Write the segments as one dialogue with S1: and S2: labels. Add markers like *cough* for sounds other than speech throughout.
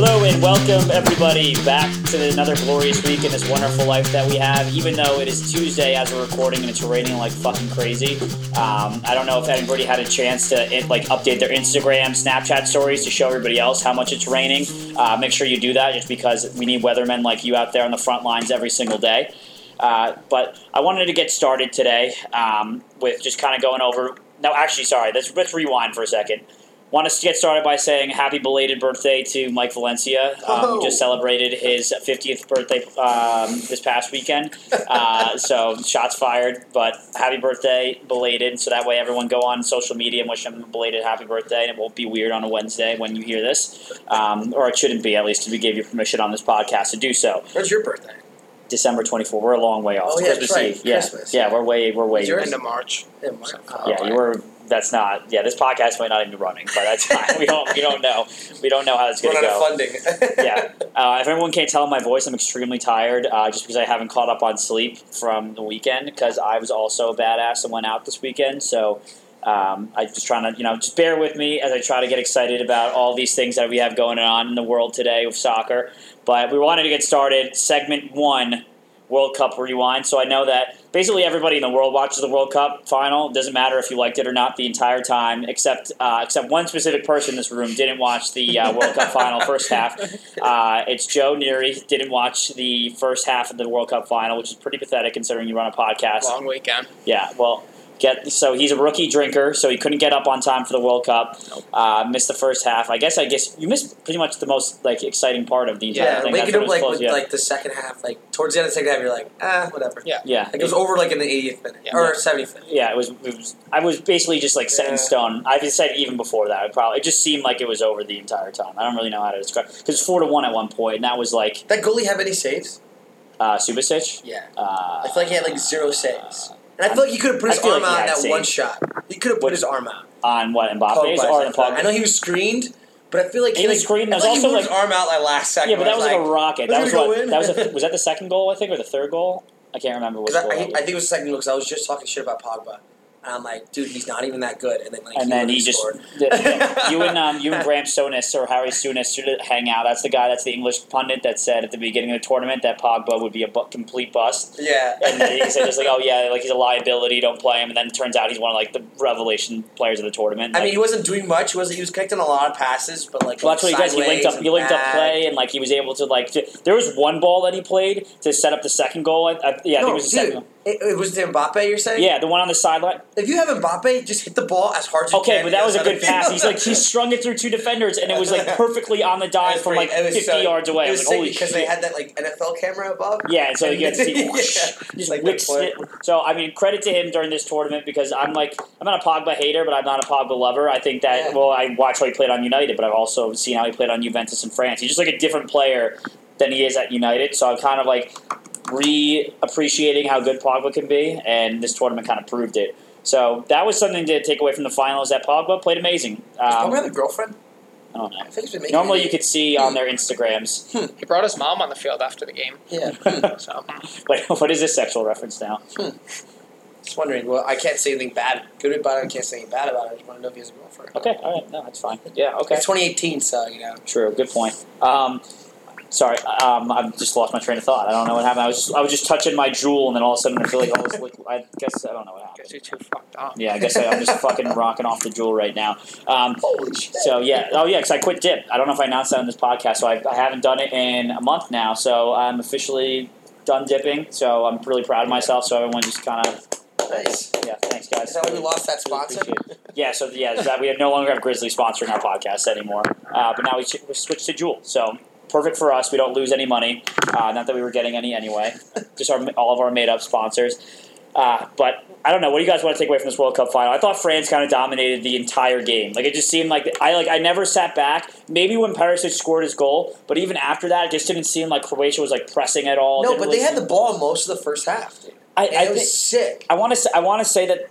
S1: welcome everybody back to another glorious week in this wonderful life that we have. Even though it is Tuesday as we're recording and it's raining like fucking crazy, um, I don't know if anybody had a chance to eh, like update their Instagram, Snapchat stories to show everybody else how much it's raining. Uh, make sure you do that, just because we need weathermen like you out there on the front lines every single day. Uh, but I wanted to get started today um, with just kind of going over. No, actually, sorry. Let's, let's rewind for a second. Want to get started by saying happy belated birthday to Mike Valencia, um, who
S2: Oh.
S1: just celebrated his 50th birthday um, this past weekend. Uh, so shots fired, but happy birthday belated. So that way everyone go on social media and wish him a belated happy birthday, and it won't be weird on a Wednesday when you hear this, um, or it shouldn't be at least if we gave you permission on this podcast to do so.
S2: When's your birthday?
S1: December 24. We're a long way off.
S2: Oh,
S1: It's
S2: yeah,
S1: Christmas
S2: that's right.
S1: Eve. Yeah.
S2: Christmas.
S1: Yeah, we're way we're way.
S2: Yours?
S3: End of March.
S2: In March.
S1: Oh, yeah, you were. That's not. Yeah, this podcast might not even be running by that time. *laughs* we don't. We don't know. We don't know how it's going
S2: Run
S1: to
S2: out of
S1: go.
S2: funding.
S1: *laughs* Yeah. Uh, if everyone can't tell in my voice, I'm extremely tired, uh, just because I haven't caught up on sleep from the weekend. Because I was also a badass and went out this weekend, so. Um, I'm just trying to, you know, just bear with me as I try to get excited about all these things that we have going on in the world today with soccer. But we wanted to get started. Segment one, World Cup rewind. So I know that basically everybody in the world watches the World Cup final. It doesn't matter if you liked it or not the entire time, except uh, except one specific person in this room didn't watch the uh, World Cup final first half. Uh, it's Joe Neary didn't watch the first half of the World Cup final, which is pretty pathetic considering you run a podcast.
S3: Long weekend.
S1: Yeah, well, get so he's a rookie drinker, so he couldn't get up on time for the World Cup. Uh, missed the first half. I guess I guess you missed pretty much the most like exciting part of the entire
S2: yeah,
S1: thing.
S2: make
S1: That's
S2: it
S1: when
S2: up
S1: was
S2: like
S1: close,
S2: with
S1: yeah.
S2: like the second half, like towards the end of the second half, you're like, ah, whatever.
S3: Yeah.
S1: yeah.
S2: Like it was over like in the 80th minute
S3: Yeah.
S2: or 75th. minute.
S1: yeah, it was, it was. I was basically just like set in
S2: Yeah.
S1: stone. I've said even before that. I probably it just seemed like it was over the entire time. I don't really know how to describe because it's four to one at one point, and that was like
S2: That goalie have any saves?
S1: uh, Subasic.
S2: Yeah,
S1: Uh,
S2: I feel like he had like zero saves, and I feel like he could have put
S1: I
S2: his
S1: feel
S2: arm
S1: like he
S2: out
S1: had
S2: in that
S1: saves.
S2: one shot. He could have
S1: What-
S2: put his arm out.
S1: on what Mbappe's
S2: Pogba's
S1: or the
S2: left back. I know
S1: Pogba.
S2: he was screened, but I feel like
S1: He
S2: he
S1: was
S2: like,
S1: screened,
S2: I
S1: there's
S2: feel like
S1: also,
S2: he moved
S1: like-
S2: his arm out like last second.
S1: Yeah, but
S2: I
S1: that was like, a rocket.
S2: was
S1: That
S2: he
S1: was
S2: gonna
S1: what.
S2: go in?
S1: That was a, was that the second goal I think or the third goal? I can't remember which
S2: Because I,
S1: goal. that
S2: I, think-
S1: was.
S2: I think it was the second goal because I was just talking shit about Pogba. And I'm like, dude, he's not even that good. And then, like,
S1: and then
S2: would've
S1: he just
S2: scored.
S1: *laughs*
S2: *laughs*
S1: the- you and um, you and Graham Sonis or Harry Sonis should hang out. That's the guy. That's the English pundit that said at the beginning of the tournament that Pogba would be a bu- complete bust.
S2: yeah.
S1: And then he said just like, oh yeah, like he's a liability. Don't play him. And then it turns out he's one of like the revelation players of the tournament.
S2: I
S1: Like,
S2: mean, he wasn't doing much. He was he was connecting a lot of passes, but like
S1: Well, that's what he does. He
S2: sideways
S1: linked up.
S2: and
S1: He linked up
S2: back.
S1: play, and like he was able to like. To, there was one ball that he played to set up the second goal. I, I, yeah, I think
S2: no,
S1: it was the
S2: dude,
S1: second. goal.
S2: It, it was the Mbappe. You're saying?
S1: Yeah, the one on the sideline.
S2: If you have Mbappe, just hit the ball as hard as you
S1: Okay,
S2: can.
S1: but that was a
S2: outside
S1: good
S2: the field.
S1: pass. He's like he
S2: *laughs*
S1: strung it through two defenders, and it was like perfectly on the
S2: That
S1: dive
S2: was
S1: from
S2: great.
S1: like
S2: It was
S1: fifty
S2: so-
S1: yards away.
S2: It
S1: I
S2: was
S1: was
S2: sick
S1: like, holy
S2: because
S1: shit!
S2: they had that like NFL camera above.
S1: yeah, and so you
S2: *laughs*
S1: get to see
S2: Yeah.
S1: just
S2: Like that
S1: wicks
S2: play.
S1: it. So I mean, credit to him during this tournament because I'm like I'm not a Pogba hater, but I'm not a Pogba lover. I think that
S2: Yeah.
S1: well, I watch how he played on United, but I've also seen how he played on Juventus in France. He's just like a different player than he is at United. So I'm kind of like re-appreciating how good Pogba can be, and this tournament kind of proved it. So that was something to take away from the finals. That Pogba played amazing.
S2: Does
S1: Um,
S2: Pogba have a girlfriend?
S1: I don't know.
S2: I think he's been making.
S1: Normally, you could see on their
S2: *laughs*
S1: Instagrams. *laughs*
S3: He brought his mom on the field after the game.
S2: Yeah.
S3: So
S1: Wait, what is this sexual reference now?
S2: Just wondering. Well, I can't say anything bad, good about it. I can't say anything bad about it. I just want to know if he has a girlfriend.
S1: Okay, all right, no, that's fine. Yeah, okay,
S2: It's 2018, so you know.
S1: true. Good point. Um, sorry, um, I've just lost my train of thought. I don't know what happened. I was just, I was just touching my jewel, and then all of a sudden, I feel like all this. liquid- I guess I don't know what happened.
S3: guess you two fucked up.
S1: Yeah, I guess I, I'm just fucking rocking off the jewel right now. Um,
S2: Holy shit!
S1: So yeah, oh yeah, because I quit dip. I don't know if I announced that on this podcast, so I, I haven't done it in a month now. So I'm officially done dipping. So I'm really proud of myself. So everyone just kind of
S2: nice.
S1: yeah, thanks guys.
S2: Is that when you lost that
S1: Really
S2: sponsor?
S1: appreciate it. Yeah, so yeah, that we have no longer have Grizzly sponsoring our podcast anymore, uh, but now we, sh- we switched to Jewel. So perfect for us. We don't lose any money. Uh, not that we were getting any
S2: *laughs*
S1: anyway. Just our all of our made up sponsors. Uh, but I don't know. What do you guys want to take away from this World Cup final? I thought France kind of dominated the entire game. Like it just seemed like I like I never sat back. Maybe when Perisic scored his goal, but even after that, it just didn't seem like Croatia was like pressing at all.
S2: No,
S1: Didn't
S2: but
S1: really
S2: they had
S1: seem-
S2: the ball most of the first half. Dude.
S1: I,
S2: And
S1: I,
S2: it was
S1: think-
S2: sick.
S1: I want to. Say, I want to say that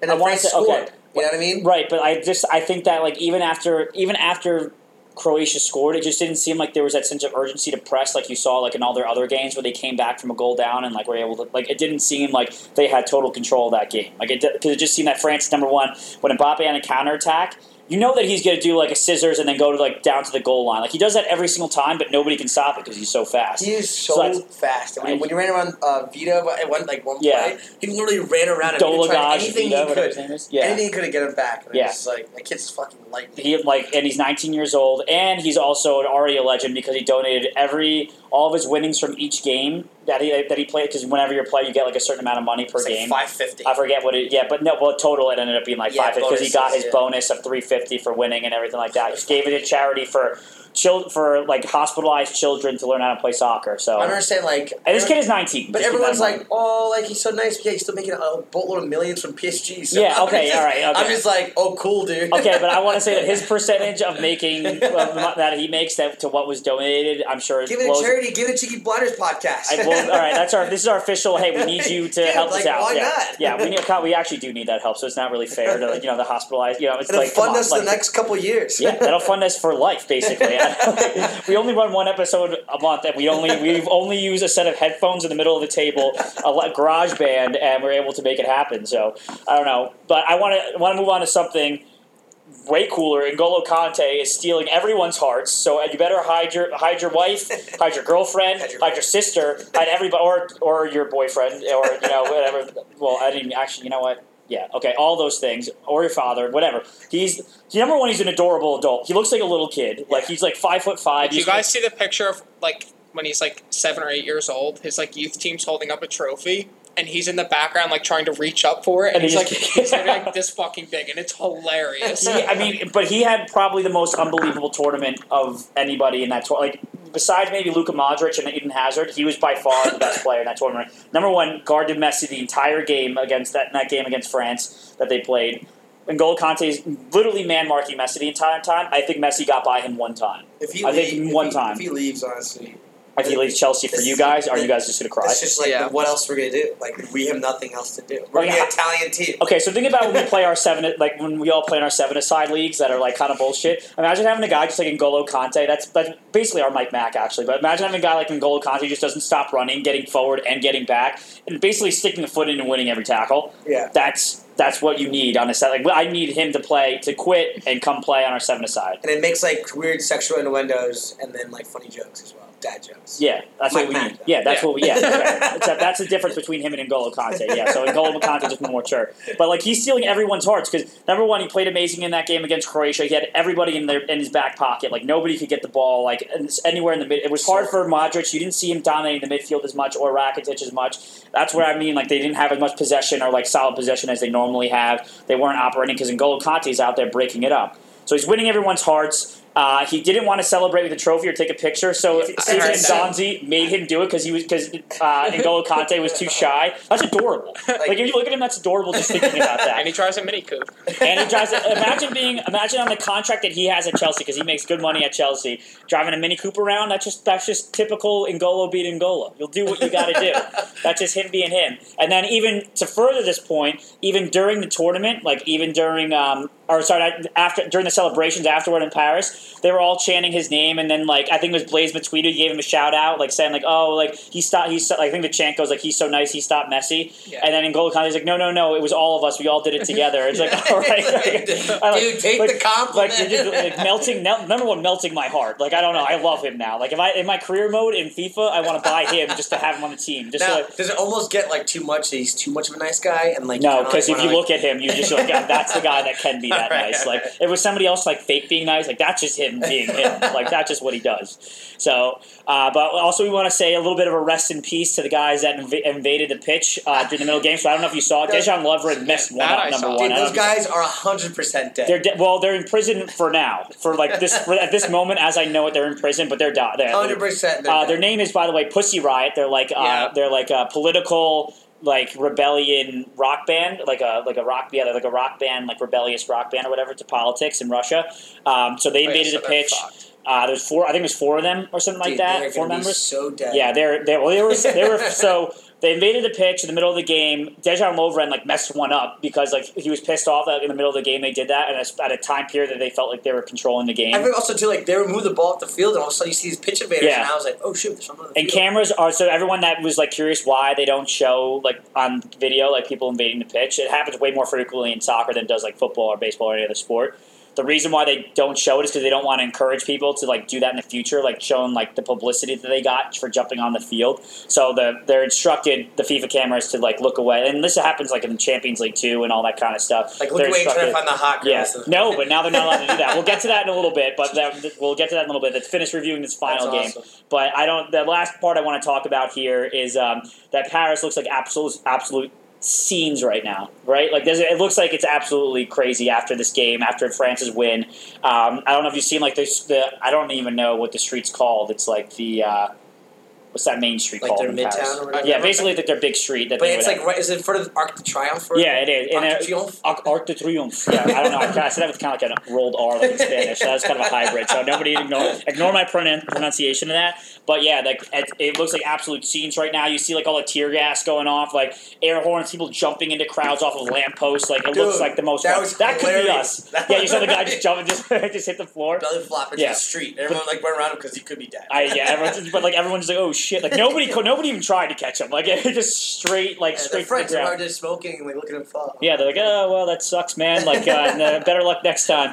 S2: And
S1: I
S2: then
S1: wanna
S2: France
S1: say- okay.
S2: scored. You know what I mean?
S1: Right, but I just I think that like even after even after Croatia scored, it just didn't seem like there was that sense of urgency to press like you saw like in all their other games where they came back from a goal down and like were able to like it didn't seem like they had total control of that game. Like it because it just seemed that France number one when Mbappe had a counterattack, you know that he's going to do like a scissors and then go to like down to the goal line. Like he does that every single time, but nobody can stop it because he's so fast.
S2: He is so
S1: So I-
S2: fast. And when,
S1: I-
S2: when you ran around uh, Vita at one like one
S1: Yeah.
S2: play, he literally ran around and he tried
S1: Dolagaj,
S2: anything
S1: Vita,
S2: he
S1: whatever
S2: could.
S1: his name is. Yeah.
S2: Anything could have get him back. And
S1: Yeah.
S2: It's just like that kid's fucking lightning.
S1: He like, and he's 19 years old, and he's also an already a legend because he donated every all of his winnings from each game that he that he played. Because whenever you play, you get like a certain amount of money per
S2: it's
S1: game.
S2: like five fifty.
S1: I forget what it. Yeah, but no. Well, total it ended up being like
S2: Yeah,
S1: five because he got
S2: bonuses,
S1: his
S2: yeah.
S1: bonus of three fifty for winning and everything like that. He gave it to charity for child for like hospitalized children to learn how to play soccer.
S2: I
S1: So
S2: don't understand like
S1: and this kid is nineteen.
S2: But
S1: just keep that
S2: everyone's
S1: in mind.
S2: like, oh, like he's so nice. But yeah, he's still making a boatload of millions from PSG. So
S1: Yeah,
S2: *laughs* I'm
S1: okay,
S2: just-
S1: all right, okay.
S2: I'm just like, oh, cool, dude.
S1: okay, but I want to say that
S2: *laughs*
S1: his percentage of making of the- that he makes that to what was donated, I'm sure
S2: give it
S1: blows.
S2: a charity, give it a Cheeky Blinders podcast.
S1: I, well, all right, that's
S2: *laughs*
S1: our. This is our official. Hey, we need you to
S2: Dude,
S1: help us
S2: like,
S1: out.
S2: why
S1: yeah,
S2: not?
S1: yeah, we need. We actually do need that help, so it's not really fair to you know the hospitalized. You know, it's
S2: It'll
S1: like come on,
S2: fund us
S1: like,
S2: the next couple years.
S1: yeah, that'll
S2: *laughs*
S1: fund us for life, basically. *laughs* we only run one episode a month, and we only we've only used a set of headphones in the middle of the table, a li- garage band, and we're able to make it happen. So I don't know, but I want to want to move on to something way cooler. N'Golo Kante is stealing everyone's hearts, so you better hide your hide your wife, hide your girlfriend,
S2: Hide your
S1: hide your sister, hide everybody, or or your boyfriend, or you know whatever. Well, I didn't actually. You know what? Yeah. Okay. All those things, or your father, whatever. He's he, number one. He's an adorable adult. He looks like a little kid. Like he's like five foot five.
S3: If you
S1: He's-
S3: guys see the picture of like when he's like seven or eight years old, his like youth team's holding up a trophy, and he's in the background like trying to reach up for it, and,
S1: And
S3: he's
S1: he
S3: like
S1: just- *laughs*
S3: he's literally, like this fucking big, and it's hilarious.
S1: He, I
S3: *laughs*
S1: mean, but he had probably the most unbelievable tournament of anybody in that tournament. Like, besides maybe Luka Modric and Eden Hazard, he was by far the best player in that tournament. Number one, guarded Messi the entire game against that, that game against France that they played. And Gol Kante's literally man marking Messi the entire time. I think Messi got by him one time.
S2: If he
S1: I think
S2: leave- if
S1: one
S2: he-
S1: time.
S2: If he leaves, honestly,
S1: If he leaves Chelsea for you guys, are you guys just going to cry?
S2: it's just like,
S3: Yeah.
S2: what else we're gonna do? Like, we have nothing else to do. We're
S1: Like,
S2: gonna
S1: how-
S2: be Italian team.
S1: Okay, so think about when we play our seven, like when we all play in our seven-a-side leagues that are like kind of bullshit. Imagine having a guy just like N'Golo Conte. That's that's basically our Mike Mack actually. But imagine having a guy like N'Golo Conte who just doesn't stop running, getting forward and getting back, and basically sticking a foot in and winning every tackle.
S2: Yeah.
S1: That's that's what you need on a set. Like I need him to play to quit and come play on our seven-a-side.
S2: And it makes like weird sexual innuendos and then like funny jokes as well, dad jokes.
S1: Yeah, that's
S2: Mike
S1: what we
S2: Mack,
S1: need.
S2: though.
S1: Yeah, that's
S3: Yeah.
S1: what we. Yeah, okay. except that's the difference between him and N'Golo Conte. Yeah, so N'Golo Conte just more mature, but like he's stealing everyone's hearts because number one, he played amazing in that game against Croatia. He had everybody in their in his back pocket. Like nobody could get the ball like and it's anywhere in the mid. It was hard for Modric. You didn't see him dominating the midfield as much or Rakitic as much. That's what I mean. Like they didn't have as much possession or like solid possession as they normally have. They weren't operating because N'Golo Conte's out there breaking it up. So he's winning everyone's hearts. Uh, he didn't want to celebrate with a trophy or take a picture, so
S2: I
S1: Stephen
S3: heard that.
S1: Donzi made him do it because he was because uh, N'Golo Conte was too shy. That's adorable. Like, if you look at him, that's adorable just thinking about
S3: *laughs* and
S1: that.
S3: he tries a mini Oh, coup.
S1: And he drives. it-
S3: *laughs*
S1: Imagine being imagine on the contract that he has at Chelsea because he makes good money at Chelsea driving a Mini Cooper around. That's just that's just typical N'Golo beat N'Golo. You'll do what you got to do. That's just him being him. And then even to further this point, even during the tournament, like even during um or sorry, after during the celebrations afterward in Paris, they were all chanting his name and then like I think it was Blaze Matuidi gave him a shout out like saying like oh like he stopped he's I think the chant goes like he's so nice he stopped Messi
S3: Yeah.
S1: and then in Gold Conte's like no no no it was all of us we all did it together it's like
S2: *laughs*
S1: *laughs* all right like, I, like,
S2: Dude, take
S1: like,
S2: the compliment.
S1: like, you're just, like
S2: *laughs*
S1: melting nel- number one melting my heart like I don't know I love him now like if I in my career mode in FIFA I want to buy him just to have him on the team just
S2: now,
S1: so, like,
S2: does it almost get like too much? That he's too much of a nice guy, and like
S1: no,
S2: kinda, like,
S1: because if
S2: wanna,
S1: you
S2: like,
S1: look at him, you just like, yeah, that's the guy that can be that
S2: *laughs* Right,
S1: nice.
S2: right,
S1: Like, if it was somebody else like fake being nice, like that's just him being
S2: *laughs*
S1: him. Like that's just what he does. So, uh, but also we want to say a little bit of a rest in peace to the guys that inv- invaded the pitch uh, during the middle game. So I don't know if you saw it. Dejan Lovren missed one
S3: That
S1: up
S3: I
S1: number
S3: saw.
S1: one.
S2: Dude,
S1: I don't
S2: those
S1: know if you-
S2: guys are hundred percent dead.
S1: They're de- well. They're in prison for now. For like this, for, at this moment, as I know it, they're in prison. But they're di- they're-
S2: hundred percent.
S1: uh, their name is, by the way, Pussy Riot. They're like uh,
S3: Yeah.
S1: they're like a political like rebellion rock band, like a like a rock yeah, they're like a rock band, like rebellious rock band or whatever to politics in Russia. Um, so they
S3: Oh, yeah,
S1: invaded
S3: so
S1: a
S3: they're
S1: pitch.
S3: fucked.
S1: Uh, there's four, I think there's four of them or something like
S2: Dude,
S1: that.
S2: they are
S1: four
S2: gonna be
S1: members.
S2: so dead.
S1: Yeah, they're they well, they
S2: *laughs*
S1: were they were so they invaded the pitch in the middle of the game. Dejan Lovren like messed one up because like he was pissed off that in the middle of the game they did that and it's at a time period that they felt like they were controlling the game.
S2: I think also too, like they remove the ball off the field, and all of a sudden you see these pitch invaders,
S1: Yeah.
S2: and I was like, oh shoot, there's someone on the
S1: And
S2: field.
S1: cameras are so everyone that was like curious why they don't show like on video like people invading the pitch. It happens way more frequently in soccer than it does like football or baseball or any other sport. The reason why they don't show it is because they don't want to encourage people to like do that in the future, like showing like the publicity that they got for jumping on the field. So the they're instructed the FIFA cameras to like look away, and this happens like in the Champions League too, and all that kind of stuff.
S2: Like look
S1: They're
S2: away and try
S1: instructed-
S2: to find the hot girls.
S1: yeah. No, but now they're not allowed to do that. We'll get to that in a little bit, but that, we'll get to that in a little bit. Let's finish reviewing this final
S2: *laughs* That's
S1: game.
S2: awesome.
S1: But I don't. The last part I want to talk about here is um, that Paris looks like absolute absolute scenes right now, right? Like there's, it looks like it's absolutely crazy after this game, after France's win. Um, I don't know if you've seen like this. The I don't even know what the street's called. It's like the uh, what's that main street
S2: Like
S1: called?
S2: their
S1: in Paris?
S2: midtown or whatever.
S1: Yeah, basically like their big street. That
S2: But
S1: they
S2: it's
S1: would
S2: like right, is it in front of Arc de Triomphe? Or
S1: Yeah, it is. And uh,
S2: Arc
S1: there-
S2: de Triomphe.
S1: Arc, Arc de Triomphe. Yeah, I don't know. I, I said that with kind of like a rolled R like in Spanish. So that's kind of a hybrid. So nobody ignore ignore my pronoun- pronunciation of that. But yeah, like it, it looks like absolute scenes right now. You see like all the tear gas going off, like air horns, people jumping into crowds off of lampposts. Like it
S2: Dude,
S1: looks like the most.
S2: that was
S1: *laughs* that could be
S2: hilarious.
S1: us.
S2: That
S1: yeah,
S2: was
S1: you saw the guy
S2: hilarious.
S1: *laughs* just jump and just just hit the floor.
S2: Belly flop into
S1: Yeah.
S2: the street. Everyone like went around him because he could be dead.
S1: I yeah, everyone's just-
S2: *laughs*
S1: but like everyone's just like, oh shit! Like nobody, co- nobody even tried to catch him. Like *laughs* it just straight, like
S2: And
S1: straight
S2: the
S1: to the
S2: friends
S1: ground.
S2: are just smoking and like looking at him fall. *laughs*
S1: Yeah, they're like, oh well, that sucks, man. Like, uh, *laughs* and, uh, better luck next time.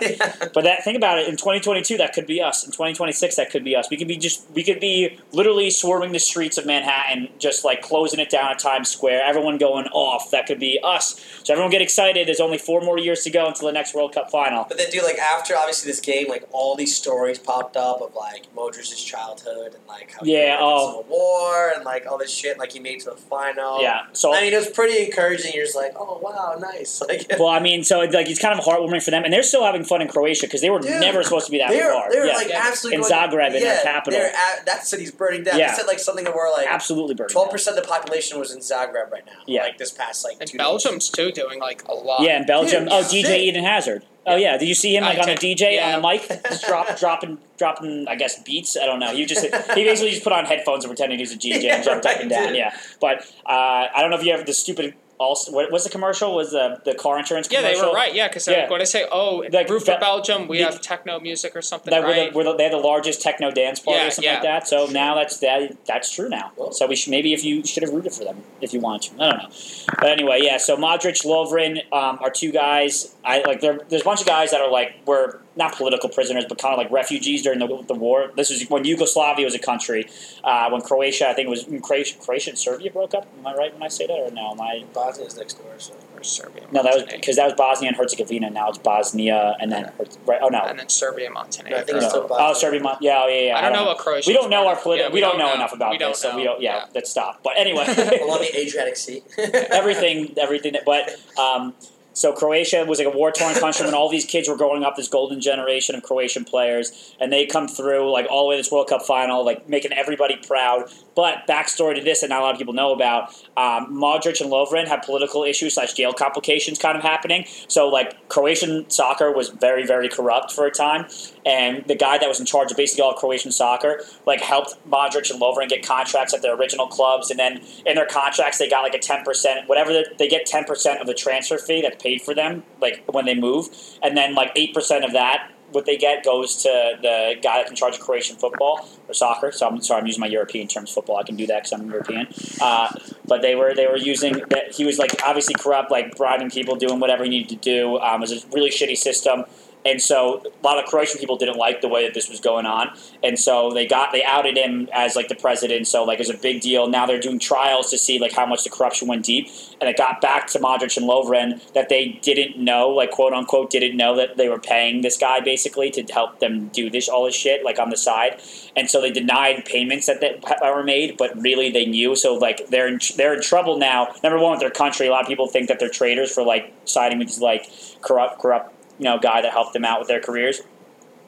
S1: But that think about it. In 2022, that could be us. In 2026, that could be us. We could be just we could be literally swarming the streets of Manhattan, just like closing it down at Times Square. Everyone going off. That could be us. So everyone get excited. There's only four more years to go until the next World Cup final.
S2: But then, dude, like after obviously this game, like all these stories popped up of like Modric's childhood and like how he
S1: Yeah,
S2: went to the
S1: oh.
S2: Civil War and like all this shit. Like he made it to the final.
S1: Yeah. So
S2: Oh. I mean, it was pretty encouraging. You're just like, oh wow, nice. *laughs* Like
S1: well, I mean, so like it's kind of heartwarming for them, and they're still having fun in Croatia because they were
S2: Dude,
S1: never supposed to be that
S2: they're
S1: far.
S2: they're
S1: yeah,
S2: like
S3: Yeah.
S2: absolutely
S1: in
S2: going-
S1: Zagreb, in
S2: yeah,
S1: their capital,
S2: they're at- that city's burning down.
S1: Yeah.
S2: They said like something that we're like
S1: absolutely burning.
S2: twelve percent of the population was in Zagreb right now.
S1: Yeah.
S2: like this past like
S3: And
S2: two
S3: Belgium's too doing like a lot.
S1: Yeah, in Belgium.
S2: Dude,
S1: oh, DJ
S2: shit.
S1: Eden Hazard. Oh yeah, did you see him
S3: I
S1: like on a
S3: did,
S1: DJ
S3: yeah.
S1: on a
S3: *laughs*
S1: mic, just drop, dropping, dropping? I guess beats. I don't know. He just he basically just put on headphones and pretended he was a DJ
S2: Yeah,
S1: and jumped up
S2: right,
S1: and down.
S2: dude.
S1: Yeah, but uh, I don't know if you ever the stupid. Also, what was the commercial? Was the the car insurance
S3: Yeah,
S1: commercial?
S3: they were right. Yeah, because
S1: Yeah.
S3: like, when I say, oh,
S1: Like,
S3: root for
S1: that-
S3: Belgium, we
S1: the-
S3: have techno music or something,
S1: That were
S3: right?
S1: the, were the, they had the largest techno dance party
S3: Yeah,
S1: or something like
S3: yeah.
S1: that. So now that's that that's true now.
S2: Well.
S1: So we should, maybe if you should have rooted for them if you wanted to. I don't know. But anyway, yeah. So Modric, Lovren um, are two guys. I like there. There's a bunch of guys that are like were not political prisoners, but kind of like refugees during the, the war. This is when Yugoslavia was a country. Uh, when Croatia, I think it was Croatia, Croatia and Serbia broke up. Am I right when I say that, or no? Am I?
S2: Bosnia's next door. So.
S3: Or Serbia,
S1: No, that was
S3: Montenegro.
S1: because that was Bosnia and Herzegovina. Now it's Bosnia and then Herz- right. Oh no.
S3: and then Serbia, Montenegro.
S2: I think
S1: No.
S2: it's still
S1: Oh, Serbia. Mon- Yeah, oh, yeah, yeah.
S3: I don't know about Croatia.
S1: We don't know our
S3: Yeah,
S1: political. we, don't, know, enough about
S3: we
S1: this, so we don't. Yeah, let's stop. But *laughs*
S2: Along
S1: anyway,
S2: the Adriatic Sea. *laughs*
S1: everything, everything. that- But um, so Croatia was like a war torn country when all these kids were growing up, this golden generation of Croatian players, and they come through like all the way to this World Cup final, like making everybody proud. But backstory to this that not a lot of people know about: um, Modric and Lovren had political issues slash jail complications kind of happening. So like Croatian soccer was very very corrupt for a time, and the guy that was in charge of basically all Croatian soccer like helped Modric and Lovren get contracts at their original clubs, and then in their contracts they got like a ten percent whatever the, they get ten percent of the transfer fee that's paid for them like when they move, and then like eight percent of that what they get goes to the guy that's in charge of Croatian football or soccer. So I'm sorry, I'm using my European terms. Football, I can do that because I'm European. Uh, but they were they were using that he was like obviously corrupt, like bribing people, doing whatever he needed to do. Um, it was a really shitty system. And so a lot of Croatian people didn't like the way that this was going on, and so they got they outed him as like the president. So like it was a big deal. Now they're doing trials to see like how much the corruption went deep, and it got back to Modric and Lovren that they didn't know, like quote unquote, didn't know that they were paying this guy basically to help them do this all this shit like on the side, and so they denied payments that that were made, but really they knew. So like they're in, they're in trouble now. Number one with their country. A lot of people think that they're traitors for like siding with these like corrupt corrupt you know guy that helped them out with their careers,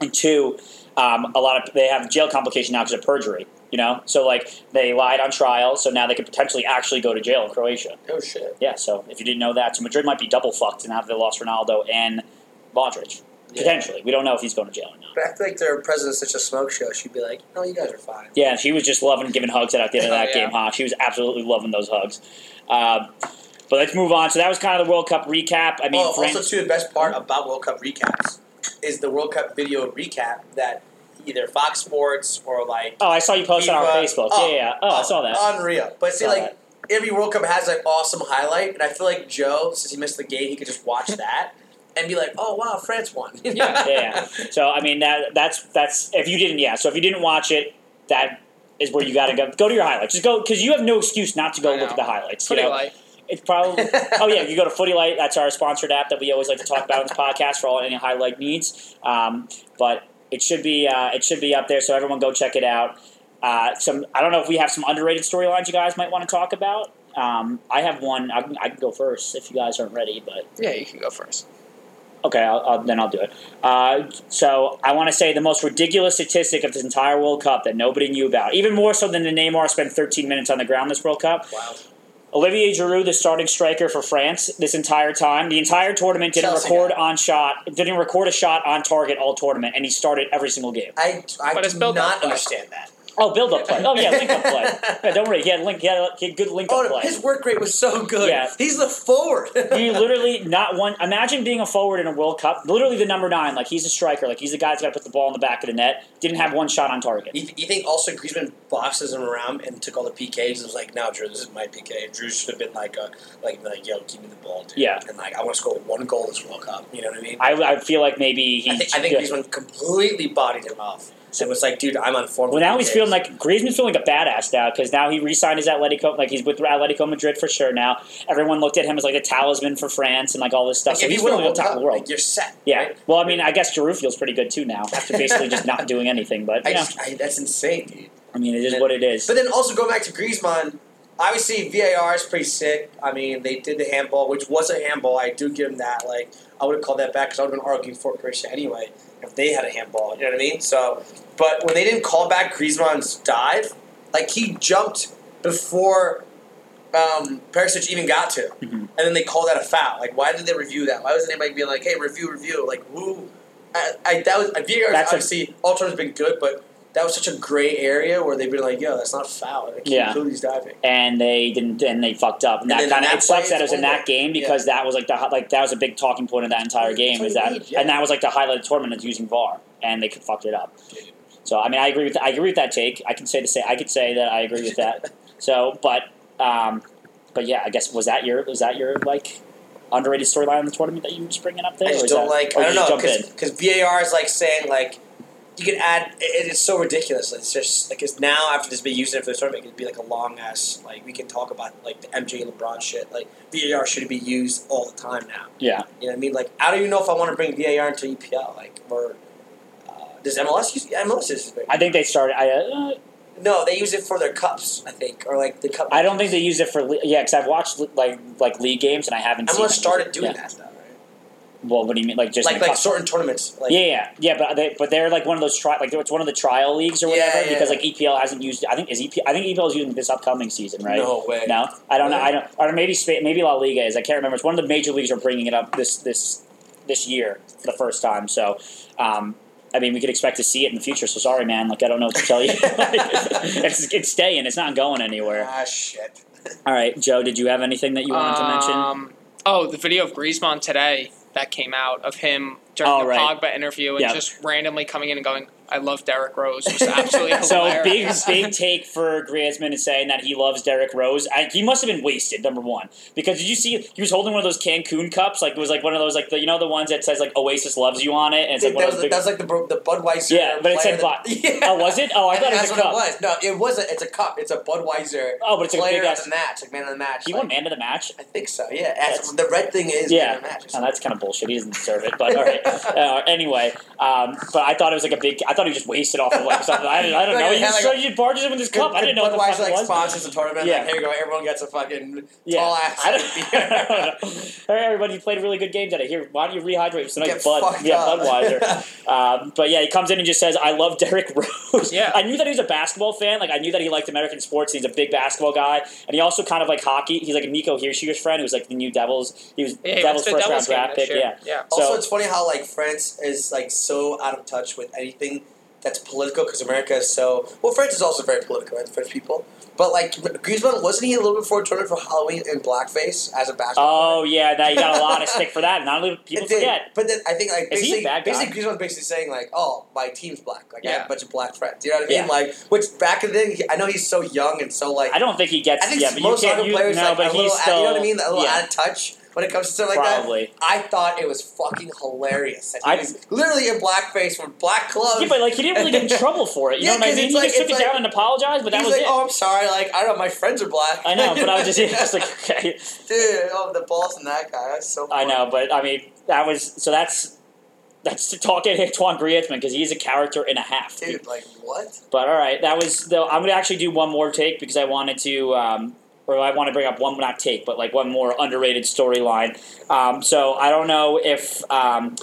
S1: and two, um, a lot of they have jail complication now because of perjury. You know, so like they lied on trial, so now they could potentially actually go to jail in Croatia.
S2: oh shit.
S1: Yeah, so if you didn't know that, so Madrid might be double fucked and have they lost Ronaldo and Modric potentially. We don't know if he's going to jail or not.
S2: But I feel like their president's such a smoke show. She'd be like, "No, you guys are fine."
S1: Yeah, she was just loving giving hugs at the end of
S3: Oh,
S1: that
S3: yeah.
S1: game, huh? She was absolutely loving those hugs. Uh, but let's move on. So that was kind of the World Cup recap. I mean,
S2: oh,
S1: France,
S2: also too, the best part about World Cup recaps is the World Cup video recap that either Fox Sports or like
S1: oh, I saw you post on our
S2: FIFA.
S1: Facebook.
S2: Oh,
S1: yeah, yeah. yeah. Oh, I saw that.
S2: Unreal. But see,
S1: Saw
S2: like
S1: *laughs*
S2: every World Cup has like awesome highlight, and I feel like Joe, since he missed the game, he could just watch that. and be like, "Oh wow, France won." *laughs*
S3: Yeah.
S1: Yeah. So I mean that that's that's if you didn't yeah. So if you didn't watch it, that is where you got to go. Go to your highlights. Just go because you have no excuse not to go
S3: I
S1: look
S3: know.
S1: at the highlights.
S3: Pretty
S1: you know?
S3: like
S1: It's
S3: *laughs*
S1: probably oh yeah, you go to Footy Light. That's our sponsored app that we always like to talk about on this podcast for all any highlight needs. Um, but it should be uh, it should be up there, so everyone go check it out. Uh, some I don't know if we have some underrated storylines you guys might want to talk about. Um, I have one. I can, I can go first if you guys aren't ready, but
S3: yeah, you can go first.
S1: Okay, I'll, I'll, then I'll do it. Uh, so I want to say the most ridiculous statistic of this entire World Cup that nobody knew about, even more so than the Neymar spent 13 minutes on the ground this World Cup.
S2: Wow.
S1: Olivier Giroud, the starting striker for France, this entire time, the entire tournament didn't
S2: Chelsea
S1: record
S2: guy.
S1: on shot, didn't record a shot on target all tournament, and he started every single game.
S2: I, I
S3: But it's
S2: do
S3: built up
S2: not
S3: play.
S2: understand
S1: *laughs*
S2: that.
S1: Oh, build up play. Oh yeah, link up
S2: *laughs*
S1: play. Yeah, don't worry, he had link. He had, a, he had good link
S2: Oh,
S1: up
S2: no,
S1: play.
S2: his work rate was so good.
S1: Yeah.
S2: He's the forward.
S1: you
S2: *laughs*
S1: literally not one. Imagine being a forward in a World Cup. Literally the number nine. Like he's a striker. Like he's the guy that's got to put the ball in the back of the net. Didn't have one shot on target.
S2: You, you think also Griezmann boxes him around and took all the PKs and was like, "No, Drew, this is my PK." And Drew should have been like, a, "Like, like, yo, give me the ball, dude."
S1: Yeah.
S2: And like, I want to score one goal this World Cup. You know what I mean?
S1: I, I feel like maybe he.
S2: I think, I think Griezmann completely bodied him off. So it was like, dude, I'm on form.
S1: Well,
S2: with
S1: now he's
S2: PKs.
S1: feeling like Griezmann's feeling like a badass now because now he re-signed his Atletico. Like he's with Atletico Madrid for sure now. Everyone looked at him as like a talisman for France and like all this stuff.
S2: Like,
S1: so
S2: if
S1: he's
S2: you win a
S1: feeling on
S2: World
S1: top
S2: Cup,
S1: of the world.
S2: Like, you're set.
S1: yeah.
S2: right?
S1: Well, I mean, I guess Giroud feels pretty good too now after basically just not doing anything. But
S2: *laughs* I
S1: you know,
S2: just, I, that's insane, dude.
S1: I mean, it is what it is.
S2: But then also going back to Griezmann, obviously VAR is pretty sick. I mean, they did the handball, which was a handball. I do give them that. Like, I would have called that back because I would have been arguing for Croatia anyway if they had a handball. You know what I mean? So, but when they didn't call back Griezmann's dive, like he jumped before um, Perisic even got to, him.
S1: Mhm.
S2: and then they called that a foul. Like, why did they review that? Why was anybody being like, "Hey, review, review"? Like, who? I, I, that was VAR. is
S1: That's a-
S2: obviously, all terms been good, but that was such a gray area where they'd be like, "Yo, that's not foul." Like,
S1: Yeah.
S2: Cooley's diving.
S1: and they didn't and they fucked up and,
S2: And then
S1: that kind
S2: in
S1: of
S2: that
S1: it sucks
S2: play,
S1: that it
S2: it's
S1: was in that
S2: over.
S1: game because that was like the hi- like that was a big talking point of that entire
S2: That's
S1: game
S2: what
S1: is
S2: you
S1: that
S2: need, yeah.
S1: and that was like the highlight of the tournament is using VAR and they could fucked it up
S2: Dude.
S1: so I mean I agree with I agree with that take I can say the say I could say that I agree with
S2: *laughs*
S1: that so but um but yeah I guess was that your was that your like underrated storyline in the tournament that you were just bringing up there
S2: I
S1: or
S2: just
S1: is
S2: don't
S1: that-
S2: like.
S1: uh, or
S2: I
S1: did
S2: don't
S1: you
S2: know
S1: jump in?
S2: because VAR is like saying like you can add. It, it's so ridiculous. It's just like it's now after this be using it for the tournament, it'd be like a long ass like we can talk about like the MJ LeBron shit. Like VAR should be used all the time now.
S1: yeah
S2: You know what I mean? Like I don't even know if I want to bring VAR into EPL. Like or uh, does MLS use MLS is
S1: I think they started I uh,
S2: no, they use it for their cups, I think, or like the cup.
S1: I don't think they used it for le- yeah because I've watched like like league games and I haven't seen
S2: MLS
S1: them.
S2: started doing
S1: Yeah.
S2: that though, right?
S1: well what do you mean like just in
S2: like
S1: the
S2: like
S1: cup-
S2: certain tournaments. Like,
S1: yeah, yeah, yeah, but they, but they're like one of those tri- like it's one of the trial leagues or
S2: Yeah,
S1: whatever
S2: yeah,
S1: because
S2: yeah.
S1: like EPL hasn't used. I think is EP, I think EPL is using this upcoming season, right?
S2: No way.
S1: No? I don't know.
S2: Really?
S1: I don't, or maybe Spa- maybe La Liga is. I can't remember. It's one of the major leagues are bringing it up this this this year for the first time. So, um, I mean, we could expect to see it in the future. So sorry, man. Like I don't know what to tell you. *laughs* it's it's staying. It's not going anywhere.
S2: Ah shit.
S1: All right, Joe. Did you have anything that you wanted to mention?
S3: Um, oh, the video of Griezmann today that came out of him during
S1: Oh,
S3: the
S1: right.
S3: Pogba interview and
S1: Yeah.
S3: just randomly coming in and going, "I love Derek
S1: *laughs*
S3: Rose." It was absolutely
S1: So big,
S3: hilarious.
S1: big take for Griezmann is saying that he loves Derek Rose. I, he must have been wasted, number one, because did you see he was holding one of those Cancun cups? Like it was like one of those like the, you know the ones that says like Oasis loves you on it, and it's like
S2: Dude,
S1: one
S2: that
S1: of
S2: was,
S1: those big.
S2: that was like the bro- the Budweiser.
S1: Yeah, but it said
S2: player
S1: Bud.
S2: that- *laughs* Yeah.
S1: oh, was it? Oh, I
S2: I
S1: thought
S2: think
S1: it was
S2: that's
S1: a
S2: what
S1: cup.
S2: it was. No, it was a, it's a cup. It's a Budweiser
S1: Oh, but it's a
S2: player
S1: big
S2: of
S1: ass-
S2: the match, like man of the match.
S1: He
S2: like,
S1: won man of the match.
S2: I think so. Yeah,
S1: That's-
S2: As- the red thing is
S1: Yeah.
S2: man of the match. or
S1: Oh,
S2: something.
S1: that's kind of bullshit. He doesn't deserve it, but all right. Uh, anyway, um, but I thought it was like a big. I thought he was just wasted off the like something. I, I don't
S2: Like,
S1: know.
S2: it
S1: You
S2: had, like,
S1: just you barges him with this cup. I didn't know what the
S2: Budweiser
S1: fuck it
S2: like
S1: was.
S2: sponsors the tournament.
S1: Yeah.
S2: Like, here you go. Everyone gets a fucking
S1: Yeah.
S2: tall ass.
S1: I don't, I don't *laughs*
S2: *laughs*
S1: know. Hey, everybody, you played a really good game today. Here, why don't you rehydrate with some
S2: Get
S1: nice Bud?
S2: fucked
S1: Yeah,
S2: up. *laughs*
S1: Budweiser. um, but yeah, he comes in and just says, I love Derek Rose.
S3: Yeah.
S1: *laughs* I knew that he was a basketball fan. Like, I knew that he liked American sports. and He's a big basketball guy. And he also kind of like hockey. He's like a Nico Hirschier's friend who's like the new Devils. He was
S3: Yeah, he
S1: Devils
S3: went to the
S1: first
S3: Devils
S1: round draft
S3: game this
S1: pick.
S3: year.
S1: Yeah.
S3: yeah.
S1: So-
S2: also, it's funny how like France is like so out of touch with anything that's political because America is so well. France is also very political, right? The French people, but like Griezmann wasn't he a little bit forward tournament for Halloween in blackface as a basketball?
S1: Oh, yeah. Now you got a lot of stick for that. Not a lot of
S2: player?
S1: people
S2: *laughs* It did.
S1: forget.
S2: But then I think like
S1: Is he a
S2: basically,
S1: bad guy?
S2: basically Griezmann's basically saying like, "Oh, my team's black. Like I have
S3: Yeah.
S2: a bunch of black friends." You know what I mean?
S1: Yeah.
S2: Like, which back in the day, I know he's so young and so like
S1: I don't think he gets
S2: I think
S1: yeah, but you
S2: most
S1: can't
S2: other
S1: you,
S2: players
S1: no,
S2: like
S1: but
S2: a little
S1: he's
S2: out, you know what I
S1: still-
S2: mean, a little
S1: yeah.
S2: out of touch. when it comes to stuff like that.
S1: probably.
S2: I thought it was fucking hilarious. That he
S1: I-
S2: was literally in blackface with black gloves.
S1: Yeah, but like he didn't really
S2: *laughs*
S1: get in trouble for it. You
S2: Yeah,
S1: know what I
S2: 'cause
S1: mean?
S2: it's
S1: He
S2: like-
S1: just took
S2: it's
S1: it
S2: like-
S1: down and apologized, but that
S2: He's
S1: was
S2: like,
S1: it.
S2: oh, I'm sorry. Like, I don't know. My friends are black.
S1: I know, but I was
S2: *laughs*
S1: just, *laughs* just like, okay.
S2: dude. Oh, the balls in that guy. That's so.
S1: I
S2: Funny.
S1: know, but I mean, that was so that's that's to *laughs* talk at Antoine Griezmann because he's a character and a half.
S2: dude. Like what?
S1: But all right, that was though. I'm gonna actually do one more take because I wanted to, um, or I want to bring up one not take, but like one more underrated storyline. Um, so I don't know if um,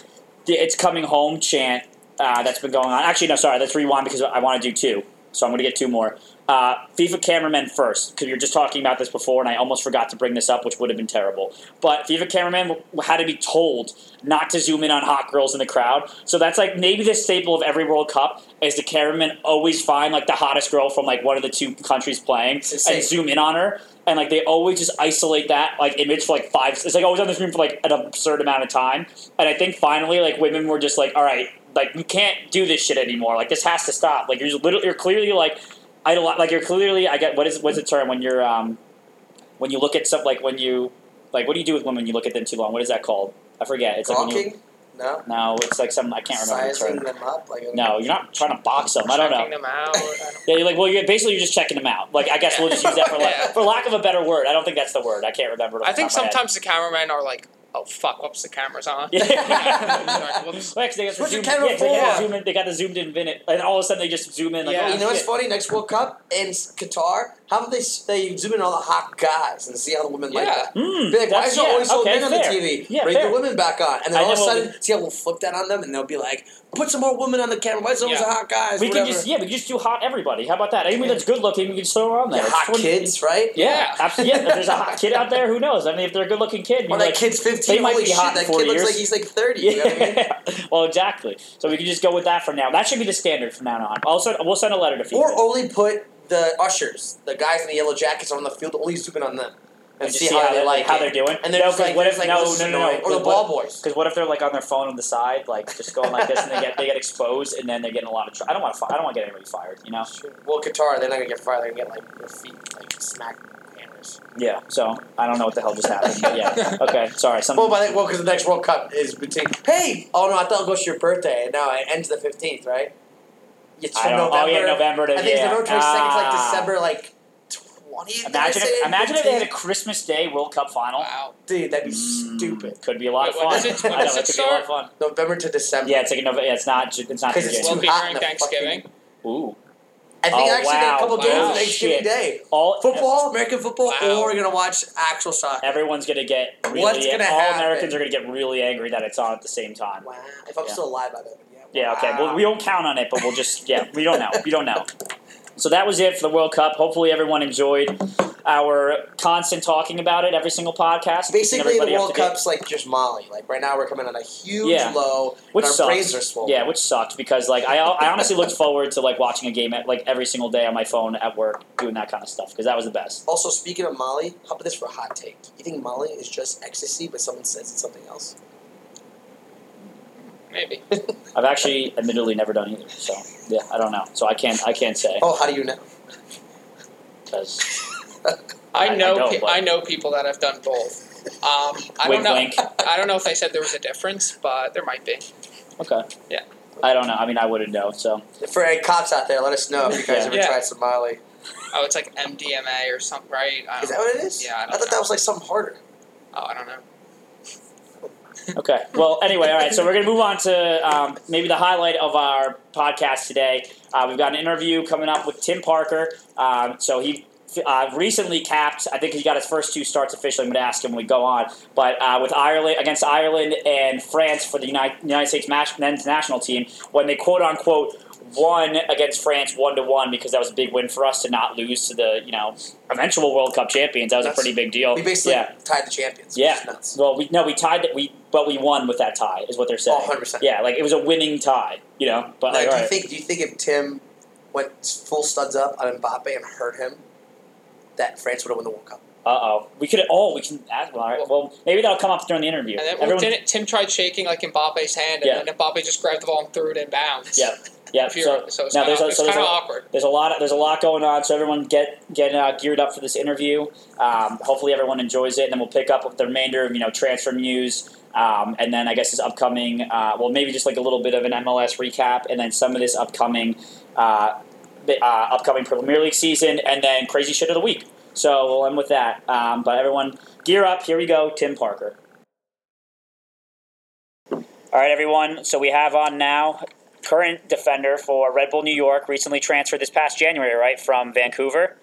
S1: the it's coming home chant uh, that's been going on. Actually, no, sorry, let's rewind because I want to do two. So I'm gonna get two more. Uh, FIFA cameramen first, because we were just talking about this before, and I almost forgot to bring this up, which would have been terrible. But FIFA cameraman w- had to be told not to zoom in on hot girls in the crowd. So that's like maybe the staple of every World Cup is the cameramen always find like the hottest girl from like one of the two countries playing
S2: insane.
S1: and zoom in on her. And like they always just isolate that like image for like five. It's like always on the screen for like an absurd amount of time. And I think finally like women were just like, all right, like you can't do this shit anymore. Like this has to stop. Like you're just literally, you're clearly like idol like you're clearly I get what is what's the term when you're um when you look at stuff like when you like what do you do with women when you look at them too long? What is that called? I forget. It's like when you,
S2: Gawking? No.
S1: no, it's like some I can't remember the
S2: Sizing
S1: term.
S2: them up. Like
S1: No, you're not trying to box them. I don't know.
S3: Checking
S1: *laughs*
S3: them out. I don't know.
S1: Yeah, you're like well, you're basically you're just checking them out. Like I guess we'll just use that
S2: *laughs*
S1: for like
S3: Yeah.
S1: for lack of a better word. I don't think that's the word. I can't remember. it off
S3: I
S1: the
S3: think
S1: top of my head.
S3: sometimes the cameramen are like, oh fuck, whoops, the camera's on.
S1: *laughs*
S2: *laughs*
S1: Yeah.
S3: Sorry, whoops.
S1: Well, 'cause they got the
S2: Switch the
S1: zoomed-
S2: camera
S1: yeah, 'cause they got the
S2: forward.
S1: zoom in, they got the zoomed in minute, and all of a sudden they just zoom in like
S3: Yeah.
S1: oh,
S2: You know what's
S1: shit.
S2: funny? Next World Cup in Qatar, how about they they zoom in on the hot guys and see how the women like
S3: Yeah.
S2: that?
S1: Hmm,
S2: Be like, why
S1: that's-
S2: is there
S1: yeah,
S2: always so
S1: okay,
S2: men on the
S1: fair.
S2: TV?
S1: Yeah,
S2: Bring
S1: fair.
S2: the women back on, and then
S1: I
S2: all of a
S1: know what
S2: sudden, see how we'll flip that on them, and they'll be like, "Put some more women on the camera. Why is there always
S3: Yeah.
S2: a hot guys?"
S1: We
S2: whatever.
S1: can just yeah, we can just do hot everybody. How about that? Anyone that's good looking, we can just throw her on
S2: Yeah,
S1: there.
S2: hot
S1: It's fun-
S2: kids, right?
S1: Yeah, absolutely. Yeah, if there's a hot kid out there, who knows? I mean, if they're a good looking kid, you're
S2: Or that
S1: like,
S2: kid's fifteen.
S1: they might
S2: Holy
S1: be
S2: shit,
S1: hot in
S2: that kid
S1: 40
S2: looks
S1: years.
S2: like he's like thirty. You know what
S1: *laughs*
S2: I mean?
S1: yeah. well, exactly. So we can just go with that from now. That should be the standard from now on. Also, we'll send a letter to FIFA.
S2: Or only put the ushers, the guys in the yellow jackets on the field, only zoom in on them
S1: and
S2: and
S1: just
S2: see how
S1: they're-
S2: they like
S1: how
S2: it.
S1: they're doing.
S2: And they're
S1: no,
S2: just
S1: 'cause
S2: like,
S1: what
S2: they're
S1: if
S2: just like,
S1: no,
S2: this is
S1: no, no, no,
S2: annoying. Or the ball boys.
S1: Because what if they're like on their phone on the side, like just going like this, and they get they get exposed, and then they get in a lot of. Tr- I don't want to. Fi- I don't want to get anybody fired. You know.
S2: Well, Qatar, they're not gonna get fired. They're gonna get like their feet like smacked with hammers.
S1: Yeah. So I don't know what the hell just happened. but yeah. Okay. Sorry. Some.
S2: Well, by the, Oh, well, because the next World Cup is between. Hey, oh no, I thought it goes to your birthday, and now it ends the fifteenth, right? It's
S1: I
S2: from
S1: don't.
S2: November.
S1: Oh yeah, November. To,
S2: I think it's
S1: yeah.
S2: November twenty second to like
S1: Ah.
S2: December like twentieth.
S1: Imagine if, imagine if they had a Christmas Day World Cup final.
S3: Wow.
S2: dude, that'd be
S1: Mm,
S2: stupid.
S1: Could be a lot of
S3: Wait, when
S1: fun.
S3: does it-
S1: I
S3: when
S1: know,
S3: does
S1: it
S3: it
S1: could be a lot of fun.
S2: November to December.
S1: Yeah, it's like a Nova, yeah, it's not. ju- It's not.
S2: 'Cause it's
S1: June.
S3: Well,
S2: too
S3: be
S2: hot
S3: during
S2: in the fucking-
S3: Thanksgiving.
S1: Ooh,
S2: I think
S1: Oh,
S2: actually they
S1: wow,
S2: have a couple games
S3: wow,
S2: on Thanksgiving
S1: shit.
S2: Day.
S1: all
S2: Football, American football,
S3: Wow.
S2: or we're gonna watch actual soccer.
S1: Everyone's gonna get. Really,
S2: What's gonna
S1: all
S2: happen?
S1: Americans are gonna get really angry that it's on at the same time.
S2: Wow. If I'm
S1: Yeah.
S2: still alive, I bet. Yeah.
S1: Yeah, okay.
S2: Wow.
S1: Well, we won't count on it, but we'll just yeah, we don't know. We don't know. So that was it for the World Cup. Hopefully, everyone enjoyed our constant talking about it every single podcast. keeping
S2: Basically, the
S1: everybody up
S2: World
S1: to date.
S2: Cup's like just Molly. Like right now, we're coming on a huge
S1: Yeah.
S2: low.
S1: Which
S2: and our
S1: sucks.
S2: brains are swollen.
S1: Yeah, which sucked because like I, I honestly looked forward to like watching a game at, like every single day on my phone at work doing that kind of stuff because that was the best.
S2: Also, speaking of Molly, how about this for a hot take? You think Molly is just ecstasy, but someone says it's something else?
S3: Maybe.
S1: I've actually admittedly never done either, so yeah, I don't know. So I can't I can't say
S2: Oh, how do you know? *laughs*
S1: because I- I
S3: I know.
S1: don't,
S3: pe-
S1: but-
S3: I know people that have done both. Um, I
S1: wink
S3: don't know.
S1: wink.
S3: I don't know if they said there was a difference, but there might be.
S1: Okay.
S3: Yeah.
S1: I don't know. I mean, I wouldn't know. So
S2: For any cops out there, let us know if you guys
S1: Yeah.
S2: ever
S3: Yeah.
S2: tried some Molly.
S3: Oh, it's like MDMA or something, right? I
S2: Is
S3: don't,
S2: that what it is?
S3: Yeah, I don't
S2: thought that was like something harder.
S3: oh, I don't know.
S1: okay. Well, anyway, all right. So we're gonna move on to um, maybe the highlight of our podcast today. Uh, we've got an interview coming up with Tim Parker. Um, so he. Uh, recently capped, I think he got his first two starts officially. I'm going to ask him when we go on, but uh, with Ireland against Ireland and France for the United, United States mas- men's national team, when they quote unquote won against France one to one because that was a big win for us to not lose to the you know eventual World Cup champions. That was
S2: That's-
S1: a pretty big deal.
S2: We basically
S1: Oh, yeah.
S2: tied the champions. which
S1: Yeah.
S2: is nuts. Oh,
S1: Well, we no, we tied that we, but we won with that tie, is what they're saying.
S2: 100%.
S1: Yeah, like it was a winning tie, you know. But
S2: Now,
S1: like,
S2: do
S1: all
S2: you
S1: right.
S2: think? Do you think if Tim went full studs up on Mbappe and hurt him, that France would have won the World Cup?
S1: uh oh, we could. Oh, we can. ask- Well, all right. well, maybe that'll come up during the interview.
S3: And then well,
S1: Everyone,
S3: didn't Tim tried shaking like Mbappe's hand, and
S1: Yeah.
S3: then Mbappe just grabbed the ball and threw it in bounds.
S1: Yeah. Yeah.
S3: *laughs* If you're,
S1: So
S3: so it's
S1: now
S3: kind of
S1: there's a- so there's a-
S3: awkward.
S1: there's a lot. There's a lot going on. So everyone get get uh, geared up for this interview. Um, hopefully everyone enjoys it, and then we'll pick up with the remainder of you know transfer news. Um, and then I guess this upcoming, uh, well, maybe just like a little bit of an MLS recap, and then some of this upcoming, uh, bi- uh, upcoming Premier League season, and then crazy shit of the week. So we'll end with that. Um, but everyone, gear up. Here we go. Tim Parker. All right, everyone. So we have on now current defender for Red Bull New York, recently transferred this past January, right, from Vancouver.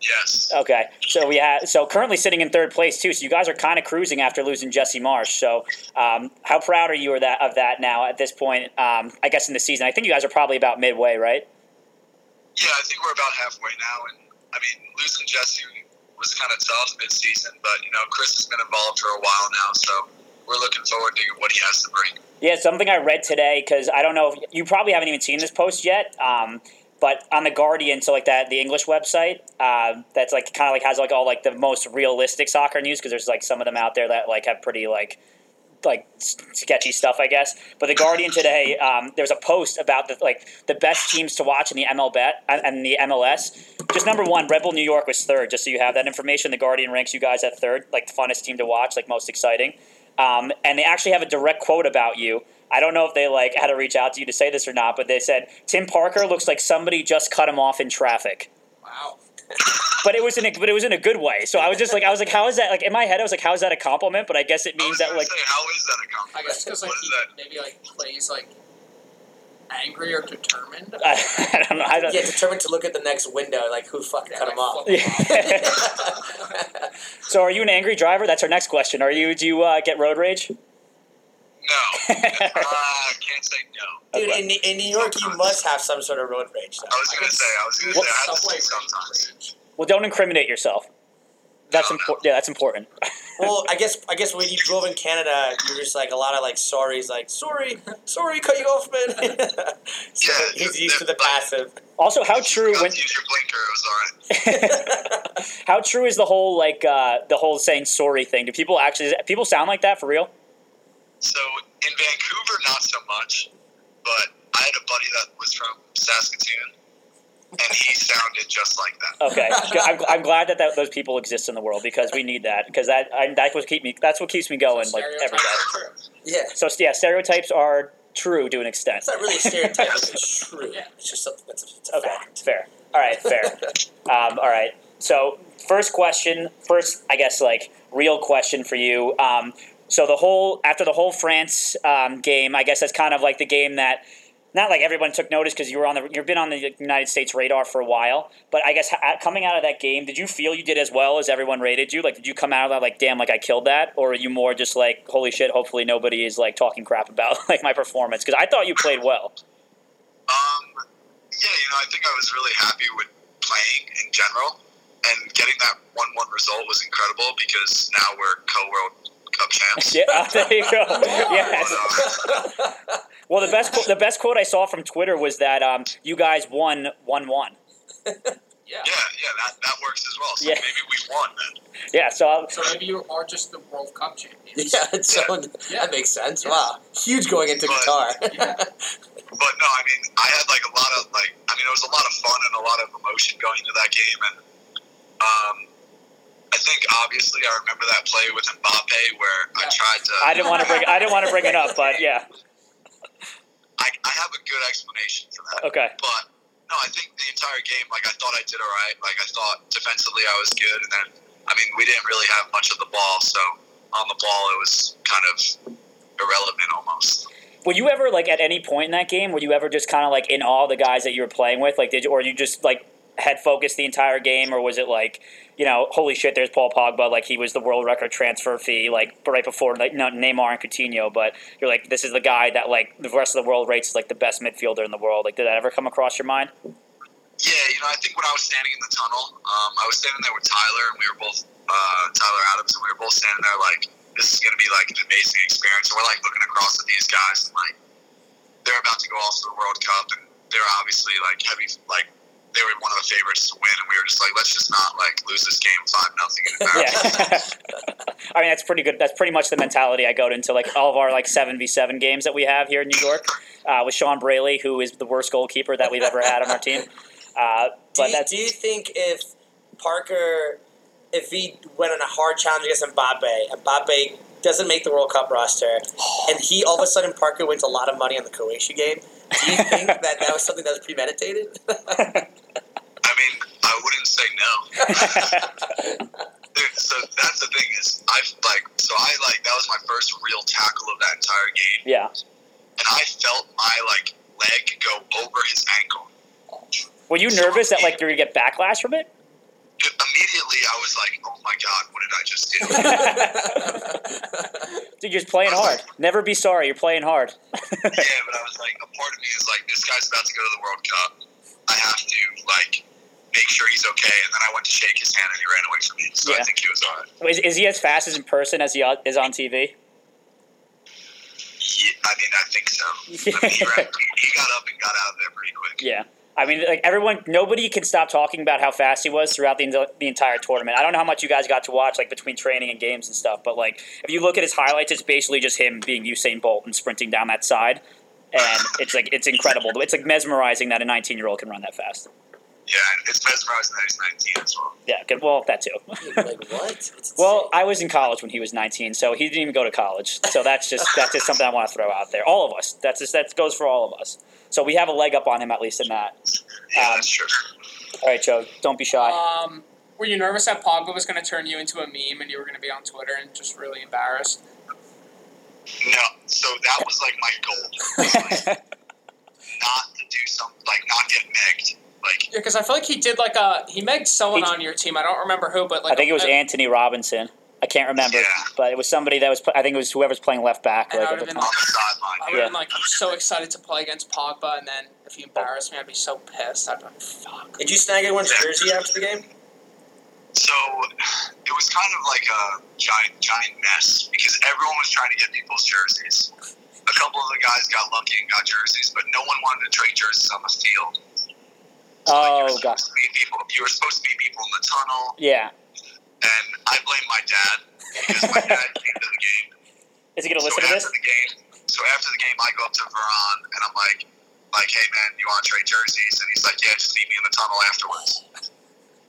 S4: Yes.
S1: Okay, so we have so currently sitting in third place too. So you guys are kind of cruising after losing Jesse Marsh. So um, how proud are you of that of that now at this point? Um, I guess in the season, I think you guys are probably about midway, right?
S4: Yeah, I think we're about halfway now, and I mean, losing Jesse was kind of tough mid-season, but you know, Chris has been involved for a while now, so we're looking forward to what he has to bring.
S1: Yeah, something I read today because I don't know if you probably haven't even seen this post yet. Um, but on the Guardian, so like that the English website, uh, that's like kind of like has like all like the most realistic soccer news because there's like some of them out there that like have pretty like like s- sketchy stuff, I guess. But the Guardian today, um, there's a post about the like the best teams to watch in the ML bet and the MLS. Just number one, Red Bull New York was third. Just so you have that information, the Guardian ranks you guys at third, like the funnest team to watch, like most exciting. Um, and they actually have a direct quote about you. I don't know if they like had to reach out to you to say this or not, but they said Tim Parker looks like somebody just cut him off in traffic.
S3: Wow.
S1: But it was in a, but it was in a good way. So I was just like I was like how is that like in my head I was like how is that a compliment? But I guess it
S4: I was
S1: means that
S4: gonna
S1: like *laughs*
S4: say, how is that a compliment?
S3: I guess because like
S4: What
S3: he
S4: is that?
S3: maybe like plays like angry or determined.
S1: I don't know I don't
S5: Yeah,
S1: *laughs*
S5: determined to look at the next window, like who fucking
S3: Yeah,
S5: cut
S3: like,
S5: him off.
S1: Yeah. *laughs*
S5: *laughs*
S2: *laughs*
S1: so are you an angry driver? That's our next question. Are you do you uh, get road rage? *laughs*
S4: No, uh, I can't say no.
S5: Dude, in, in New York, you must have some sort of road rage.
S4: I was gonna say, I was gonna
S3: What
S4: say, I have to
S3: subway
S4: say sometimes.
S3: rage?
S1: well, don't incriminate yourself. That's
S4: No, no.
S1: important. Yeah, that's important. *laughs*
S5: Well, I guess I guess when you drove in Canada, you're just like a lot of like sorries, like sorry, sorry, cut you off, man. *laughs* so
S4: Yeah,
S5: he's used to the
S4: but-
S5: passive. *laughs*
S1: Also, how true
S4: Got
S1: when
S4: to use your blinker. It was all right.
S1: how true is the whole like uh, the whole saying sorry thing? Do people actually people sound like that for real?
S4: So in Vancouver, not so much, but I had a buddy that was from Saskatoon, and he sounded just like that.
S5: *laughs*
S1: Okay, Good. I'm, I'm glad that, that those people exist in the world because we need that because that I, that would keep me that's what keeps me going Oh, like every
S3: Stereotypes
S1: day.
S3: are true.
S5: Yeah,
S1: So yeah, stereotypes are true to an extent.
S5: it's not really a stereotype.
S1: *laughs*
S5: It's true.
S3: Yeah.
S5: It's just something that's a, it's a
S1: Okay,
S5: fact.
S1: fair. All right, fair. um, all right. So first question, first I guess like real question for you. Um, so the whole after the whole France um, game, I guess that's kind of like the game that not like everyone took notice because you were on the you've been on the United States radar for a while. But I guess ha- coming out of that game, did you feel you did as well as everyone rated you? Like, did you come out of that like, damn, like I killed that, or are you more just like, holy shit, hopefully nobody is like talking crap about *laughs* like my performance because I thought you played well.
S4: Um, yeah, you know, I think I was really happy with playing in general, and getting that one-one result was incredible because now we're co-world cup champs.
S1: *laughs*
S4: uh,
S1: Yeah, there you go. yes.
S4: So,
S1: Well, the best the best quote I saw from Twitter was that um, you guys won one one.
S3: Yeah.
S4: yeah, yeah, that, that works as well. So
S1: Yeah.
S4: maybe we won then.
S1: Yeah, so I'll,
S3: So maybe you are just the World Cup champions.
S5: Yeah, it's so
S3: Yeah.
S5: that makes sense. Wow, huge going into
S4: But-
S5: guitar. *laughs*
S3: Yeah.
S4: But no, I mean, I had like a lot of like, I mean, it was a lot of fun and a lot of emotion going into that game, and um, I think obviously I remember that play with Mbappe where
S3: Yeah.
S4: I tried to.
S1: I didn't want
S4: *laughs*
S1: to bring I didn't want to bring it up, but yeah,
S4: I, I have a good explanation for that.
S1: okay,
S4: But no, I think the entire game, like I thought I did all right. Like I thought defensively I was good, and then I mean we didn't really have much of the ball, so on the ball it was kind of irrelevant almost.
S1: were you ever like at any point in that game were you ever just kind of like in awe of the guys that you were playing with, like did you, or you just like head focused the entire game, or was it like you know, holy shit, there's Paul Pogba, like he was the world record transfer fee, like right before like no, Neymar and Coutinho, but you're like this is the guy that like the rest of the world rates as like the best midfielder in the world. Like, did that ever come across your mind?
S4: Yeah, you know I think when I was standing in the tunnel, um, I was standing there with Tyler, and we were both uh, Tyler Adams, and we were both standing there like this is going to be like an amazing experience. And we're like looking across at these guys, and like they're about to go off to the World Cup, and they're obviously like heavy, like. they were one of the favorites to win, and we were just like, let's just not like lose this game five nothing and embarrass
S1: yeah. *laughs* I mean, that's pretty good. That's pretty much the mentality I go into like all of our like seven v seven games that we have here in New York uh, with Sean Braley, who is the worst goalkeeper that we've ever had on our team. Uh,
S5: Do
S1: but
S5: you,
S1: that's
S5: do you think if Parker, if he went on a hard challenge against Mbappe, and Mbappe doesn't make the World Cup roster, and he all of a sudden Parker wins a lot of money on the Croatia game, do you
S1: *laughs*
S5: think that that was something that was premeditated?
S4: I mean, I wouldn't say no. Dude, so that's the thing is, I like, so I like that was my first real tackle of that entire game,
S1: *laughs* yeah.
S4: and I felt my like leg go over his ankle.
S1: Were you nervous that like you're gonna get backlash from it?
S4: Dude, Immediately, I was like, "Oh my god, what did I just
S1: *laughs*
S4: do?"
S1: Dude, you're just playing hard. Never be sorry. You're playing hard. *laughs*
S4: yeah, but I was like, a part of me is like, this guy's about to go to the World Cup. I have to like make sure he's okay. And then I went to shake his hand, and he ran away from me. So
S1: Yeah.
S4: I think he was alright.
S1: Is, is he as fast as in person as he o- is on TV?
S4: Yeah, I mean, I
S1: *laughs*
S4: think so. I mean, he, ran, he he got up and got out of there pretty quick.
S1: Yeah. I mean, like everyone, nobody can stop talking about how fast he was throughout the, the entire tournament. I don't know how much you guys got to watch, like between training and games and stuff, but like if you look at his highlights, it's basically just him being Usain Bolt and sprinting down that side, and it's like it's incredible. It's like mesmerizing that a 19 year old can run that fast.
S4: Yeah, and it's mesmerizing that he's 19 as well.
S1: Yeah, good. Well, that too. *laughs*
S5: like what? *laughs* It's
S1: Well, I was in college when he was 19, so he didn't even go to college. So that's just that's just something I want to throw out there. All of us. That's just that goes for all of us. So we have a leg up on him at least in that.
S4: Yeah,
S1: Um,
S4: that's true.
S1: All right, Joe, don't be shy.
S3: Um, were you nervous that Pogba was going to turn you into a meme and you were going to be on Twitter and just really embarrassed?
S4: No, so that was like my goal,
S1: *laughs*
S4: not to do something like not get megged. Like,
S3: Yeah, because I feel like he did like a he megged someone
S1: He-
S3: on your team. I don't remember who, but like
S1: I think it was
S3: a,
S1: Anthony Robinson. I can't remember,
S4: Yeah.
S1: but it was somebody that was. I think it was whoever's playing left back.
S3: And
S1: Like
S3: I
S1: at the
S3: would've
S1: time.
S4: on the sideline.
S3: I would have been like, I'm so excited to play against Pogba, and then if
S1: Oh.
S3: he embarrassed me, I'd be so pissed. I'd be like, fuck.
S5: Did you snag anyone's jersey after the game? *laughs*
S4: So it was kind of like a giant, giant mess because everyone was trying to get people's jerseys. A couple of the guys got lucky and got jerseys, but no one wanted to trade jerseys on the field. Like, you
S1: Oh
S4: were
S1: god,
S4: supposed to meet people. You were supposed to meet people in the tunnel,
S1: yeah. *laughs*
S4: and I blame my dad because my
S1: *laughs*
S4: dad came to the game.
S1: Is he gonna
S4: So
S1: listen to
S4: after
S1: this?
S4: the game, so after the game, I go up to Veron and I'm like, like, hey man, you want to trade jerseys? And he's like, yeah, just meet me in the tunnel afterwards.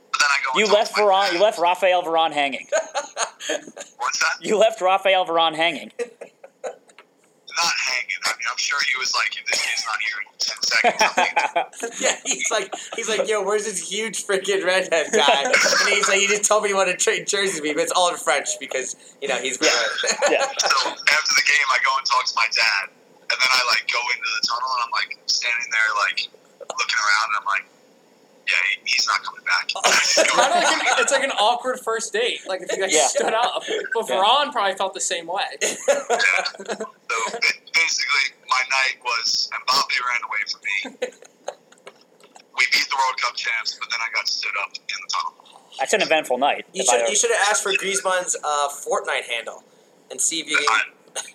S4: But then I go. and
S1: You
S4: talk
S1: left
S4: to my
S1: Veron.
S4: dad.
S1: You left Rafael Veron hanging.
S4: What's that?
S1: You left Rafael Veron hanging. *laughs*
S4: not hanging. I mean, I'm sure he was like, if this kid's not here in 10 seconds, I'm like, *laughs*
S5: Yeah, he's like, he's like, yo, where's this huge freaking redhead
S1: *laughs*
S5: guy? And he's like, you just told me you want to trade jerseys with me, but it's all in French because you know he's
S1: Yeah. yeah.
S4: so after the game, I go and talk to my dad. And then I like go into the tunnel and I'm like standing there, like looking around and I'm like, yeah, he, he's not coming back.
S3: Kind
S1: *laughs*
S3: of like an, it's like an awkward first date. Like if you guys
S1: Yeah.
S3: stood up,
S1: *laughs*
S3: but
S1: Yeah.
S3: Veron probably felt the same way.
S4: yeah.
S5: *laughs*
S4: So ba- basically, my night was, and Bobby ran away from me. We beat the World Cup champs, but then I got stood up in the tunnel.
S1: That's an eventful night.
S5: You
S1: if I
S5: should
S1: ever-
S5: you should have asked for Griezmann's uh, Fortnite handle and see if you
S4: I,
S5: can.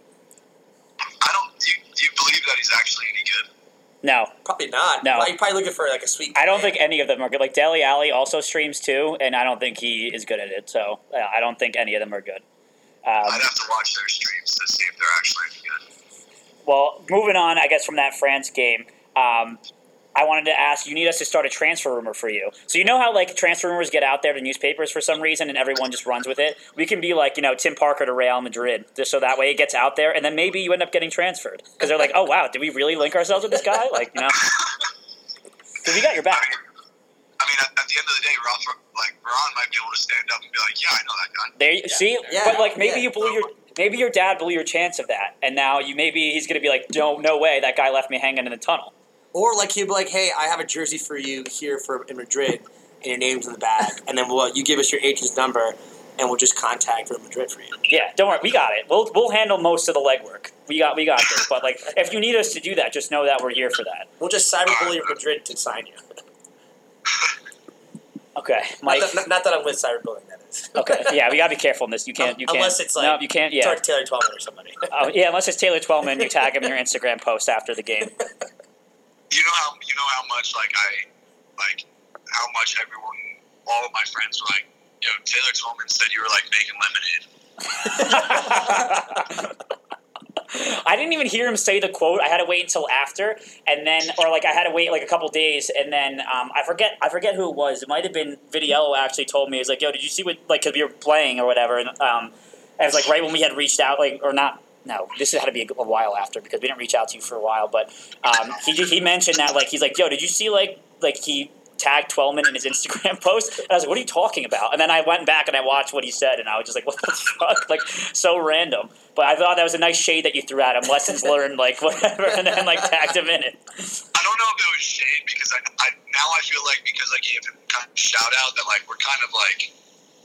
S4: I don't, do you, do you believe that he's actually any good?
S1: no,
S5: Probably not.
S1: No.
S5: Well, you're probably looking for like a sweet.
S1: I don't think any of them are good. Like Deli Alley also streams too, and I don't think he is good at it. So uh, I don't think any of them are good. Um,
S4: I'd have to watch their streams to see if they're actually any good.
S1: Well, moving on, I guess from that France game, um, I wanted to ask. You need us to start a transfer rumor for you. So you know how like transfer rumors get out there to newspapers for some reason, and everyone just runs with it. We can be like you know Tim Parker to Real Madrid, just so that way it gets out there, and then maybe you end up getting transferred because they're like, oh wow, did we really link ourselves with this guy? Like you know, 'Cause we got your
S4: I
S1: back.
S4: mean, I mean, at, at the end of the day, Ralph, like Ron might be able to stand up and be like, "Yeah, I know that guy."
S1: There, you see,
S5: Yeah,
S1: but like maybe
S5: yeah.
S1: you blew your maybe your dad blew your chance of that, and now you maybe he's gonna be like, no, no way, that guy left me hanging in the tunnel.
S5: *laughs* Or like he'd be like, hey, I have a jersey for you here for in Madrid, and your name's in the back, *laughs* and then well, you give us your agent's number, and we'll just contact Real Madrid for you.
S1: Yeah, don't worry, we got it. We'll we'll handle most of the legwork. We got we got this. But like, if you need us to do that, just know that we're here for that.
S5: We'll just cyberbully Madrid to sign you. *laughs*
S1: Okay, Mike.
S5: Not, that, *laughs* not that I'm with cyberbullying. That is.
S1: Okay, yeah, we gotta be careful in this. You can't you can't
S5: Unless it's
S1: no,
S5: like-
S1: you can't.
S5: It's
S1: Yeah,
S5: like Taylor Twelman or somebody.
S1: *laughs* Uh, yeah. Unless it's Taylor Twelman, you tag him in your *laughs* Instagram post after the game.
S4: You know how you know how much like I like how much everyone, all of my friends were like, yo, Taylor Tolman said you were like making lemonade.
S1: I didn't even hear him say the quote. I had to wait until after, and then, or like I had to wait like a couple days, and then um, I forget. I forget who it was. It might have been Vidiello actually told me. He was like, "Yo, did you see what like 'cause we were playing or whatever?" And um, I was like, right when we had reached out, like or not. No, this had to be a, a while after because we didn't reach out to you for a while. But um, he he mentioned that like he's like, "Yo, did you see like like he." Tagged Twelman in his Instagram *laughs* post, and I was like, "What are you talking about?" And then I went back and I watched what he said, and I was just like, *laughs* "What the fuck?" Like, so random. But I thought that was a nice shade that you threw at him. Lessons learned, like *laughs* whatever, and then like tagged him in it.
S4: I don't know if it was shade because I, I now I feel like because I gave him kind of shout out that like we're kind of like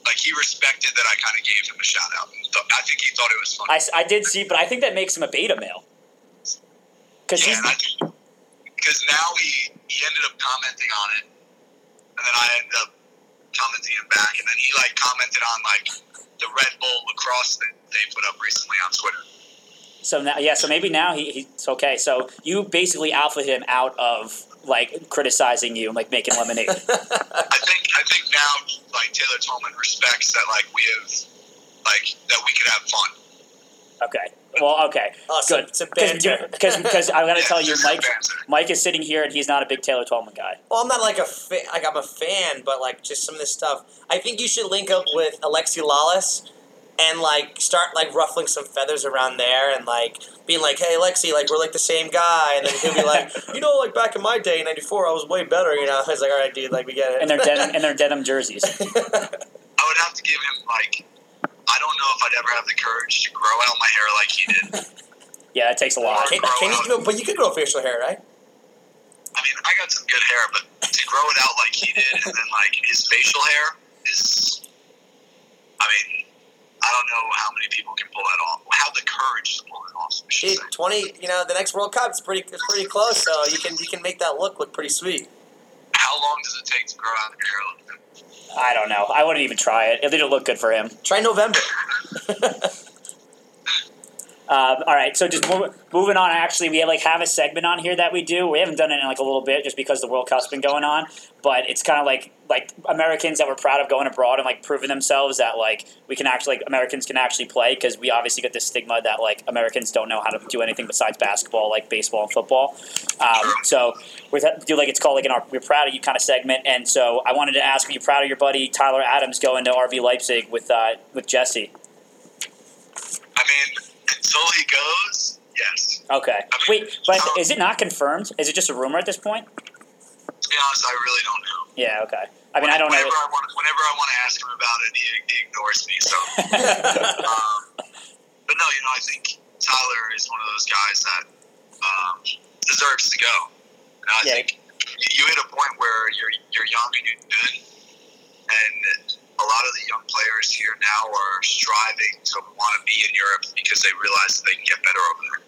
S4: like he respected that I kind of gave him a shout out. And th- I think he thought it was funny.
S1: I, s- I did see, but I think that makes him a beta male. Because
S4: yeah,
S1: he's
S4: and I think because now he he ended up commenting on it, and then I ended up commenting him back, and then he like commented on like the Red Bull lacrosse that they put up recently on Twitter.
S1: so now, yeah. So maybe now he, he's okay. So you basically alpha him out of like criticizing you and like making lemonade.
S4: I think I think now like Taylor Tolman respects that like we have like that we could have fun.
S1: Okay. Well, okay.
S5: Oh, some,
S1: Good.
S5: some banter.
S1: Because because I gotta
S4: Yeah,
S1: tell you,
S4: just *laughs*
S1: Mike
S4: banter.
S1: Mike is sitting here and he's not a big Taylor Twelman guy.
S5: Well, I'm not like a fa- like I'm a fan, but like just some of this stuff. I think you should link up with Alexi Lawless and like start like ruffling some feathers around there and like being like, "Hey, Alexi, like we're like the same guy," and then he'll be
S1: *laughs*
S5: like, "You know, like back in my day, in '94, I was way better." You know, I was like, "All right, dude, like we get it."
S1: And
S5: *laughs*
S1: their denim and their denim jerseys.
S4: I would have to give him like I don't know if I'd ever have the courage to grow out my hair like he did.
S1: Yeah, it takes a lot.
S5: Can, can you grow, but you can grow facial hair, right?
S4: I mean, I got some good hair, but to grow it out like he did, and then like his facial hair is, I mean, I don't know how many people can pull that off. How the courage to pull it off. I should
S5: Dude,
S4: say.
S5: twenty. You know, the next World Cup is pretty it's pretty close, so you can you can make that look look pretty sweet.
S4: How long does it take to grow out your hair like that?
S1: I don't know. I wouldn't even try it. It didn't look good for him.
S5: Try November.
S1: Um, all right, so just mov- moving on. Actually, we have, like have a segment on here that we do. We haven't done it in like a little bit, just because the World Cup's been going on. But it's kind of like like Americans that were proud of going abroad and like proving themselves that like we can actually like Americans can actually play because we obviously get this stigma that like Americans don't know how to do anything besides basketball, like baseball and football. Um, so we do like it's called like an our, we're proud of you kind of segment. And so I wanted to ask, are you proud of your buddy Tyler Adams going to RB Leipzig with uh, with Jesse?
S4: I mean, until he goes, yes.
S1: Okay. Wait, but is it not confirmed? Is it just a rumor at this point?
S4: To be honest, I really don't know.
S1: Yeah. Okay. I mean, I don't know.
S4: whenever I want, whenever I want to ask him about it, he, he ignores me. So,
S1: *laughs*
S4: um, but no, you know, I think Tyler is one of those guys that um, deserves to go. And I
S1: Yeah.
S4: think you- you hit a point where you're you're young and you're good, and a lot of the young players here now are striving to want to be in Europe because they realize that they can get better over there.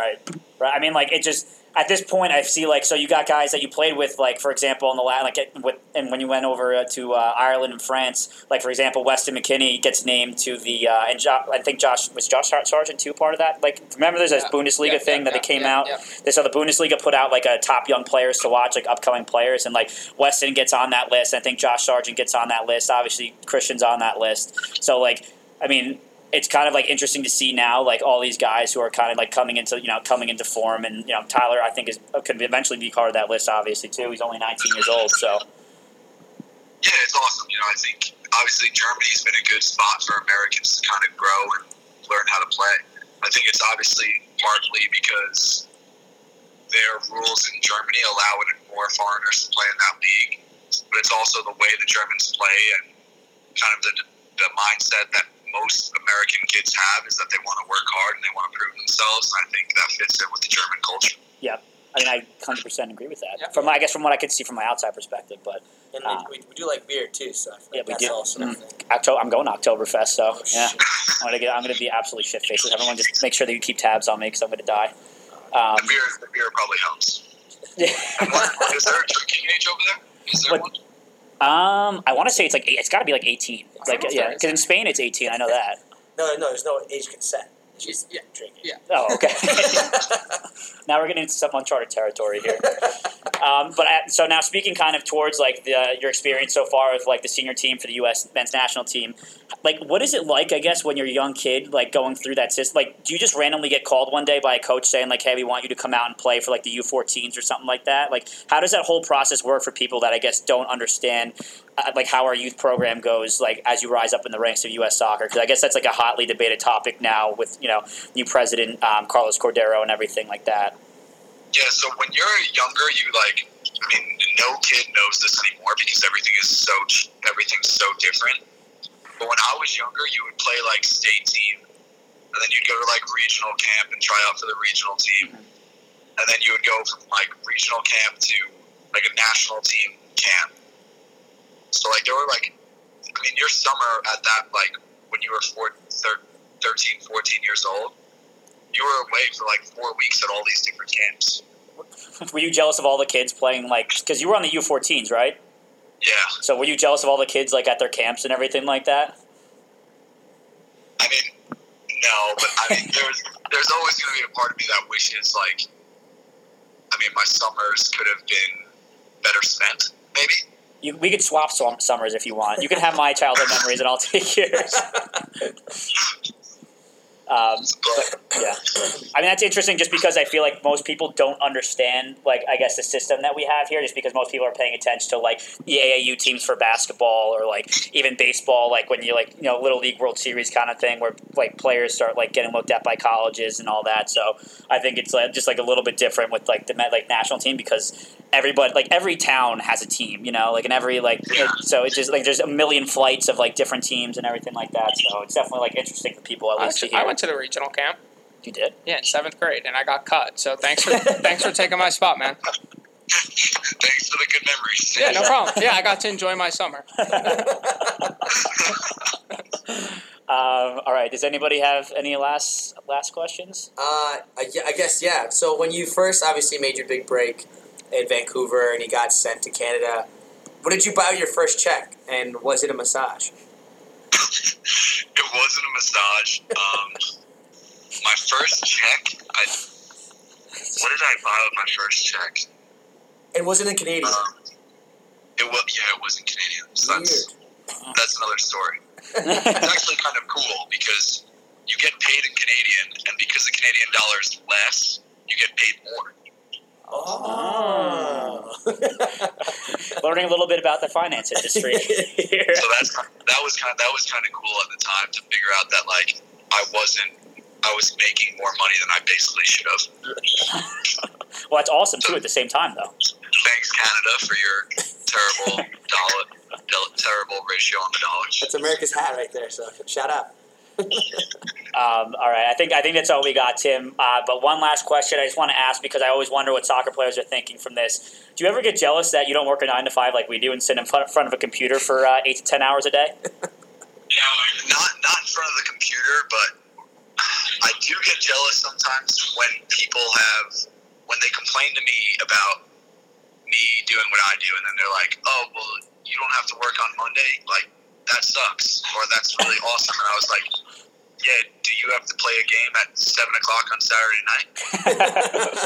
S1: Right. Right. I mean, like it just at this point, I see like so you got guys that you played with, like for example, in the last like it- with and when you went over uh, to uh, Ireland and France, like for example, Weston McKinney gets named to the uh, and jo- I think Josh was Josh Sar- Sargent too part of that. Like remember, there's this
S3: Yeah.
S1: Bundesliga
S3: Yeah,
S1: thing
S3: yeah,
S1: that
S3: yeah,
S1: they came
S3: yeah,
S1: out.
S3: yeah.
S1: They saw the Bundesliga put out like a top young players to watch, like upcoming players, and like Weston gets on that list. I think Josh Sargent gets on that list. Obviously, Christian's on that list. So like, I mean, it's kind of like interesting to see now, like all these guys who are kind of like coming into you know coming into form, and you know Tyler, I think is could eventually be part of that list, obviously too. He's only 19 years old, so
S4: Yeah, it's awesome. You know, I think obviously Germany's been a good spot for Americans to kind of grow and learn how to play. I think it's obviously partly because their rules in Germany allow it more foreigners to play in that league, but it's also the way the Germans play and kind of the, the mindset that most American kids have is that they want to work hard and they want to prove themselves. And I think that fits in with the German culture.
S1: I mean, I 100 percent agree with that.
S3: Yep.
S1: From I guess from what I could see from my outside perspective, but
S5: And
S1: Ah.
S5: we, we, we do like beer too, so I feel like
S1: Yeah, we
S5: that's
S1: do.
S5: also
S1: Mm. October, I'm going to Oktoberfest, so
S5: Oh,
S1: yeah,
S5: shit.
S1: I'm gonna get, I'm gonna be absolutely shit faced. Everyone, just make sure that you keep tabs on me because I'm gonna die. Um,
S4: The beer, the beer probably helps. And what, is there a drinking age over there? Is there
S1: What-
S4: one?
S1: *laughs* Um, I want to say it's like eight, it's got to be like eighteen.
S3: I
S1: Like
S3: don't know if
S1: yeah,
S3: there is.
S1: because in Spain it's eighteen. I know that.
S5: No, no, there's no age consent. She's yeah, drinking. *laughs*
S1: Oh, okay. *laughs* now we're getting into some uncharted territory here. *laughs* Um, but I, so now speaking kind of towards like the, your experience so far with like the senior team for the U.S. men's national team, like what is it like? I guess when you're a young kid, like going through that system, like do you just randomly get called one day by a coach saying like, "Hey, we want you to come out and play for like the U14s or something like that"? Like, how does that whole process work for people that I guess don't understand? Uh, like how our youth program goes, like as you rise up in the ranks of U.S. soccer, because I guess that's like a hotly debated topic now with you know new president um, Carlos Cordero and everything like that.
S4: Yeah, so when you're younger, you like, I mean, no kid knows this anymore because everything is so everything's so different. But when I was younger, you would play like state team, and then you'd go to like regional camp and try out for the regional team, and then you would go from like regional camp to like a national team camp. So like there were like, I mean, your summer at that like when you were four, thir- 13, 14 years old, you were away for like four weeks at all these different camps.
S1: Were you jealous of all the kids playing like because you were on the U14s, right?
S4: Yeah.
S1: So were you jealous of all the kids like at their camps and everything like that?
S4: I mean, no, but I
S3: *laughs*
S4: mean, there's there's always going to be a part of me that wishes like, I mean, my summers could have been better spent, maybe.
S1: You, we could swap swamp summers if you want. You can have my childhood memories and I'll *laughs* take yours. um,
S3: *laughs*
S4: But
S1: yeah, I mean that's interesting just because I feel like most people don't understand like I guess the system that we have here just because most people are paying attention to like the AAU teams for basketball or like even baseball like when you like you know little league World Series kind of thing where like players start like getting looked at by colleges and all that. So I think it's like, just like a little bit different with like the Met like national team because everybody like every town has a team you know like in every like
S4: Yeah.
S1: it- so it's just like there's a million flights of like different teams and everything like that. So it's definitely like interesting for people at
S3: I,
S1: least
S3: actually-
S1: to hear.
S3: I went to the regional camp.
S1: you
S3: *laughs*
S1: did.
S3: Yeah, in seventh grade, and I got cut. So thanks
S1: *laughs*
S3: for thanks for taking my spot, man.
S4: thanks for the good memories.
S3: Yeah, no problem. Yeah, I got to enjoy my summer.
S1: Um, all right. Does anybody have any last last questions?
S5: Uh, I, gue- I guess yeah. So when you first obviously made your big break in Vancouver and you got sent to Canada, what did you buy with your first check? And was it a massage?
S4: It wasn't a massage. Um, my first check, I what did I buy with my first check?
S5: And was it in Canadian?
S4: Um, it was yeah, it was in Canadian. So that's that's another story. it's actually kind of cool because you get paid in Canadian, and because the Canadian dollar is less, you get paid more.
S5: *laughs* *laughs* Oh.
S1: Learning a little bit about the finance
S2: *laughs*
S1: industry. here.
S4: So that's that was kind that was kind of cool at the time to figure out that like I wasn't I was making more money than I basically should have.
S1: Well, that's awesome too. At the same time, though.
S4: Thanks Canada for your terrible *laughs* dollar del- terrible ratio on the dollar.
S5: That's America's hat right there. So shout *laughs* out.
S1: Um, all right. I think I think that's all we got, Tim. Uh, but one last question I just want to ask because I always wonder what soccer players are thinking from this. Do you ever get jealous that you don't work a nine to five like we do and sit in front front of a computer for uh, eight to ten hours a day?
S4: Yeah, not not in front of the computer, but I do get jealous sometimes when people have when they complain to me about me doing what I do, and then they're like, "Oh, well, you don't have to work on Monday. Like that sucks," or "That's really awesome." And I was like, "Yeah, do you have to play a game at seven o'clock on Saturday night?"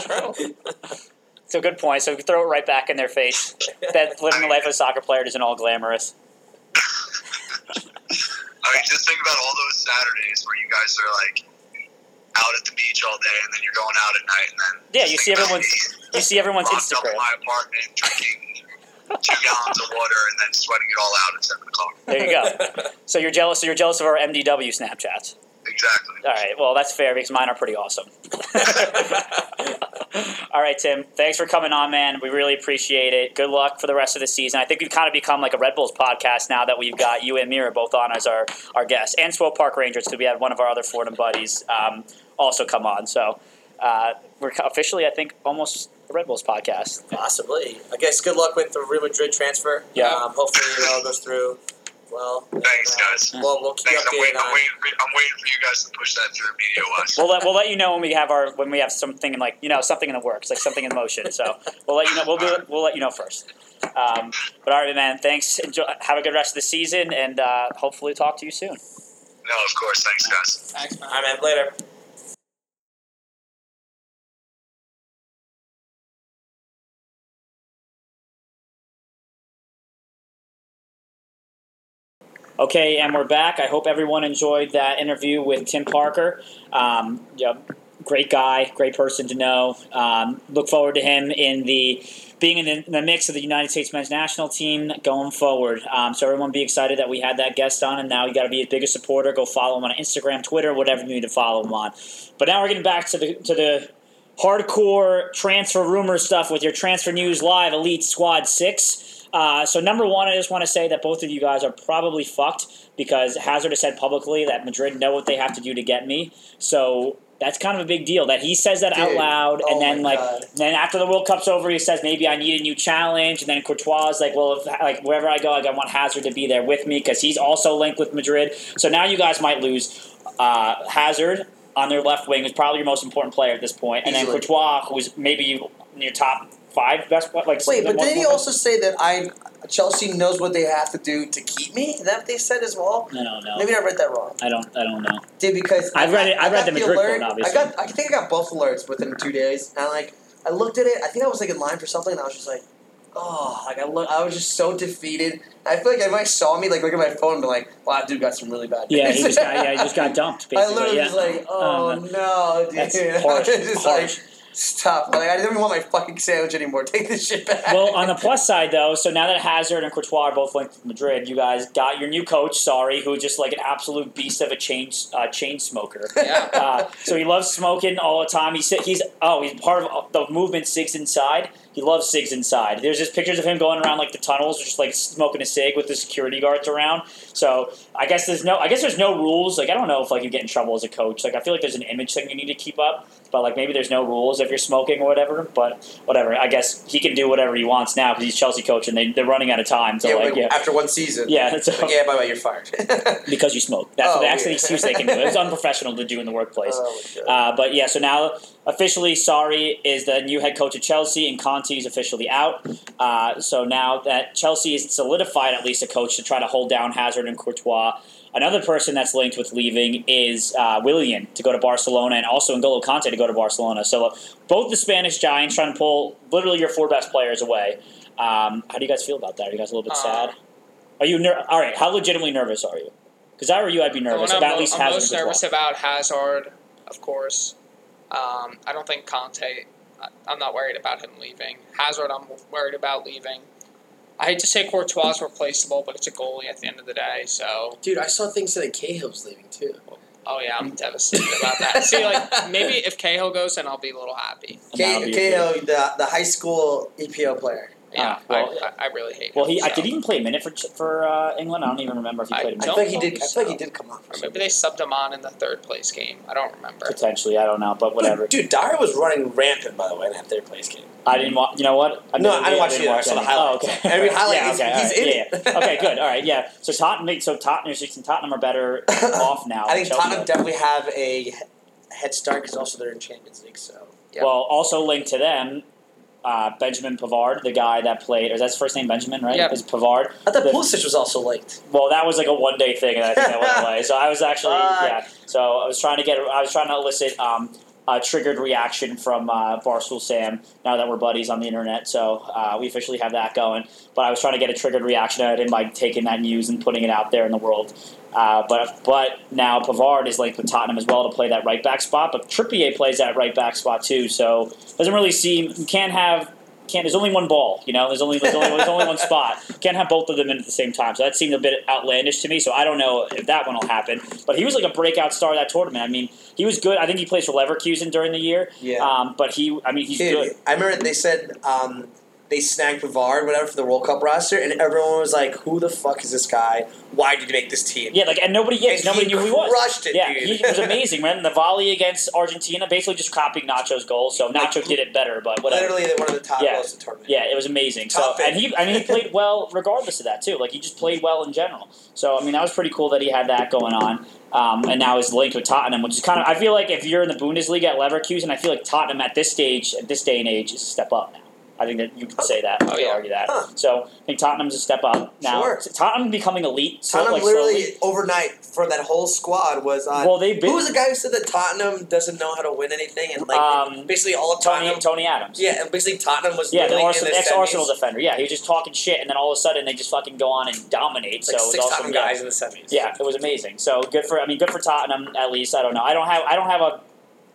S1: So good point. So throw it right back in their face that living the life of a soccer player isn't all glamorous.
S4: I mean, just think about all those Saturdays where you guys are like out at the beach all day, and then you're going out at night, and then
S1: Yeah, you
S4: just
S1: see
S4: think about
S1: everyone's-
S4: me.
S1: You see everyone's
S4: locked up in
S1: Instagram.
S4: my apartment drinking two gallons of water and then sweating it all out at seven o'clock.
S1: There you go. So you're jealous. So you're jealous of our MDW Snapchats.
S4: Exactly.
S1: All right. Well, that's fair because mine are pretty awesome. All right, Tim. Thanks for coming on, man. We really appreciate it. Good luck for the rest of the season. I think we've kind of become like a Red Bulls podcast now that we've got you and Mira both on as our our guests, and Swope Park Rangers because we had one of our other Fordham buddies um, also come on. So uh, we're officially, I think, almost a Red Bulls podcast.
S5: Possibly. I guess good luck with the Real Madrid transfer.
S1: Yeah.
S5: Um, hopefully it all goes through. Well. uh,
S4: Thanks, guys.
S5: Well, we'll keep
S4: Thanks. I'm
S5: updated
S4: waiting.
S5: on.
S4: I'm waiting. For, I'm waiting for you guys to push that through media wise.
S1: We'll let, we'll let you know when we have our when we have something in like you know something in the works like something in motion. So we'll let you know. We'll do it. We'll let you know first. Um, but all right, man. Thanks. Enjoy, have a good rest of the season, and uh, hopefully talk to you soon.
S4: No, of course. Thanks, guys.
S3: Thanks, man.
S5: All right, man. Later.
S1: Okay, and we're back. I hope everyone enjoyed that interview with Tim Parker. Um, yep, great guy, great person to know. Um, look forward to him in the being in the, in the mix of the United States men's national team going forward. Um, so everyone be excited that we had that guest on, and now you got to be his biggest supporter. Go follow him on Instagram, Twitter, whatever you need to follow him on. But now we're getting back to the to the hardcore transfer rumor stuff with your transfer news live elite squad six. Uh, so number one, I just want to say that both of you guys are probably fucked because Hazard has said publicly that Madrid know what they have to do to get me. So that's kind of a big deal that he says that out
S2: Dude,
S1: loud, and
S2: oh
S1: then
S2: my
S1: like
S2: God.
S1: then after the World Cup's over, he says maybe I need a new challenge, and then Courtois is like, well, if, like wherever I go, like, I want Hazard to be there with me because he's also linked with Madrid. So now you guys might lose uh, Hazard on their left wing, who's probably your most important player at this point, and
S2: Easily.
S1: then Courtois, who's maybe in your top five best. Like
S5: Wait, but
S1: one-
S5: didn't he
S1: one-
S5: also say that I Chelsea knows what they have to do to keep me? Is that what they said as well?
S1: I don't know.
S5: Maybe I read that wrong.
S1: I don't. I don't know.
S5: Did because I
S1: I've read it-
S5: got- I
S1: I've read
S5: got
S1: the Madrid
S5: alert.
S1: one, obviously.
S5: I got. I think I got both alerts within two days, and like I looked at it. I think I was like in line for something, and I was just like, oh, like I look. I was just so defeated. I feel like everybody saw me like look at my phone and be like, wow, that dude got some really bad.
S1: Yeah,
S5: news."
S1: he just got. Yeah, he
S5: *laughs*
S1: just got dumped.
S5: I
S1: Basically,
S5: literally
S1: yeah.
S5: was like, oh
S1: Um,
S5: no, dude. *laughs*
S1: That's
S5: I
S1: harsh.
S5: was just
S1: harsh.
S5: like, stop. Like I didn't even want my fucking sandwich anymore. *laughs* Take this shit back.
S1: well,
S5: *laughs*
S1: on the plus side, though, so now that Hazard and Courtois are both linked to Madrid, you guys got your new coach, sorry, who is just like an absolute beast of a chain uh, chain smoker.
S3: Yeah.
S1: Uh, so he loves smoking all the time. He's he's oh he's part of the movement Sigs Inside. He loves Sigs Inside. There's just pictures of him going around like the tunnels, just like smoking a cig with the security guards around. So I guess there's no I guess there's no rules. Like I don't know if like you get in trouble as a coach. Like I feel like there's an image thing you need to keep up, but like maybe there's no rules if you're smoking or whatever. But whatever. I guess he can do whatever he wants now because he's Chelsea coach and they, they're running out of time. So
S5: yeah,
S1: like
S5: wait,
S1: yeah.
S5: after one season.
S1: Yeah, *laughs* so-
S5: Like, yeah, bye bye, you're fired. *laughs*
S1: because you smoke. That's
S5: Oh,
S1: what that's the
S5: yeah.
S1: excuse they can do. It's unprofessional to do in the workplace.
S5: Oh, my God.
S1: Uh, but yeah, so now officially, Sari is the new head coach of Chelsea, and Conte is officially out. Uh, so now that Chelsea is solidified at least a coach to try to hold down Hazard and Courtois. Another person that's linked with leaving is uh, Willian to go to Barcelona, and also N'Golo Conte to go to Barcelona. So uh, both the Spanish giants trying to pull literally your four best players away. Um, how do you guys feel about that? Are you guys a little bit
S3: Uh,
S1: sad? Are you ner- all right? How legitimately nervous are you? Because I were you, I'd be nervous
S3: the one
S1: about
S3: I'm,
S1: at
S3: mo-
S1: least
S3: I'm
S1: Hazard.
S3: most
S1: and Courtois.
S3: nervous about Hazard, of course. Um, I don't think Conte. I- I'm not worried about him leaving. Hazard, I'm worried about leaving. I hate to say Courtois is replaceable, but it's a goalie at the end of the day. So,
S6: Dude, I saw things that Cahill's leaving too.
S3: oh yeah, I'm devastated about that. See, like maybe if Cahill goes, then I'll be a little happy.
S1: And that'll
S5: K-
S1: be-
S5: KO, the the high school
S2: E
S5: EPO player.
S3: Yeah,
S1: Ah, well-
S3: I, I, I really hate.
S1: Well,
S3: him,
S1: he I
S3: so.
S1: did he even play a minute for for uh, England. I don't even remember if he
S3: I
S1: played a
S5: I
S1: minute.
S3: don't
S5: think he
S3: know
S5: did. I
S3: if
S5: think
S3: so.
S5: he did come off.
S3: Or maybe they subbed him on in the third place game. I don't remember.
S1: Potentially, I don't know, but whatever.
S2: Dude, dude, Dyer was running rampant by the way in that third place game.
S1: I didn't watch. You know what?
S2: No, I didn't
S1: Admittedly,
S2: watch
S1: didn't
S2: either. I saw the
S1: any.
S2: highlights.
S1: Oh, okay.
S2: Every highlight,
S1: yeah,
S2: he's-
S1: okay, all
S2: he's
S1: right,
S2: in
S1: yeah, yeah. Okay,
S2: *laughs*
S1: good. All right, yeah. So Tottenham, so Tottenham, and Tottenham are better off now.
S2: *coughs* I think
S1: Chelsea
S2: Tottenham
S1: are-
S2: definitely have a head start because also they're in Champions League. So
S3: Yeah.
S1: Well, also linked to them, uh, Benjamin Pavard, the guy that played, or is that his first name Benjamin, right?
S3: Yeah.
S1: Is Pavard.
S5: I thought
S1: The-
S5: Pulisic was also linked.
S1: Well, that was like a one day thing, and I think that went away. So I was actually,
S5: Fuck.
S1: yeah. So I was trying to get, I was trying to elicit um, a triggered reaction from uh, Barstool Sam. Now that we're buddies on the internet, so uh, we officially have that going. But I was trying to get a triggered reaction out of him by taking that news and putting it out there in the world. Uh, but but now Pavard is linked with Tottenham as well to play that right back spot. But Trippier plays that right back spot too, so doesn't really seem you can't have can't. There's only one ball, you know. There's only there's only, there's only
S2: *laughs*
S1: one spot. Can't have both of them in at the same time. So that seemed a bit outlandish to me. So I don't know if that one will happen. But he was like a breakout star of that tournament. I mean, he was good. I think he plays for Leverkusen during the year.
S2: yeah,
S1: Um, but he, I mean, he's
S2: Uh, Dude,
S1: good.
S2: I remember they said um, they snagged Pavard whatever for the World Cup roster, and everyone was like, "Who the fuck is this guy? Why did you make this team?"
S1: Yeah, like and nobody, yeah,
S2: and
S1: nobody
S2: he
S1: knew who he was.
S2: Crushed it,
S1: yeah,
S2: dude.
S1: he was
S2: *laughs*
S1: amazing, man. The volley against Argentina, basically just copying Nacho's goal. So Nacho did it better, but whatever.
S2: Literally one of the top
S1: Yeah.
S2: goals of the tournament.
S1: Yeah, it was amazing.
S2: Top
S1: so
S2: it.
S1: and he I mean he played well regardless of that too. Like he just played well in general. So I mean that was pretty cool that he had that going on. Um, and now is linked with Tottenham, which is kind of I feel like if you're in the Bundesliga at Leverkusen, I feel like Tottenham at this stage, at this day and age, is a step up now. I I think that you could say that.
S3: Oh,
S1: you could
S3: yeah.
S1: argue that.
S7: Huh.
S1: So I think Tottenham's a step up now.
S7: Sure.
S1: Tottenham becoming elite. So,
S7: Tottenham
S1: like,
S7: literally
S1: slowly.
S7: overnight for that whole squad was on.
S1: Well, they've been.
S7: who was the guy who said that Tottenham doesn't know how to win anything and like
S1: um,
S7: basically all of
S1: Tony
S7: Tottenham?
S1: Tony Adams.
S7: Yeah, and basically Tottenham was
S1: Yeah, the
S7: literally
S1: Arsenal,
S7: in the
S1: ex Arsenal
S7: semis.
S1: defender. Yeah, he was just talking shit, and then all of a sudden they just fucking go on and dominate.
S7: like
S1: so it was
S7: six
S1: also
S7: Tottenham
S1: yeah.
S7: guys in the semis.
S1: Yeah, it was amazing. So good for I mean good for Tottenham at least. I don't know. I don't have I don't have a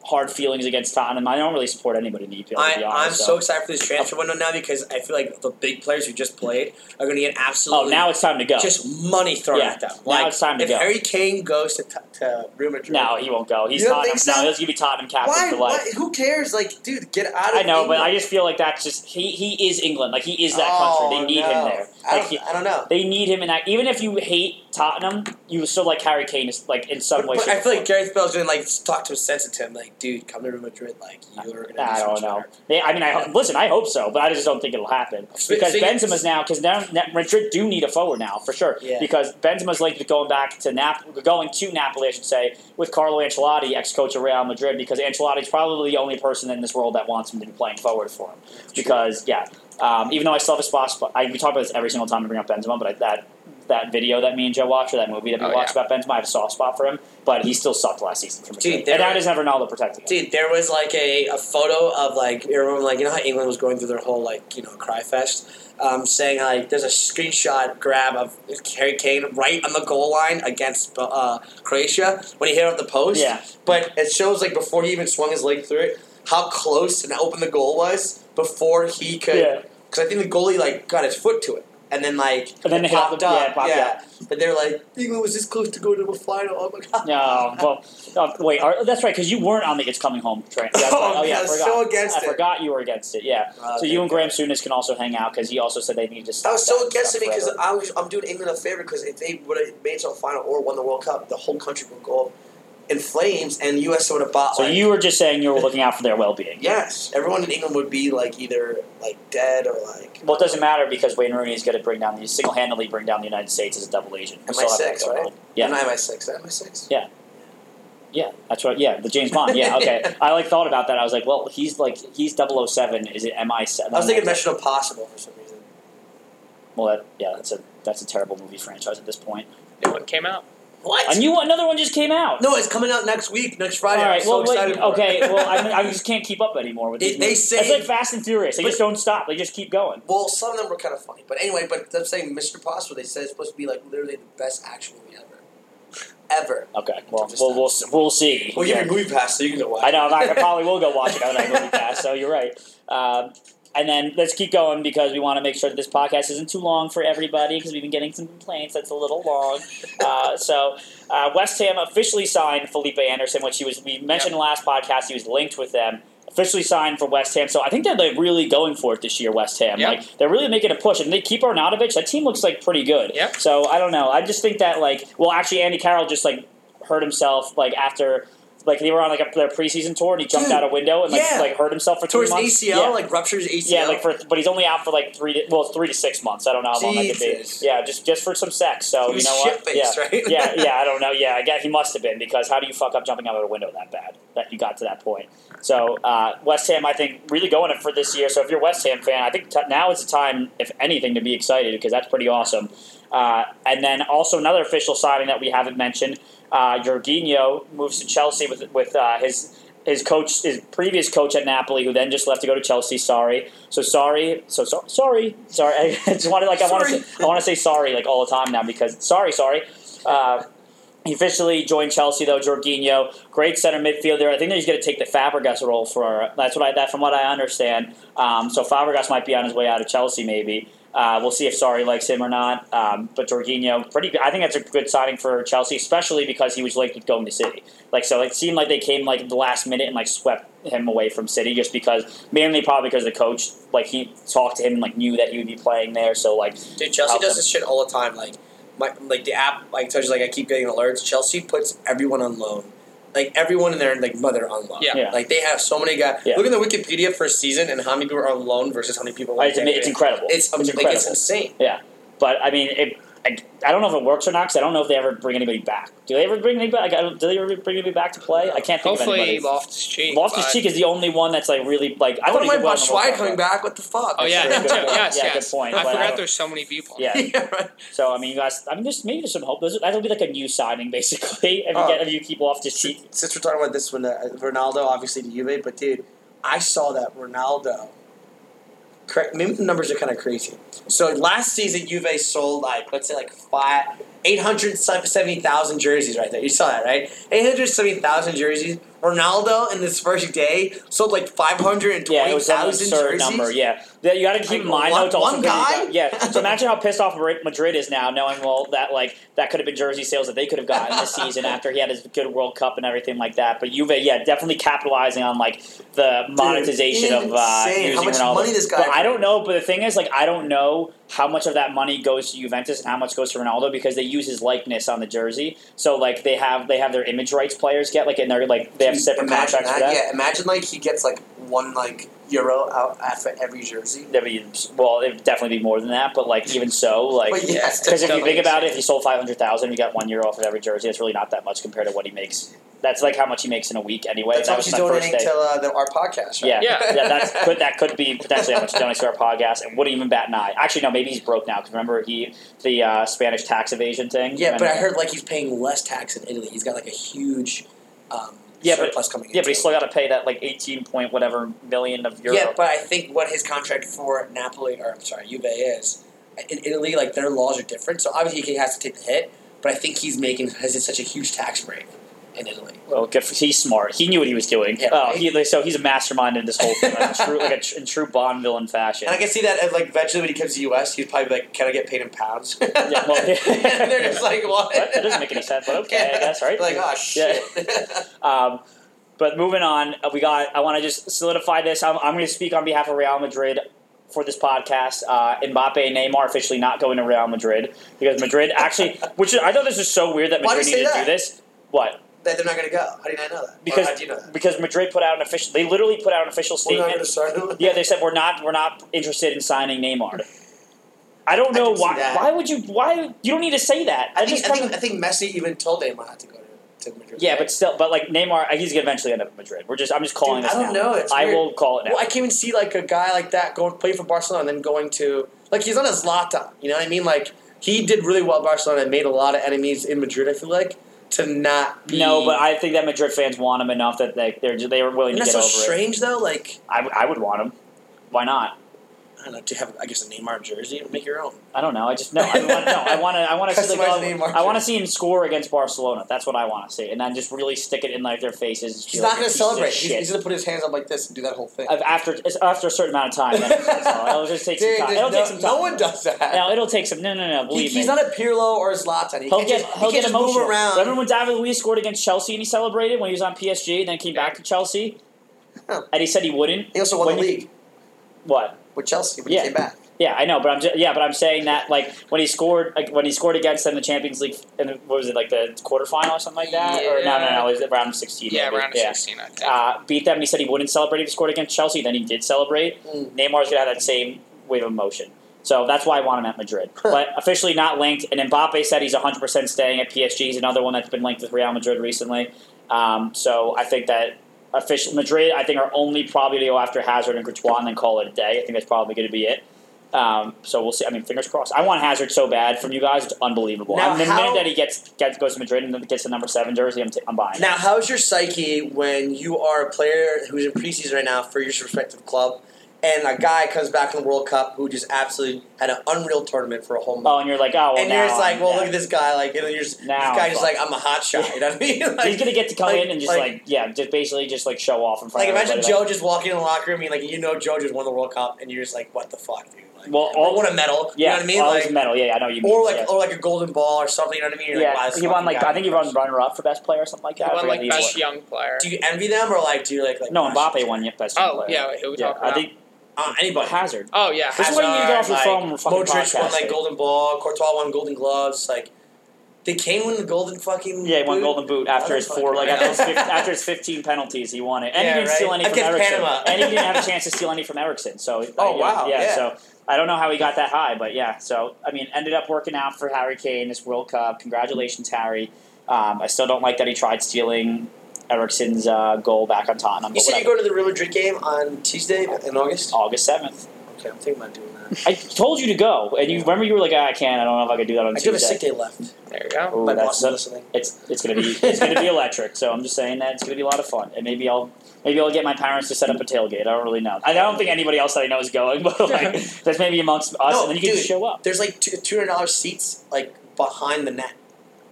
S1: hard feelings against Tottenham. I don't really support anybody in the EPL. to
S2: I,
S1: be
S2: I'm
S1: honest, Oh,
S2: so excited for this transfer window now because I feel like the big players who just played are going to get
S1: oh
S2: absolutely
S1: now it's time to go.
S2: just money thrown
S1: Yeah.
S2: at them.
S1: Now
S2: Like,
S1: it's time to
S2: if
S1: go.
S2: Harry Kane goes to, t- to Real Madrid,
S1: no, he won't go. He's
S7: You don't
S1: Tottenham.
S7: think so?
S1: No, he'll give you Tottenham captain
S7: Why?
S1: for life.
S7: Why? Who cares? Like, dude, get out of.
S1: I know, but I
S7: England.
S1: just feel like that's just he. He is England. Like he is that
S7: oh,
S1: country. They need
S7: no.
S1: him there.
S7: I
S1: Like,
S7: don't,
S1: he-
S7: I don't know.
S1: they need him in that. Even if you hate Tottenham, you still like Harry Kane. Is like in some
S2: but,
S1: way.
S2: but
S1: shape,
S2: I
S1: or
S2: feel
S1: form.
S2: like Gareth Bale's going to like talk to him, sense it to him, like, dude, come to Real Madrid, like you're going to.
S1: I don't know. They, I mean, I ho- listen. I hope so, but I just don't think it'll happen
S2: Spe-
S1: because
S2: speaking-
S1: Benzema's now because now now Madrid do need a forward now for sure.
S2: Yeah.
S1: Because Benzema's linked with going back to Nap, going to Napoli, I should say, with Carlo Ancelotti, ex-coach of Real Madrid, because Ancelotti's probably the only person in this world that wants him to be playing forward for him. Because yeah, um, even though I still have a spot, spot- I we talk about this every single time we bring up Benzema, but I, that that video that me and Joe watched or that movie that we
S3: Oh,
S1: watched about Benzema, I have a soft spot for him, but he still sucked last season for Madrid,
S2: Dude, there
S1: and that
S2: were-
S1: doesn't have Ronaldo protecting him.
S2: Dude, there was like a, a photo of like you remember like you know how England was going through their whole like you know cry fest, um, saying like there's a screenshot grab of Harry Kane right on the goal line against uh, Croatia when he hit it off the post.
S1: Yeah.
S2: but it shows like before he even swung his leg through it, how close and how open the goal was before he could.
S1: Yeah.
S2: Because I think the goalie like got his foot to it, and then like
S1: And then they
S2: it
S1: hit off
S2: popped
S1: the-
S2: up.
S1: yeah, it popped
S2: But they're like England was this close to going to a final. Oh my god.
S1: No,
S2: *laughs*
S1: well, uh, wait. Are, that's right, because you weren't on the "It's Coming Home" train. That's right.
S2: *laughs* Oh,
S1: Oh, yeah, I
S2: yeah,
S1: forgot.
S2: so against
S1: I
S2: it.
S1: forgot you were against it. Yeah.
S2: Uh,
S1: so you and Graham Souness can also hang out because he also said they need to stop.
S2: I was so
S1: that
S2: against
S1: stuff
S2: it because
S1: forever.
S2: I was, I'm doing England a favor because if they would have made it to a final or won the World Cup, the whole country would go up in flames and U.S. would have bought.
S1: So
S2: like,
S1: you were just saying you were looking out for their well-being.
S2: yes, everyone in England would be like either like dead or like.
S1: Well, it doesn't matter because Wayne Rooney is going to bring down the single-handedly bring down the United States as a double agent. We
S2: Am I
S1: still have that
S2: six,
S1: going
S2: right?
S1: on. Yeah.
S2: Am I my six? Am I six?
S1: Yeah, that's right. Yeah, the James Bond. Yeah, okay.
S2: *laughs*
S1: I like thought about that. I was like, well, he's like he's 007. Is it MI7?
S2: I was thinking Mission Impossible for some reason.
S1: Well, that, yeah, that's a that's a terrible movie franchise at this point.
S3: New one came out.
S2: What?
S1: A new one, another one just came out.
S2: no, it's coming out next week, next Friday.
S1: All right.
S2: I'm so
S1: well, wait,
S2: excited. for *laughs*
S1: okay.
S2: it.
S1: Well, I, mean, I just can't keep up anymore with
S2: They-
S1: these
S2: they
S1: movies.
S2: say-
S1: it's like Fast and Furious. They
S2: But-
S1: just don't stop. They just keep going.
S2: Well, some of them were kind of funny, but anyway. But I'm saying Mission Impossible. They said it's supposed to be like literally the best action movie ever, ever.
S1: Okay. Well,
S2: Just
S1: we'll
S2: stop.
S1: we'll, we'll see.
S2: We'll
S1: Yeah.
S2: give you a movie pass so you can go watch.
S1: I know. I'm not- I
S2: it. *laughs*
S1: probably will go watch it now that I have a movie pass. So you're right. Um, and then let's keep going because we want to make sure that this podcast isn't too long for everybody because we've been getting some complaints that's a little long. Uh, so uh, West Ham officially signed Felipe Anderson, which he was we mentioned in the last podcast. He was linked with them. Officially signed for West Ham, so I think they're like really going for it this year. West Ham,
S3: Yep.
S1: like they're really making a push, and they keep Arnautovic. That team looks like pretty good.
S3: Yep.
S1: So I don't know. I just think that like, well, actually, Andy Carroll just like hurt himself like after like they were on like a, their preseason tour and he jumped
S2: Dude,
S1: out a window and like
S2: yeah.
S1: like hurt himself for two
S2: *laughs* towards
S1: months.
S2: ACL,
S1: yeah.
S2: like ruptures ACL.
S1: yeah, like for but he's only out for like three to, well three to six months. I don't know how long that could
S2: Jesus.
S1: be. Yeah, just just for some sex. So
S2: he was
S1: oh, you know what?
S2: shit-faced,
S1: yeah.
S2: *laughs* right?
S1: yeah, yeah, I don't know. Yeah, I guess he must have been because how do you fuck up jumping out of a window that bad that you got to that point? So uh, West Ham, I think, really going it for this year. So if you're a West Ham fan, I think t- now is the time, if anything, to be excited because that's pretty awesome. Uh, and then also another official signing that we haven't mentioned, uh, Jorginho moves to Chelsea with with uh, his his coach, his previous coach at Napoli, who then just left to go to Chelsea. Sorry, so sorry, so, so sorry, sorry. *laughs* I just wanted like I want to
S2: Sorry.
S1: say, I want to say sorry like all the time now because sorry, sorry. Uh, he officially joined Chelsea though. Jorginho, great center midfielder. I think that he's going to take the Fabregas role for. That's what I that from what I understand. Um, so Fabregas might be on his way out of Chelsea. Maybe uh, we'll see if Sari likes him or not. Um, but Jorginho, pretty. good- I think that's a good signing for Chelsea, especially because he was linked with going to City. Like so, it seemed like they came like at the last minute and like swept him away from City just because mainly probably because the coach like he talked to him and like knew that he would be playing there. So like
S2: dude, Chelsea
S1: Help
S2: does
S1: him.
S2: this shit all the time. Like, my like the app, like tells you like I keep getting alerts. Chelsea puts everyone on loan, like everyone in their like mother on loan.
S3: Yeah.
S1: Yeah.
S2: like they have so many guys.
S1: Yeah.
S2: Look at the Wikipedia for a season and how many people are on loan versus how many people.
S1: it's,
S2: like,
S1: ama- it's incredible.
S2: It's, um, like,
S1: incredible.
S2: it's insane.
S1: But I mean, it, I, I don't know if it works or not because I don't know if they ever bring anybody back. Do they ever bring anybody? Like, I don't, do they ever bring anybody back to play? I can't think of
S3: Hopefully,
S1: anybody.
S3: Loftus Cheek.
S1: Loftus Cheek is the only one that's like really like. I
S5: I
S1: thought
S5: wouldn't
S1: he
S5: mind
S1: did well in the World
S5: Batshuayi
S1: Cup.
S5: coming back. What the fuck?
S3: Oh *laughs* yeah,
S1: Yeah, *laughs*
S3: him too.
S1: good point.
S2: *laughs*
S3: Yes,
S1: Yeah, good
S3: yes.
S1: point.
S3: I
S1: But I
S3: forgot
S1: don't-
S3: there's so many people.
S1: Yeah.
S5: yeah, right.
S1: So I mean, you guys, I mean, just maybe there's some hope. There's, that'll be like a new signing basically. *laughs* If you,
S2: Oh.
S1: get, if you keep Loftus Cheek,
S2: Since we're talking about this one, uh, Ronaldo obviously to Juve, but dude, I saw that Ronaldo. Correct. Maybe the numbers are kind of crazy. So last season, Juve sold like let's say like five, eight hundred seventy thousand jerseys right there. You saw that right? Eight hundred seventy thousand jerseys. Ronaldo in this first day sold like five hundred and
S1: Yeah, it
S2: twenty
S1: was an
S2: thousand
S1: absurd
S2: jerseys.
S1: number. Yeah, That- you got to keep
S2: Like,
S1: in mind
S2: one-
S1: though. It's also
S2: one
S1: good that you
S2: guy?
S1: got- Yeah. So imagine how pissed off Madrid- Madrid is now, knowing well that like that could have been jersey sales that they could have gotten this
S2: *laughs*
S1: season after he had his good World Cup and everything like that. But Juve, yeah, definitely capitalizing on like the monetization of uh,
S2: insane
S1: using
S2: how much
S1: Ronaldo.
S2: money this guy
S1: But I don't know. But the thing is, like, I don't know how much of that money goes to Juventus and how much goes to Ronaldo because they use his likeness on the jersey. So like they have they have their image rights players get like and they're like they have separate
S2: imagine
S1: contracts for that.
S2: Yeah, imagine like he gets like one like euro out after every jersey.
S1: I mean, well, it'd definitely be more than that, but like even so, like
S2: but
S1: *laughs*
S2: yes,
S1: because if you
S3: definitely
S1: think about it, if you sold five hundred thousand, you got one euro off of every jersey. That's really not that much compared to what he makes. That's like how much he makes in a week anyway.
S2: that's
S1: that
S2: how
S1: was
S2: she's
S1: my first
S2: donating
S1: day.
S2: to uh, the, our
S1: *laughs*
S2: podcast. Right?
S1: yeah,
S3: Yeah.
S1: that's could, that could be potentially how much he donates to our podcast, and wouldn't even bat an eye. Actually, no, maybe he's broke now because remember he the uh, Spanish tax evasion thing.
S2: Yeah,
S1: And-
S2: but I heard like he's paying less tax in Italy. He's got like a huge um,
S1: Yeah, but-
S2: surplus coming in.
S1: yeah, but he's still got to pay that like eighteen point whatever million of euro.
S2: Yeah, but I think what his contract for Napoli or I'm sorry, Juve is in Italy, like their laws are different. So obviously he has to take the hit, but I think he's making because it's such a huge tax break in Italy.
S1: Well, good for, he's smart. He knew what he was doing.
S2: Yeah,
S1: oh,
S2: right.
S1: he, so he's a mastermind in this whole thing, like, a true, like a, tr- in true Bond villain fashion.
S2: And I can see that, as, like, eventually when he comes to the U.S., he'd probably be like, "Can I get paid in pounds?"
S1: Yeah, well,
S2: and *laughs* they're just like, "What?"
S1: *laughs* What? That doesn't make any sense, but
S2: *laughs*
S1: okay, I guess, right?
S2: Like, oh shit. *laughs*
S1: Um, but moving on, uh, we got. I want to just solidify this. I'm, I'm going to speak on behalf of Real Madrid for this podcast. Uh, Mbappe and Neymar officially not going to Real Madrid because Madrid
S2: *laughs*
S1: actually, which is, I thought this is so weird that
S2: Why do
S1: Madrid
S2: you say
S1: needed to do
S2: that?
S1: this. What?
S2: that they're not going to go. How do you not know that? Or
S1: Because-
S2: how do you know that?
S1: Because Madrid put out an official. They literally put out an official
S2: We're
S1: statement.
S2: not going to start them.
S1: Yeah, they said we're not we're not interested in signing
S2: *laughs*
S1: Neymar. I don't
S2: I
S1: know
S2: can see
S1: why.
S2: that.
S1: Why would you? Why you don't need to say that?
S2: I
S1: just
S2: think, I think I think Messi even told Neymar not to go to, to Madrid.
S1: Yeah, but still, but like Neymar, uh, he's gonna eventually end up in Madrid. We're just, I'm just calling
S2: Dude,
S1: this
S2: I don't
S1: now.
S2: know. It's
S1: I
S2: weird.
S1: will call it now.
S2: Well, I can't even see like a guy like that going play for Barcelona and then going to like he's on a Zlatan. You know what I mean? Like he did really well at Barcelona and made a lot of enemies in Madrid. I feel like to not be
S1: no, but I think that Madrid fans want him enough that they they're they were willing
S2: Isn't
S1: to
S2: that
S1: get
S2: so
S1: over it.
S2: strange though? Like
S1: I, I would want him. Why not?
S2: I don't know. To have I guess a Neymar jersey, make your own.
S1: I don't know. I just no. I want no. I want to. I want to see the
S2: Customize
S1: goal-
S2: Neymar.
S1: I want to see him score against Barcelona. That's what I want to see, and then just really stick it in like their faces. and just
S2: He's
S1: be like, "You're
S2: not going to
S1: pieces of
S2: celebrate. He's,
S1: shit."
S2: he's going to put his hands up like this and do that whole thing.
S1: Of- after it's after a certain amount of time, then it's- it's all. it'll just take
S2: Dude,
S1: some time.
S2: *laughs* there's
S1: It'll
S2: no,
S1: take some time.
S2: no one does that.
S1: No, it'll take some. No, no, no.
S2: He-
S1: Believe me.
S2: he's not a Pirlo or a Zlatan. He
S1: He'll
S2: can't
S1: get
S2: just, he
S1: he'll
S2: can't
S1: get
S2: just
S1: emotional.
S2: move around.
S1: Remember when David Luiz scored against Chelsea and he celebrated when he was on PSG and then came back to
S2: *laughs*
S1: Chelsea,
S2: Huh.
S1: and he said he wouldn't.
S2: He also won the
S1: When you-
S2: league
S1: What?
S2: with Chelsea when
S1: Yeah.
S2: he came back.
S1: Yeah, I know, but I'm just, yeah, but I'm saying that like when he scored like, when he scored against them in the Champions League and what was it like the quarterfinal or something like that or no no
S3: Yeah.
S1: no it was the round of sixteen
S3: Yeah,
S1: maybe.
S3: round of
S1: yeah.
S3: sixteen, I think.
S1: Uh, beat them and he said he wouldn't celebrate if he scored against Chelsea then he did celebrate
S2: Mm.
S1: Neymar's gonna have that same wave of emotion so that's why I want him at Madrid but officially not linked and Mbappe said he's 100% staying at PSG he's another one that's been linked with Real Madrid recently um, so I think that official Madrid I think are only probably to go after Hazard and Courtois and then call it a day I think that's probably going to be it um, so we'll see. I mean, fingers crossed. I want Hazard so bad from you guys; it's unbelievable.
S2: Now,
S1: and the
S2: how-
S1: minute that he gets, gets goes to Madrid and then gets the number seven jersey, I'm, t- I'm buying. it.
S2: Now, how's your psyche when you are a player who's in preseason right now for your respective club, and a guy comes back from the World Cup who just absolutely had an unreal tournament for a whole month,
S1: oh, and you're like, oh, well,
S2: and you're
S1: now
S2: just like,
S1: I'm-
S2: well,
S1: yeah.
S2: look at this guy, like, and then you're just,
S1: Now
S2: this guy
S1: I'm
S2: just like,
S1: fucked.
S2: I'm a hot shot, you know what I mean? *laughs* Like,
S1: He's gonna get to come
S2: like-
S1: in and just
S2: like-
S1: like, yeah, just basically just like show off in front.
S2: like
S1: of
S2: imagine
S1: everybody,
S2: Joe just walking in the locker room, and like, you know, Joe just won the World Cup, and you're just like, what the fuck, dude? Like,
S1: Well, all-
S2: what a medal,
S1: Like, yeah,
S2: you know what I mean?
S1: all
S2: like,
S1: his medal. Yeah, I know what you mean.
S2: or like,
S1: yeah.
S2: or like a golden ball or something, you know what I mean? You're
S1: yeah,
S2: like, wow, this
S1: he won
S2: fucking
S1: like
S2: guy-
S1: I think he won runner up for best player or something like that.
S3: He
S1: I
S3: won
S1: forget
S3: like
S1: who he
S3: best young player.
S2: Do you envy them or like do you like like?
S1: won. No,
S2: gosh,
S1: Mbappe won yeah, best young
S3: oh
S1: player.
S3: yeah, who we
S1: yeah,
S3: talking
S1: I
S3: about?
S1: think
S2: Uh, anybody?
S1: Hazard.
S3: oh yeah,
S1: This is why you need to get off your
S2: Hazard,
S1: phone. fucking
S2: Modric won
S1: podcast,
S2: like
S1: dude.
S2: Golden Ball. Courtois won Golden Gloves. Like Did Kane win the golden fucking?
S1: Yeah, he won
S2: boot?
S1: Golden Boot after his four, like after his, 15, after his fifteen penalties, he won it, and
S3: Yeah,
S1: he didn't steal
S3: right.
S1: any from
S2: Against
S1: Erickson,
S2: Panama.
S1: and he didn't have a chance to steal any from Erickson. So, like,
S2: *laughs* Oh,
S1: you know,
S2: wow, yeah.
S1: so I don't know how he got that high, but yeah. So I mean, ended up working out for Harry Kane this World Cup. Congratulations, Harry. Um, I still don't like that he tried stealing Erickson's uh, goal back on Tottenham.
S2: You
S1: but
S2: said you
S1: whatever.
S2: go to the Real Madrid game on Tuesday in August.
S1: August seventh.
S2: Okay, I'm thinking about doing that.
S1: I told you to go, and you remember you were like, "Ah, I can't. I don't know if I could do that on
S2: I do
S1: Tuesday.
S2: have a sick day left.
S3: There you go.
S1: Ooh,
S2: My
S1: that's
S2: boss is
S1: such-
S2: listening.
S1: it's it's gonna be it's gonna
S3: *laughs*
S1: be electric. So I'm just saying that it's gonna be a lot of fun, and maybe I'll maybe I'll get my parents to set up a tailgate. I don't really know. I don't think anybody else that I know is going, *laughs* but like that's maybe amongst us,
S2: No,
S1: and then you can
S2: dude.
S1: just show up.
S2: There's like two hundred dollars seats like behind the net.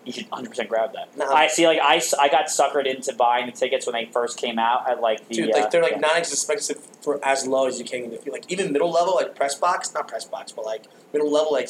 S1: You should 100 percent grab that.
S2: No.
S1: I see. Like I, s- I got suckered into buying the tickets when they first came out at like the
S2: Dude,
S1: uh,
S2: like they're like
S1: yeah.
S2: not as expensive for as low as you can get. Like even middle level, like press box, not press box, but like middle level, like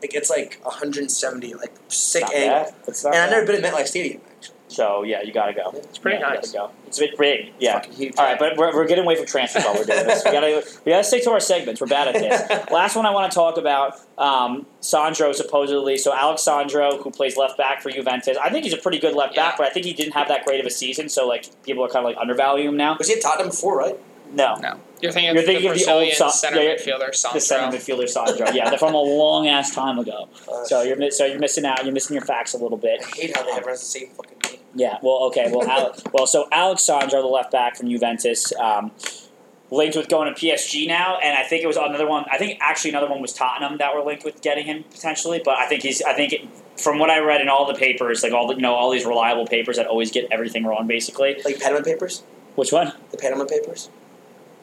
S2: like it's like 170, like sick
S1: Not
S2: angle.
S1: bad. It's not
S2: And I've
S1: bad.
S2: never been at MetLife Stadium. Actually.
S1: So yeah, you gotta go.
S2: It's
S3: pretty
S1: Yeah, you
S3: nice.
S1: gotta go. It's a bit big. Yeah.
S2: Fucking huge.
S1: All right, but we're, we're getting away from transfers while we're doing this. We gotta we gotta stick to our segments. We're bad at this.
S2: *laughs*
S1: Last one I want to talk about um, Sandro supposedly. So Alexandro, who plays left back for Juventus, I think he's a pretty good left back,
S3: Yeah.
S1: but I think he didn't have that great of a season. So like people are kind of like undervaluing him now.
S2: was he at Tottenham before, right?
S1: No,
S3: You're thinking,
S1: You're
S3: of
S1: thinking
S3: the
S1: of the old
S3: Brazilian
S1: Sa-
S3: center
S1: yeah, yeah.
S3: midfielder
S1: the center
S3: Sandro.
S1: midfielder Sandro. Yeah, they're from a long ass time ago.
S2: Uh,
S1: So you're mi- so you're missing out. You're missing your facts a little bit.
S2: I hate how they have the same fucking name.
S1: Yeah. Well, okay. Well,
S2: *laughs*
S1: Al- well. So Alexandro, the left back from Juventus, um, linked with going to PSG now, and I think it was another one. I think actually another one was Tottenham that were linked with getting him potentially. But I think he's. I think it, from what I read in all the papers, like all the you know all these reliable papers that always get everything wrong, basically.
S2: Like Panama Papers?
S1: Which one?
S2: The Panama Papers?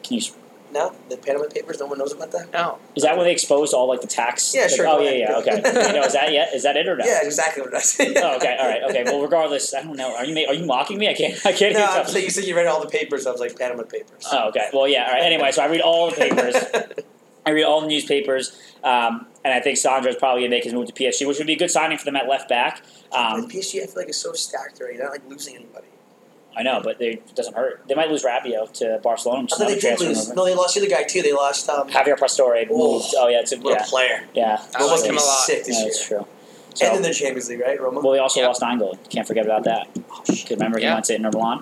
S1: Can you? s-
S2: No? The Panama Papers? No one knows about that?
S3: No.
S1: Is that when they exposed all like the tax?
S2: Yeah,
S1: like-
S2: sure,
S1: Oh
S2: go
S1: yeah,
S2: ahead.
S1: yeah.
S2: *laughs*
S1: Okay. you know, is that yet? Is that it or no?
S2: Yeah, exactly what I said. *laughs*
S1: Oh, okay. All right. Okay. Well, regardless, I don't know. Are you ma- are you mocking me? I can't. I can't.
S2: no,
S1: even
S2: I'm
S1: tell.
S2: saying you said you read all the papers. I was like, Panama Papers.
S1: Oh, okay. Well, yeah. All right. Anyway, so I read all the
S2: *laughs*
S1: papers. I read all the newspapers, um, and I think Sandro's probably going to make his move to PSG, which would be a good signing for them at left back.
S2: but
S1: Um,
S2: PSG, I feel like, is so stacked already. They're not like losing anybody.
S1: I know, but they, it doesn't hurt. They might lose Rabiot to Barcelona. Which
S2: I
S1: is
S2: thought
S1: another
S2: Oh, they did
S1: transfer
S2: lose.
S1: rumor.
S2: No, they lost the other guy, too. They lost. Um,
S1: Javier Pastore moved. Oh yeah, it's a,
S2: what a
S1: yeah,
S2: player.
S1: yeah.
S3: I like
S2: Roma's
S3: him
S2: gonna
S3: a
S2: be
S3: lot.
S2: sick this
S1: yeah,
S2: year.
S1: that's true.
S2: And in
S1: So,
S2: the Champions League, right, Roma?
S1: well, they also
S3: Yeah.
S1: lost Angle. Can't forget about that. Because remember, he
S3: Yeah.
S1: went to Inter Milan.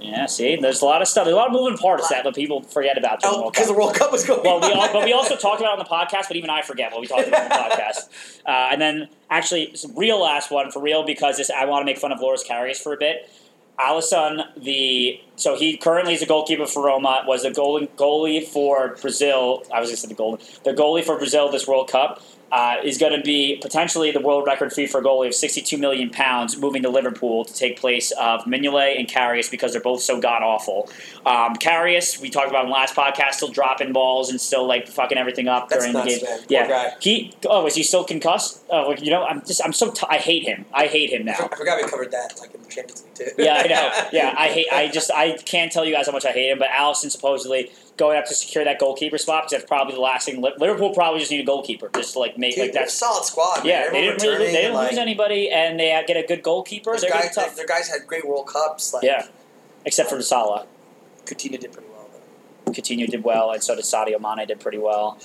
S1: Yeah, see, there's a lot of stuff. There's a lot of moving parts that but people forget about. during
S2: oh,
S1: World
S2: because
S1: Cup.
S2: the World Cup was *laughs* going
S1: Well, we
S2: on.
S1: all, but we also talked about it on the podcast, but even I forget what we talked about on the podcast. Uh, and then actually, it's a real last one for real because this I want to make fun of Loris Karius for a bit. Alisson, the so he currently is a goalkeeper for Roma, was the goalie goalie for Brazil. I was going to say the golden, the goalie for Brazil this World Cup. Uh, is going to be potentially the world record fee for a goalie of 62 million pounds moving to Liverpool to take place of Mignolet and Karius because they're both so god awful. Um, Karius, we talked about in the last podcast, still dropping balls and still like fucking everything up
S2: That's
S1: during the
S2: nuts,
S1: game.
S2: man. Poor
S1: Yeah.
S2: guy.
S1: He oh, is he still concussed? Oh, like, you know, I'm just I'm so t- I hate him. I hate him
S2: I
S1: now.
S2: for- I forgot we covered that, like, in the Champions League, too.
S1: Yeah, I
S2: *laughs*
S1: know. Yeah, I hate. I just I can't tell you guys how much I hate him. But Allison supposedly going up to secure that goalkeeper spot because that's probably the last thing. Li- Liverpool probably just need a goalkeeper, just to, like make
S2: Dude,
S1: like that's.
S2: solid squad.
S1: Yeah,
S2: man.
S1: they
S2: Everyone
S1: didn't really lose,
S2: returning,
S1: they didn't
S2: like,
S1: lose anybody, and they get a good goalkeeper.
S2: those
S1: They're gonna be
S2: guys,
S1: tough.
S2: their guys had great World Cups. Like,
S1: yeah, except for Salah.
S2: Coutinho did pretty well. Though.
S1: Coutinho did well, and so did Sadio Mane. Did pretty well.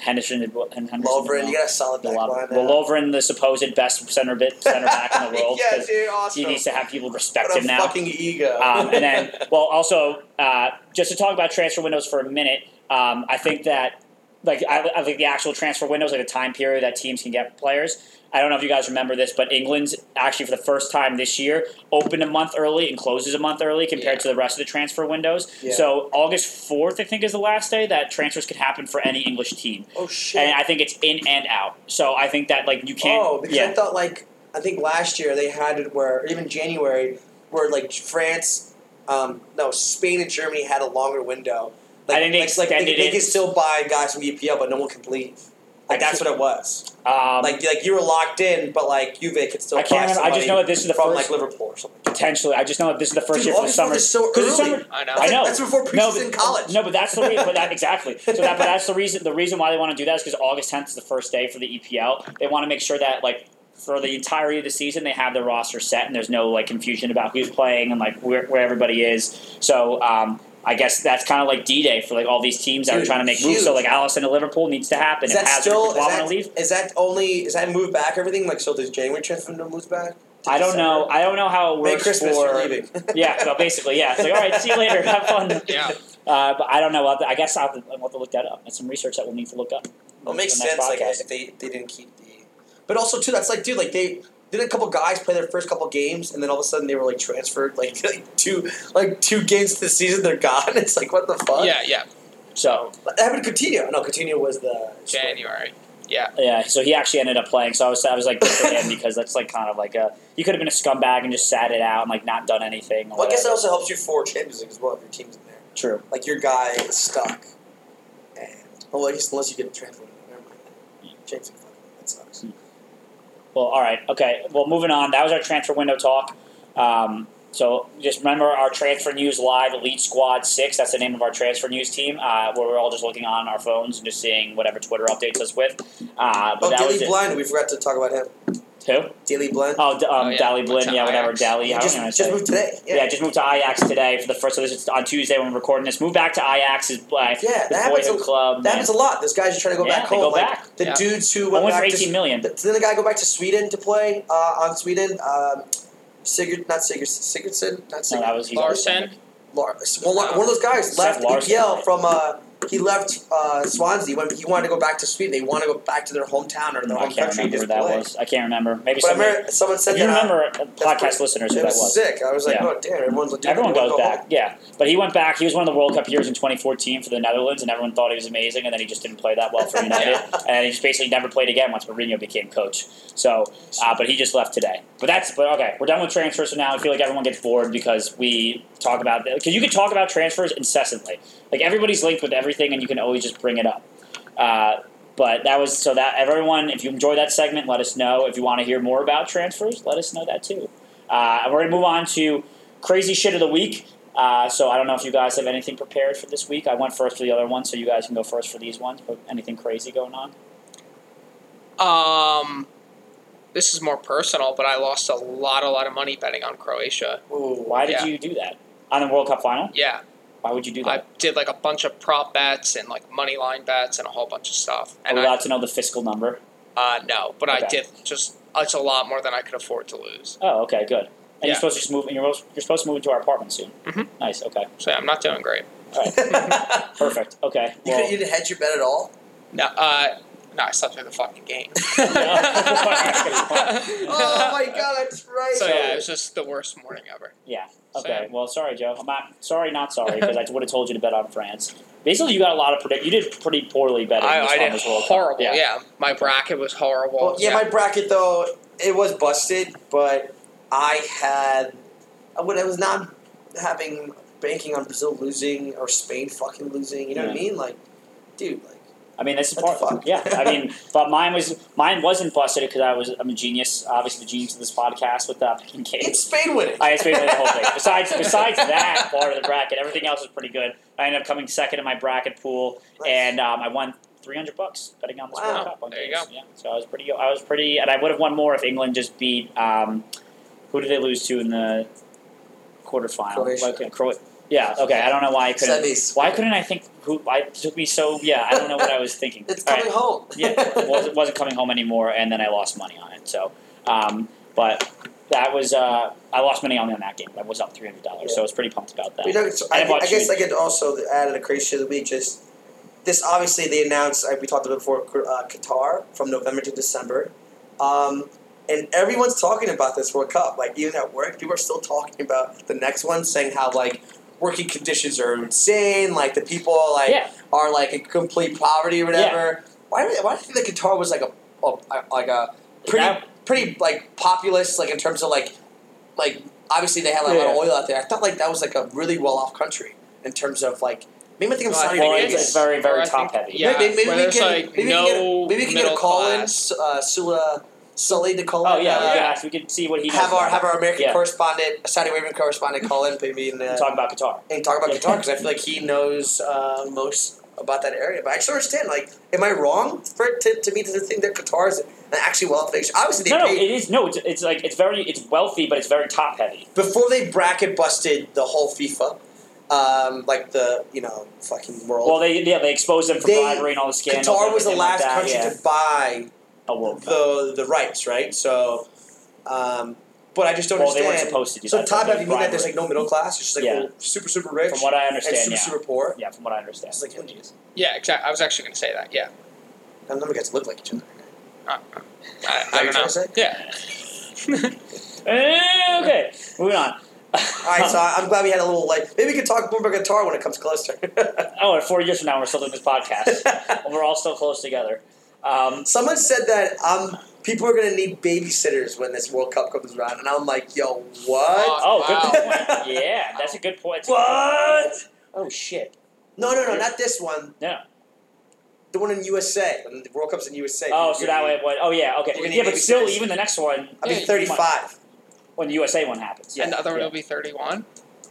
S1: Henderson did well. and Henderson did
S2: Lovren,
S1: well.
S2: you got a solid
S1: The
S2: back
S1: Lovren-
S2: line.
S1: well,
S2: now.
S1: Lovren, the supposed best center bit center back
S2: *laughs*
S1: in the world,
S2: yeah,
S1: because
S2: dude, awesome.
S1: he needs to have people respect
S2: what a
S1: him now.
S2: fucking ego.
S1: Um, and then, well, also, uh, just to talk about transfer windows for a minute, um, I think that, like, I, I think the actual transfer windows, like the time period that teams can get players. I don't know if you guys remember this, but England's actually for the first time this year opened a month early and closes a month early compared
S3: Yeah.
S1: to the rest of the transfer windows.
S2: Yeah.
S1: So August fourth, I think, is the last day that transfers could happen for any English team,
S2: *laughs* oh shit.
S1: and I think it's in and out. So I think that like you can't.
S2: oh, because
S1: yeah.
S2: I thought like I think last year they had it where or even January where like France, um, no Spain and Germany had a longer window. Like,
S1: I think they
S2: like, like,
S1: extended
S2: they,
S1: it.
S2: they can still buy guys from EPL, but no one can leave. Like that's what it was.
S1: um,
S2: Oh. like like you were locked in, but like Juve could still.
S1: I can't
S2: buy
S1: remember- I just
S2: somebody
S1: know that this is the
S2: from
S1: first-
S2: like Liverpool or something.
S1: potentially, I just know that this is the first
S2: Dude,
S1: year for the
S2: August
S1: summer.
S2: fourth is so
S1: 'Cause the
S2: early.
S1: summer-
S3: I know.
S1: I
S2: That's
S1: know.
S2: Like, that's before
S1: No,
S2: preseason
S1: but-
S2: in college.
S1: No, but that's the reason.
S2: *laughs*
S1: But that exactly. So that, but that's the reason. The reason why they want to do that is because August tenth is the first day for the EPL. They want to make sure that like for the entirety of the season they have their roster set and there's no like confusion about who's playing and like where, where everybody is. So um, I guess that's kind of like D Day for like all these teams that are
S2: Dude,
S1: trying to make moves. So
S2: huge.
S1: like Allison to Liverpool needs to happen.
S2: Is
S1: if
S2: that
S1: Hazard
S2: still-
S1: and
S2: is
S1: Kawhi want to leave,
S2: Is that only is that move back everything? Like so, does January transfer window move back? to
S1: I don't know.
S2: December?
S1: I don't know how it
S2: Merry
S1: works
S2: Christmas
S1: for.
S2: for leaving.
S1: *laughs* yeah, well, basically, yeah. It's like, all right, see you later. Have fun. Uh,
S3: Yeah.
S1: but I don't know. I'll have to- I guess I'll have, to, I'll have to look that up. That's some research that we'll need to look up.
S2: Well, it makes
S1: for the
S2: sense.
S1: next
S2: Like
S1: podcast.
S2: if they they didn't keep the, but also too that's like dude like they did a couple guys play their first couple games and then all of a sudden they were like transferred like, *laughs* like two like two games this season they're gone. *laughs* It's like what the fuck?
S3: Yeah, yeah.
S1: So
S2: That happened to Coutinho. No, Coutinho was the
S3: January.
S1: yeah, so he actually ended up playing. So I was I was like good for
S2: *coughs*
S1: him because that's like kind of like a you could have been a scumbag and just sat it out and like not done anything. Or
S2: Well, I guess that
S1: whatever.
S2: also helps you for Champions League as well if your team's in there.
S1: true.
S2: Like your guy is stuck, and well, I guess unless you get a transfer, never mind. Champions League, fuck, that sucks.
S1: Well, all right, okay. Well, moving on. That was our transfer window talk. Um, so just remember our transfer news live elite squad six. That's the name of our transfer news team. Uh, where we're all just looking on our phones and just seeing whatever Twitter updates us with. Uh, but
S2: Oh,
S1: that was
S2: Daily
S1: it.
S2: Blind, we forgot to talk about him.
S1: Who?
S2: Daily Blind,
S1: Oh, d- um,
S3: Oh, yeah.
S1: Dally
S3: Went
S1: Blin,
S3: to
S1: Oh, yeah, whatever.
S3: Ajax.
S1: Dally, I
S2: he
S1: don't
S2: just
S1: know what to
S2: just
S1: say.
S2: moved today.
S1: yeah. just moved to Ajax today for the first. So this is on Tuesday when we're recording this. Move back to Ajax is uh,
S2: Yeah,
S1: the
S2: that happens
S1: boyhood
S2: a-
S1: club.
S2: That
S1: man.
S2: happens a lot. Those guys are trying to go
S1: Yeah,
S2: back
S1: they
S2: home.
S1: go
S2: like
S1: back.
S2: the
S3: Yeah.
S2: dudes who
S1: Only
S2: went
S1: for
S2: back
S1: eighteen million.
S2: to didn't the guy go back to Sweden to play uh, on Sweden? Um, Sigurd, not Sigurd, Sigurdsson, not
S1: No,
S2: Sigurd.
S1: that was he's
S3: Larson.
S2: Lar- well, Lar- one of those guys
S1: Seth
S2: left
S1: Larsen,
S2: EPL
S1: right?
S2: from. Uh, he left uh, Swansea. He, went, he wanted to go back to Sweden. They want to go back to their hometown or their
S1: I
S2: home
S1: can't
S2: country.
S1: remember
S2: just
S1: who that
S2: play.
S1: was. I can't remember. Maybe
S2: But I
S1: somebody-
S2: remember someone said
S1: if you
S2: that. uh,
S1: remember, uh, podcast
S2: pretty-
S1: listeners,
S2: it
S1: who that
S2: was,
S1: was.
S2: sick. I was like,
S1: Yeah.
S2: oh damn, everyone's like, oh, dude,
S1: Everyone
S2: everyone
S1: goes
S2: go *laughs*
S1: back,
S2: home.
S1: yeah. But he went back. He was one of the World Cup years in 2014 for the Netherlands, and everyone thought he was amazing. And then he just didn't play that well
S3: *laughs*
S1: *laughs* for United, and he just basically never played again once Mourinho became coach. So, uh, but he just left today. But that's but okay. We're done with transfers for now. I feel like everyone gets bored because we talk about because you can talk about transfers incessantly. Like everybody's linked with everything, and you can always just bring it up. Uh, but that was so that everyone, if you enjoy that segment, let us know. If you want to hear more about transfers, let us know that too. Uh, and we're going to move on to crazy shit of the week. Uh, so I don't know if you guys have anything prepared for this week. I went first for the other one, so you guys can go first for these ones. But anything crazy going on?
S3: Um, this is more personal, but I lost a lot, a lot of money betting on Croatia.
S2: Ooh.
S1: Why did
S3: Yeah.
S1: you do that on the World Cup final?
S3: Yeah,
S1: Why would you do
S3: I
S1: that?
S3: did like a bunch of prop bets and like money line bets and a whole bunch of stuff.
S1: Are
S3: And
S1: we
S3: I,
S1: allowed to know the fiscal number?
S3: uh, no, but
S1: Okay.
S3: I did just uh, it's a lot more than I could afford to lose.
S1: Oh, okay, good. And you're
S3: Yeah.
S1: supposed to just move. And you're, you're supposed to move into our apartment soon.
S3: Mhm.
S1: Nice. Okay.
S3: So yeah, I'm not doing great.
S1: Perfect. Okay.
S2: *laughs* you
S1: well-
S2: could you didn't hedge your bet at all.
S3: No, uh, no, I slept through the fucking
S1: *laughs*
S3: game.
S2: *laughs*
S3: *laughs*
S2: oh my god, that's right.
S3: so yeah, it was just the worst morning ever.
S1: Yeah.
S3: So,
S1: Okay.
S3: yeah.
S1: Well, sorry, Joe. I'm not sorry, not sorry, because I *laughs* would have told you to bet on France. Basically, you got a lot of predict. You did pretty poorly betting
S3: I,
S1: this
S3: I
S1: on
S3: did
S1: this World Cup.
S3: horrible.
S1: Yeah.
S3: my bracket was horrible.
S2: Well, yeah, my bracket though it was busted, but I had I would I was not having banking on Brazil losing or Spain fucking losing. You know
S1: Mm.
S2: what I mean? Like, dude, like
S1: I mean, that's
S2: What the
S1: part.
S2: fuck?
S1: Yeah. I mean,
S2: *laughs*
S1: but mine was mine wasn't busted because I was I'm a genius. Obviously, the genius of this podcast with uh, picking
S2: it's
S1: games.
S2: Spain winning.
S1: I just made the whole thing. Besides, besides that part of the bracket, everything else was pretty good. I ended up coming second in my bracket pool,
S2: Nice.
S1: and um, I won three hundred bucks betting on this
S2: Wow.
S1: World Cup. On
S3: There you
S1: games. Yeah, so I was pretty. I was pretty, and I would have won more if England just beat. Um, who did they lose to in the quarterfinal?
S2: Croatia.
S1: Like, uh, Cro- yeah. Okay. I don't know why I couldn't.
S2: Semis.
S1: Why couldn't I think? Who? Why it took me so? Yeah. I don't know what I was thinking.
S2: It's
S1: All right
S2: coming home.
S1: yeah, it wasn't, wasn't coming home anymore, and then I lost money on it. So, um, but that was uh, I lost money on that game. I was up three hundred dollars, so I was pretty pumped about that.
S2: You know, so
S1: I
S2: I,
S1: bought
S2: I guess
S1: cheese.
S2: I could also add in a crazy of the week. Just this, obviously, they announced. Like we talked about before uh, Qatar from November to December, um, and everyone's talking about this World Cup. Like even at work, people are still talking about the next one, saying how like working conditions are insane. Like the people like
S1: Yeah.
S2: are like in complete poverty or whatever. Why? do- Why do you think that Qatar was like a, a like a pretty
S1: That-
S2: pretty like populous like in terms of like like obviously they had like, a lot of
S1: Yeah.
S2: oil out there. I thought like that was like a really well off country in terms of like maybe I think I'm
S3: Well, I
S2: Saudi
S3: think
S1: Or
S3: it
S2: Arabia.
S1: it's, it's very very
S3: Or I
S1: top
S3: think-
S1: heavy.
S3: yeah,
S2: maybe, maybe
S3: where
S2: we
S3: there's,
S2: can
S3: like,
S2: maybe
S3: no
S2: we can get a, maybe we can get a
S3: middle
S2: call
S3: class.
S2: in uh, Sula Sully to call
S1: Oh
S2: in.
S1: yeah,
S2: uh,
S1: we can ask. We can see what he knows
S2: Have our
S1: about.
S2: have our American
S1: Yeah.
S2: correspondent, Saudi Arabian correspondent, call in maybe and, uh,
S1: talk about Qatar.
S2: and talk about
S1: Yeah.
S2: Qatar because I feel like
S1: *laughs*
S2: he knows uh, most about that area. But I just don't understand. Like, am I wrong for it to, to me to think that Qatar is an actually well off nation? Obviously, they
S1: No, no,
S2: paid-
S1: it is no. It's, it's like it's very it's wealthy, but it's very top heavy.
S2: before they bracket busted the whole FIFA, um, like the you know fucking world.
S1: Well, they yeah they exposed him for
S2: They-
S1: bribery and all the scandals.
S2: Qatar was the
S1: everything
S2: last
S1: like that,
S2: country
S1: yeah. Oh,
S2: to buy
S1: a World Cup.
S2: the the rights, right? So, um, but I just don't
S1: well, they weren't
S2: understand.
S1: supposed to do
S2: so
S1: that.
S2: top
S1: though,
S2: half, you mean that
S1: bribery.
S2: there's like no middle class? It's just like
S1: Yeah.
S2: well, super super rich
S1: From what I
S2: and
S1: understand,
S2: super
S1: yeah,
S2: super poor.
S1: yeah, from what I understand,
S2: It's like, oh,
S1: Yeah.
S3: Yeah, exactly. I was actually going to say that. Yeah.
S2: None of them guys look like each other.
S3: Uh, uh, I,
S2: Is that
S3: I
S2: what you're
S3: don't know.
S2: trying to say?
S3: Yeah.
S1: Eh, okay, moving on.
S2: All
S1: *laughs*
S2: right, so I'm glad we had a little like maybe we could talk more about guitar when it comes closer. *laughs*
S1: oh, and four years from now, we're still doing this podcast, and we're all still close together. Um,
S2: Someone said that um people are gonna need babysitters when this World Cup comes around, and I'm like, yo, what?
S1: oh, good
S3: wow.
S1: point. Yeah, that's a good point.
S2: what?
S1: Oh shit!
S2: No, no, no, not this one.
S1: No.
S2: The one in USA. When the World Cup's in USA.
S1: Oh, so that way it went. Oh yeah, okay.
S2: You're gonna
S1: Yeah,
S2: need
S1: but still,
S2: babysitters.
S1: even the next one,
S2: I'll
S3: Yeah,
S2: be
S3: you
S2: 35.
S1: when the USA one happens, yeah,
S3: and the other one
S1: yeah.
S3: will be 31.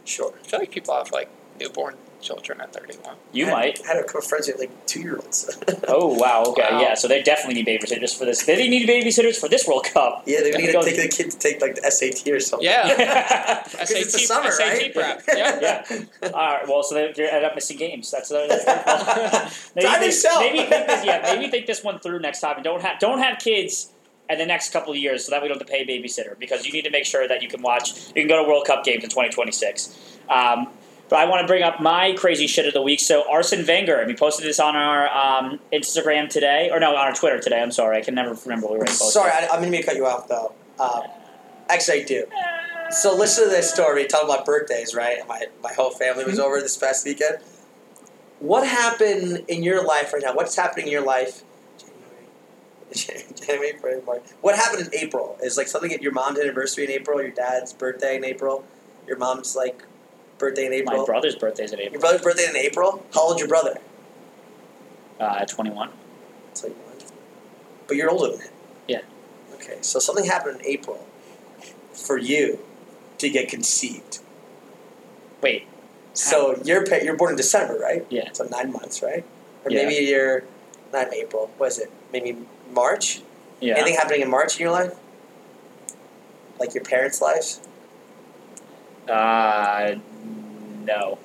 S2: Sure.
S3: I feel like people have like newborn children at 31.
S1: you
S2: I had-
S1: might.
S2: I had a couple friends with like two year *laughs* olds.
S1: Oh wow, okay,
S3: Wow.
S1: yeah. So they definitely need babysitters for this. They didn't need babysitters for this World Cup.
S2: yeah, they're
S1: Yeah,
S2: gonna
S1: go-
S2: take the kid to take like the SAT or something.
S3: Yeah.
S2: *laughs*
S1: *laughs* yeah.
S2: Because it's the
S3: SAT
S2: summer,
S3: SAT
S1: *laughs*
S2: right?
S3: prep. Yeah.
S2: *laughs*
S1: All right. Well, so they they end up missing games. That's that's their fault. Maybe,
S2: Drive
S1: think-
S2: yourself.
S1: maybe think this, yeah, maybe think this one through next time and don't have don't have kids in the next couple of years so that we don't have to pay a babysitter because you need to make sure that you can watch you can go to World Cup games in 2026. Um, but I want to bring up my crazy shit of the week. So Arsene Wenger, we posted this on our um, Instagram today, or no, on our Twitter today. I'm sorry, I can never remember where we posted.
S2: Sorry, I, I'm gonna cut you off though. Um, actually, I do. So listen to this story. Talking about birthdays, right? My my whole family was over this past weekend. What happened in your life right now? What's happening in your life? January, *laughs* January, February, March. What happened in April? Is like something at your mom's anniversary in April, your dad's birthday in April, your mom's like birthday in April.
S1: my brother's birthday's in
S2: Your
S1: April,
S2: brother's birthday in April. How old your brother?
S1: uh, 21.
S2: It's like what? But you're older than him.
S1: Yeah.
S2: Okay, so something happened in April for you to get conceived.
S1: Wait,
S2: So you're pa- you're born in December, right?
S1: Ah. Yeah.
S2: So nine months, right? Or
S1: Yeah.
S2: maybe you're not in April. Was it maybe March?
S1: yeah,
S2: Anything happening in March in your life? Like your parents' lives?
S1: uh, no,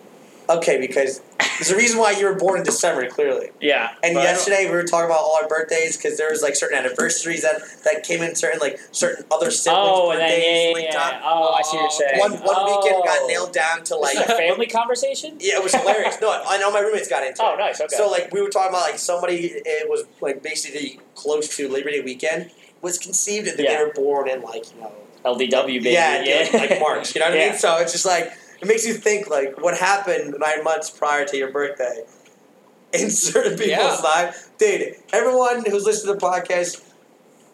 S2: Okay, because there's a reason why you were born in December, clearly.
S1: yeah,
S2: And
S1: but-
S2: yesterday we were talking about all our birthdays because there was like certain anniversaries that, that came in certain like certain other siblings
S1: Oh, and
S2: birthdays
S1: then yeah, yeah,
S2: linked
S1: yeah.
S2: up.
S1: Oh, I see what you're saying.
S2: One one weekend got
S1: Oh.
S2: nailed down to
S1: This *laughs*
S2: like
S1: is a family conversation.
S2: yeah, it was hilarious. No, I know my roommates got into
S1: *laughs* Oh,
S2: it.
S1: nice. Okay.
S2: So like we were talking about like somebody it was like basically close to Labor Day weekend was conceived and then
S1: Yeah.
S2: they were born in like you know
S1: LDW baby.
S2: yeah,
S1: yeah.
S2: Like, like March. You know what I
S1: *laughs* Yeah.
S2: mean? So it's just like it makes you think like what happened nine months prior to your birthday *laughs* in certain people's
S3: Yeah.
S2: life. Dude, everyone who's listening to the podcast,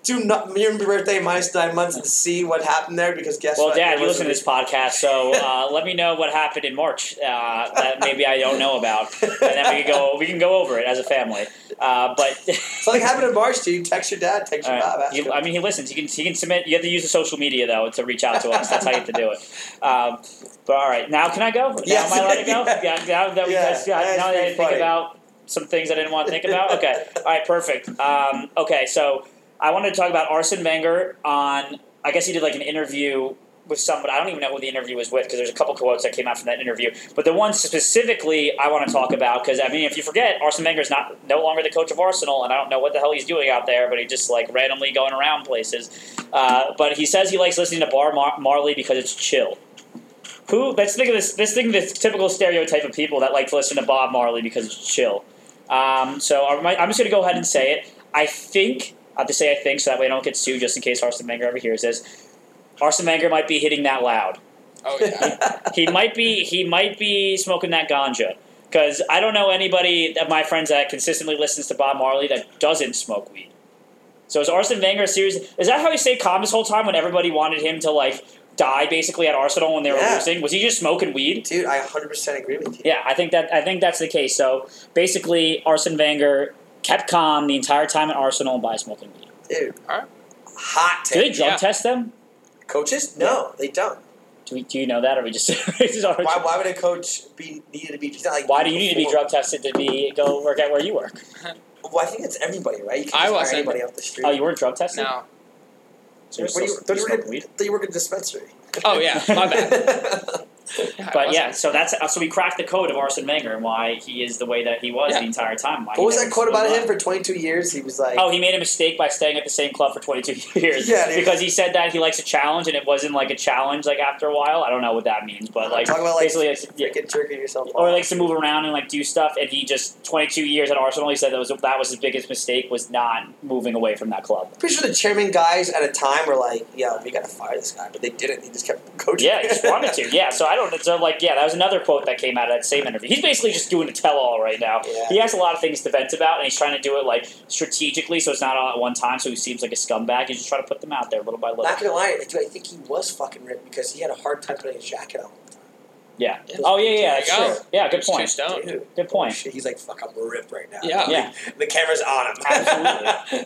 S2: do not your birthday minus nine months and see what happened there because guess
S1: well,
S2: what?
S1: Dad,
S2: It
S1: you
S2: was-
S1: listen to this podcast, so uh, let me know what happened in March uh, that maybe I don't know about, and then we can go we can go over it as a family. Uh, but
S2: *laughs*
S1: *laughs*
S2: Something happened in March, dude. Text your dad, text
S1: All
S2: your
S1: right.
S2: mom. ask
S1: He-
S2: him.
S1: I mean, he listens. He can he can submit. You have to use the social media though to reach out to us. That's how you have to do
S2: *laughs*
S1: it. Um, but all right, now can I go? Now
S2: Yes.
S1: am I allowed to go?
S2: *laughs* Yeah.
S1: yeah now that we
S2: Yeah,
S1: that's- yeah,
S2: that's
S1: now that I
S2: pretty
S1: think
S2: funny.
S1: about some things I didn't want to think about. Okay, all right, perfect. Um, okay, so I wanted to talk about Arsene Wenger on. I guess he did like an interview with somebody. I don't even know who the interview was with because there's a couple quotes that came out from that interview. But the one specifically I want to talk about because I mean, if you forget, Arsene Wenger is not no longer the coach of Arsenal, and I don't know what the hell he's doing out there, but he just like randomly going around places. Uh, but he says he likes listening to Bar Mar- Marley because it's chill. Who? Let's think of this. Let's think of this typical stereotype of people that like to listen to Bob Marley because it's chill. Um, so I might- I'm just going to go ahead and say it. I think I have to say I think so that way I don't get sued just in case Arsene Wenger ever hears this. Arsene Wenger might be hitting that loud
S3: Oh
S1: *laughs*
S3: yeah.
S1: he might be he might be smoking that ganja because I don't know anybody of my friends that consistently listens to Bob Marley that doesn't smoke weed. So is Arsene Wenger serious? Is that how he stayed calm this whole time when everybody wanted him to like die basically at Arsenal when they were
S2: Yeah.
S1: losing? Was he just smoking weed?
S2: *laughs* Dude, I 100% agree with you.
S1: Yeah, I think that I think that's the case. So basically, Arsene Wenger kept calm the entire time at Arsenal by smoking weed.
S2: Dude.
S3: Alright.
S2: Hot
S1: Do they
S2: take.
S1: drug
S3: Yeah.
S1: test them?
S2: Coaches? No, they don't.
S1: Do, we, do you know that, or we just? *laughs* we just are-
S2: Why, why would a coach be needed to be? He's not like
S1: why do you need to be
S2: before.
S1: drug tested to be go work at where you work?
S2: Well, I think it's everybody, right? You can
S3: I
S2: just hire
S3: wasn't.
S2: anybody off the street.
S1: Oh, you weren't drug tested.
S3: no.
S1: So you're
S2: What do you-
S1: still-
S2: don't
S1: you
S2: you
S1: smoke
S2: read-
S1: weed?
S2: *laughs*
S3: *laughs*
S2: Thought you work at a dispensary.
S3: Oh yeah. My bad. Yeah, it
S1: But
S3: wasn't-
S1: yeah, so that's uh, so we cracked the code of Arsene Wenger and why he is the way that he was
S3: Yeah.
S1: the entire time. Why
S2: What
S1: he
S2: was
S1: never
S2: that quote
S1: slowed
S2: about
S1: up.
S2: him for 22 years? He was like,
S1: Oh, he made a mistake by staying at the same club for 22 *laughs* years.
S2: Yeah, dude.
S1: because he said that he likes a challenge, and it wasn't like a challenge. Like after a while, I don't know what that means, but like
S2: Talk about, like,
S1: basically, it's- yeah.
S2: freaking jerking yourself
S1: or
S2: off.
S1: likes to move around and like do stuff. And he just 22 years at Arsenal. He said that was that was his biggest mistake was not moving away from that club.
S2: I'm pretty sure the chairman guys at a time were like, "Yeah, we gotta fire this guy," but they didn't. They just kept coaching.
S1: Yeah, he just wanted to. Yeah, so I don't. So like, yeah, that was another quote that came out of that same interview. He's basically just doing a tell-all right now.
S2: *laughs* Yeah.
S1: He has a lot of things to vent about, and he's trying to do it like strategically, so it's not all at one time. So he seems like a scumbag. He's just trying to put them out there little by little.
S2: Not gonna lie, dude, I think he was fucking ripped because he had a hard time putting his jacket on.
S1: Yeah.
S3: Yeah.
S1: Oh yeah, yeah, yeah.
S3: There you
S1: That's
S3: go.
S1: true. Yeah, good
S3: There's two
S1: point.
S3: stone.
S2: Dude,
S1: Good
S3: *laughs*
S1: point.
S2: shit, he's like, "Fuck, I'm ripped right now."
S3: Yeah.
S1: Yeah.
S2: the camera's on him. *laughs*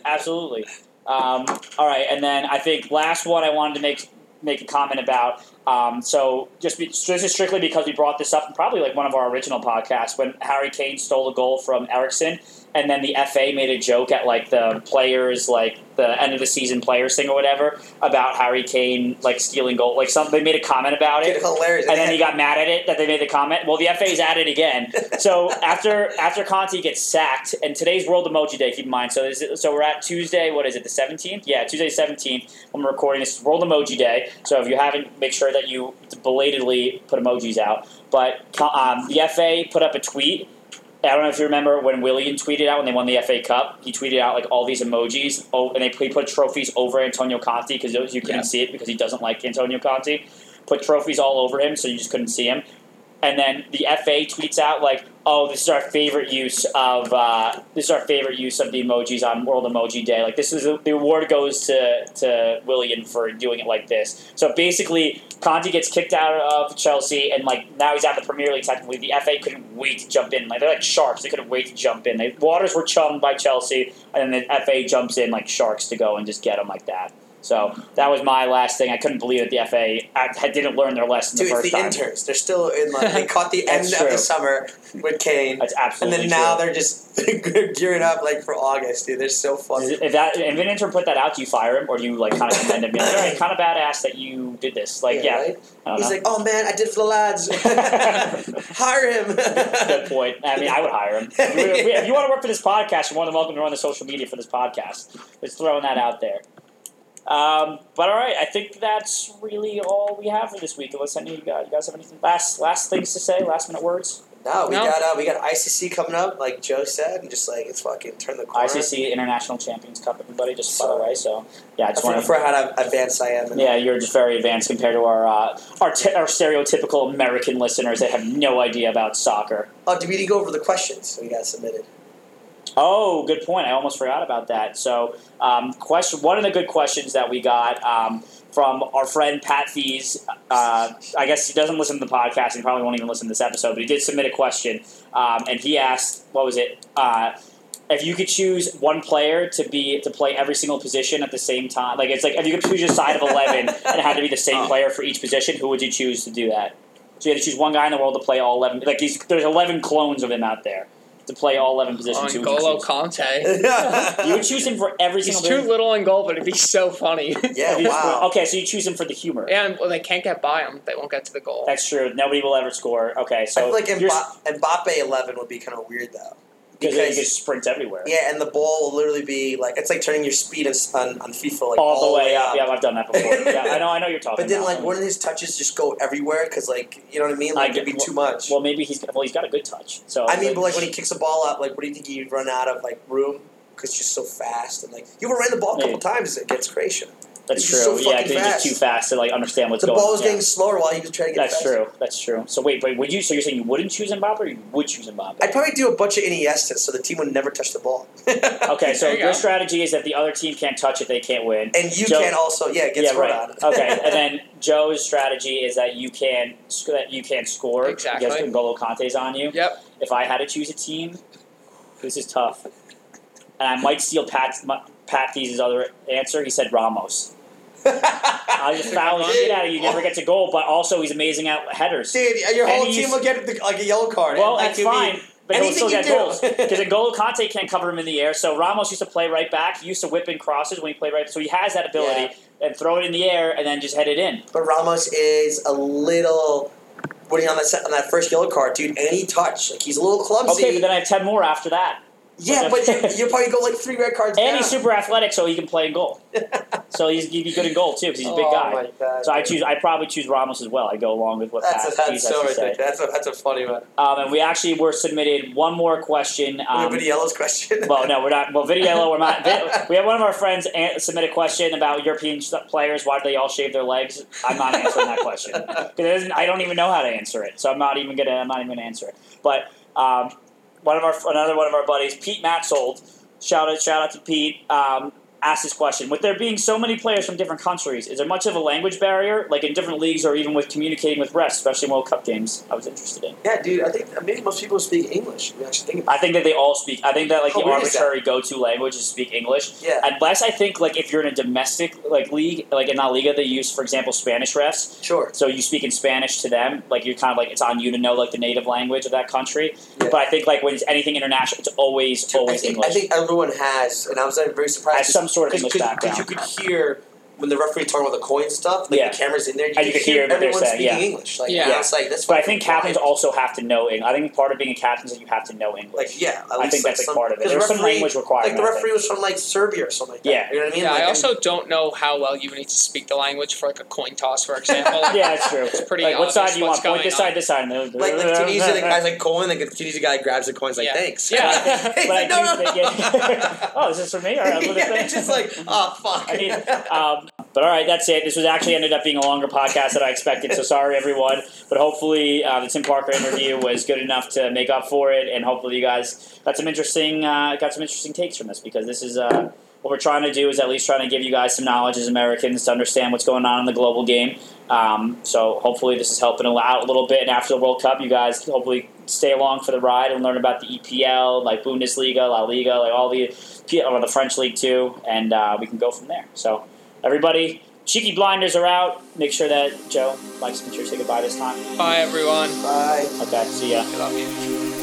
S1: Absolutely. Absolutely. Um, all right, and then I think last one I wanted to make make a comment about. Um, so just be, so this is strictly because we brought this up in probably like one of our original podcasts when Harry Kane stole a goal from Erickson, and then the FA made a joke at like the players like the end of the season players thing or whatever about Harry Kane like stealing goal like some they made a comment about it
S2: Dude, hilarious.
S1: and then he got mad at it that they made the comment. Well, the FA's at it again. So after after Conti gets sacked, and today's World Emoji Day, keep in mind. So this is, so we're at Tuesday. What is it? The seventeenth? Yeah, Tuesday seventeenth. When we're recording this, is World Emoji Day. So if you haven't, make sure that you belatedly put emojis out. But um, the FA put up a tweet. I don't know if you remember when Willian tweeted out when they won the FA Cup. He tweeted out like all these emojis, oh, and they he put trophies over Antonio Conti because you couldn't
S3: Yeah.
S1: see it because he doesn't like Antonio Conti put trophies all over him, so you just couldn't see him. And then the FA tweets out like, "Oh, this is our favorite use of uh, this is our favorite use of the emojis on World Emoji Day. Like this is the award goes to to Willian for doing it like this." So basically, Conti gets kicked out of Chelsea, and like now he's out of the Premier League. Technically, the FA couldn't wait to jump in. Like they're like sharks; they couldn't wait to jump in. They, waters were chummed by Chelsea, and then the FA jumps in like sharks to go and just get him like that. So that was my last thing. I couldn't believe that the FA I, I didn't learn their lesson
S2: Dude,
S1: the
S2: it's
S1: first
S2: the
S1: time.
S2: interns. They're still in
S1: *laughs*
S2: like they caught the end
S1: That's
S2: of
S1: true.
S2: the summer with Kane,
S1: That's
S2: and
S1: absolutely
S2: then now
S1: true.
S2: they're just *laughs* gearing up like for August, dude. They're so funny.
S1: Is- if that if an intern put that out, do you fire him or do you like kind of commend him? Be Like, All right, kind of badass that you did this. Like, yeah,
S2: right?
S1: I don't
S2: He's
S1: know.
S2: like, "Oh man, I did it for the lads.
S1: *laughs*
S2: *laughs* Hire him." *laughs*
S1: Good point. I mean, I would hire him. If you, if you- if you want to work for this podcast, you're more than welcome to run the social media for this podcast. Just throwing that out there. Um, but all right, I think that's really all we have for this week. Unless any of you guys, you guys have anything last last things to say, last minute words.
S2: No, we
S3: No.
S2: got uh, we got ICC coming up, like Joe said, and just like it's fucking turn the corner.
S1: ICC International Champions Cup, everybody. Just by the way, so yeah, I
S2: I
S1: just want to
S2: forget for how advanced I am. And
S1: Yeah, you're just very advanced compared to our uh, our, t- our stereotypical American listeners that have no idea about soccer.
S2: Oh, did we go over the questions we got submitted?
S1: Oh, good point. I almost forgot about that. So, um, question one of the good questions that we got um, from our friend Pat Fees. Uh, I guess he doesn't listen to the podcast and probably won't even listen to this episode, but he did submit a question, um, and he asked, "What was it? Uh, if you could choose one player to be to play every single position at the same time, like it's like if you could choose your side of eleven
S2: *laughs*
S1: and it had to be the same
S2: Oh.
S1: player for each position, who would you choose to do that? So you had to choose one guy in the world to play all eleven. Like these, there's eleven clones of him out there." To play all eleven positions, who would you choose?
S3: *laughs* N'Golo Conte.
S1: You would
S2: yeah,
S1: choose him for every
S3: He's
S1: single.
S3: too
S1: bit-
S3: little in goal,
S1: *laughs*
S3: but it'd be so funny.
S1: if you-
S2: wow.
S1: Okay, so you choose him for the humor.
S3: and well, they can't get by him. They won't get to the goal.
S1: That's true. Nobody will ever score. Okay,
S2: I
S1: so
S2: feel like
S1: you're-
S2: Mba- Mbappe eleven would be kind of weird though,
S1: because then you
S2: because-
S1: just sprint everywhere.
S2: yeah, and the ball will literally be like it's like turning your speed on on, on FIFA like
S1: all, the way
S2: up.
S1: Yeah, I've done that
S2: *laughs*
S1: before. yeah, I know. I know you're talking.
S2: Oh, But then,
S1: about.
S2: like, wouldn't his touches just go everywhere? Because, like, you know what I mean?
S1: I
S2: Like,
S1: get-
S2: it'd be too much.
S1: well, maybe he's well. He's got a good touch. So
S2: I mean, but like when he kicks a ball up, like, what do you think he'd run out of like room? Because just so fast and like you overran the ball a couple times against Croatia.
S1: that's
S2: he's
S1: true.
S2: so
S1: yeah,
S2: fucking
S1: because he's just
S2: fast.
S1: too fast to like understand what's
S2: the
S1: going.
S2: ball was
S1: on. Yeah.
S2: getting slower while he was trying to get.
S1: That's
S2: faster.
S1: true. That's true. So wait, but would you? So you're saying you wouldn't choose Mbappe, or you would choose Mbappe?
S2: I'd probably do a bunch of Iniestas so the team would never touch the ball. *laughs*
S1: okay, so
S3: There you
S1: your
S3: go.
S1: strategy is that the other team can't touch it; they can't win.
S2: And you
S1: Joe-
S2: can also, yeah, get
S1: yeah,
S2: scored
S1: right.
S2: on. *laughs*
S1: okay, and then Joe's strategy is that you can sc- that you can score
S3: Exactly.
S1: because N'Golo Conte's on you.
S3: Yep.
S1: If I had to choose a team, this is tough, and I might steal Pat's my, Pat Thies's other answer. He said Ramos. *laughs* I'll just foul the shit out of you. He Never gets a goal, but also he's amazing at headers.
S2: Dude, your
S1: And
S2: whole
S1: he's-
S2: team will get the, like a yellow card.
S1: Well,
S2: and, like,
S1: that's
S2: you'll be-
S1: fine, but he'll still
S2: anything you
S1: get
S2: do.
S1: goals because
S2: *laughs*
S1: N'Golo Conte can't cover him in the air. So Ramos used to play right back. He used to whip in crosses when he played right. So he has that ability and throw it in the air and then just head it in.
S2: But Ramos is a little when he on that se- on that first yellow card, dude, any touch, like he's a little clumsy.
S1: Okay, but then I have ten more after that.
S2: yeah, but you- you'll probably go like three red cards.
S1: And
S2: down.
S1: he's super athletic, so he can play in
S2: *laughs*
S1: goal. so he's, he'd be good in goal too, because he's a big
S2: oh
S1: guy.
S2: My God,
S1: So I
S2: dude.
S1: choose. I probably choose Ramos as well. I go along with what
S2: That's, a,
S1: Pat
S2: that's
S1: Cheese
S2: so
S1: has to say.
S2: ridiculous. That's a that's a funny one.
S1: Um, and we actually were submitted one more question. Um,
S2: Anybody else's question?
S1: well,
S2: *laughs*
S1: no, we're not. Well, Vidiello, we're not. Vi- We had one of our friends an- submit a question about European st- players. Why do they all shave their legs? I'm not answering that question because I don't even know how to answer it. So I'm not even gonna. I'm not even gonna answer it. But um, one of our another one of our buddies, Pete Matzold. Shout out! Shout out to Pete. Um, asked this question: With there being so many players from different countries, is there much of a language barrier, like in different leagues, or even with communicating with refs, especially in World Cup games? I was interested in.
S8: Yeah, dude. I think maybe most people speak English. We actually think about.
S1: I think that they all speak. I think that like
S8: How
S1: the
S8: weird is that?
S1: arbitrary go-to language is speak English.
S8: It. Yeah,
S1: Unless I think like if you're in a domestic like league, like in La Liga, they use for example Spanish refs.
S8: sure.
S1: So you speak in Spanish to them, like you're kind of like it's on you to know like the native language of that country.
S8: Yeah.
S1: But I think like when it's anything international, it's always
S8: I
S1: always
S8: think,
S1: English.
S8: I think everyone has, and I was like, very surprised.
S1: has some sort of English
S2: Because
S1: background.
S2: you could hear when the referee talking about the coin stuff, like
S1: Yeah.
S2: the cameras in there, you
S1: And you could hear what they're
S2: everyone
S1: saying,
S2: speaking
S1: yeah.
S2: English. Like,
S3: Yeah.
S2: and it's like that's.
S1: but I
S2: fucking
S1: think captains
S2: wild.
S1: also have to know. Eng- I think part of being a captain is that you have to know English.
S2: Like yeah, at
S1: I
S2: least
S1: think
S2: like
S1: that's a
S2: some,
S1: part of it.
S2: 'cause
S1: There's
S2: referee,
S1: some language requirement.
S2: Like the
S1: I think.
S2: referee was from like Serbia or something like that.
S1: Yeah.
S2: you know what I mean.
S3: Yeah,
S2: like,
S3: I
S2: and-
S3: also don't know how well you would need to speak the language for like a coin toss, for example.
S1: *laughs* yeah, that's true.
S3: It's pretty
S1: like what side
S3: obvious
S1: do you
S3: what's
S1: want? Point
S3: going
S1: this
S3: on.
S1: side, this side. and *laughs*
S2: *laughs* like like Tunisia, the guy's like Cohen, like the Tunisia guy grabs the coins, like
S3: Yeah.
S2: thanks. *laughs*
S3: Yeah.
S1: but I do
S2: no, no,
S1: think *laughs* it, oh, is this for me? All right, I'll look at
S2: *laughs* yeah,
S1: that.
S2: it's just like oh fuck.
S1: I mean,
S2: *laughs*
S1: um, but all right, that's it. This was actually ended up being a longer podcast than I expected, so sorry everyone. But hopefully, uh, the Tim Parker interview was good enough to make up for it, and hopefully, you guys got some interesting uh, got some interesting takes from this because this is uh, what we're trying to do is at least trying to give you guys some knowledge as Americans to understand what's going on in the global game. Um, so hopefully, this is helping out a little bit. And after the World Cup, you guys can hopefully stay along for the ride and learn about the EPL, like Bundesliga, La Liga, like all the or the French league too, and uh, we can go from there. So everybody, cheeky blinders are out. Make sure that Joe likes to make sure to say goodbye this time.
S3: Bye, everyone.
S8: Bye.
S1: Okay, see ya.
S3: I love you.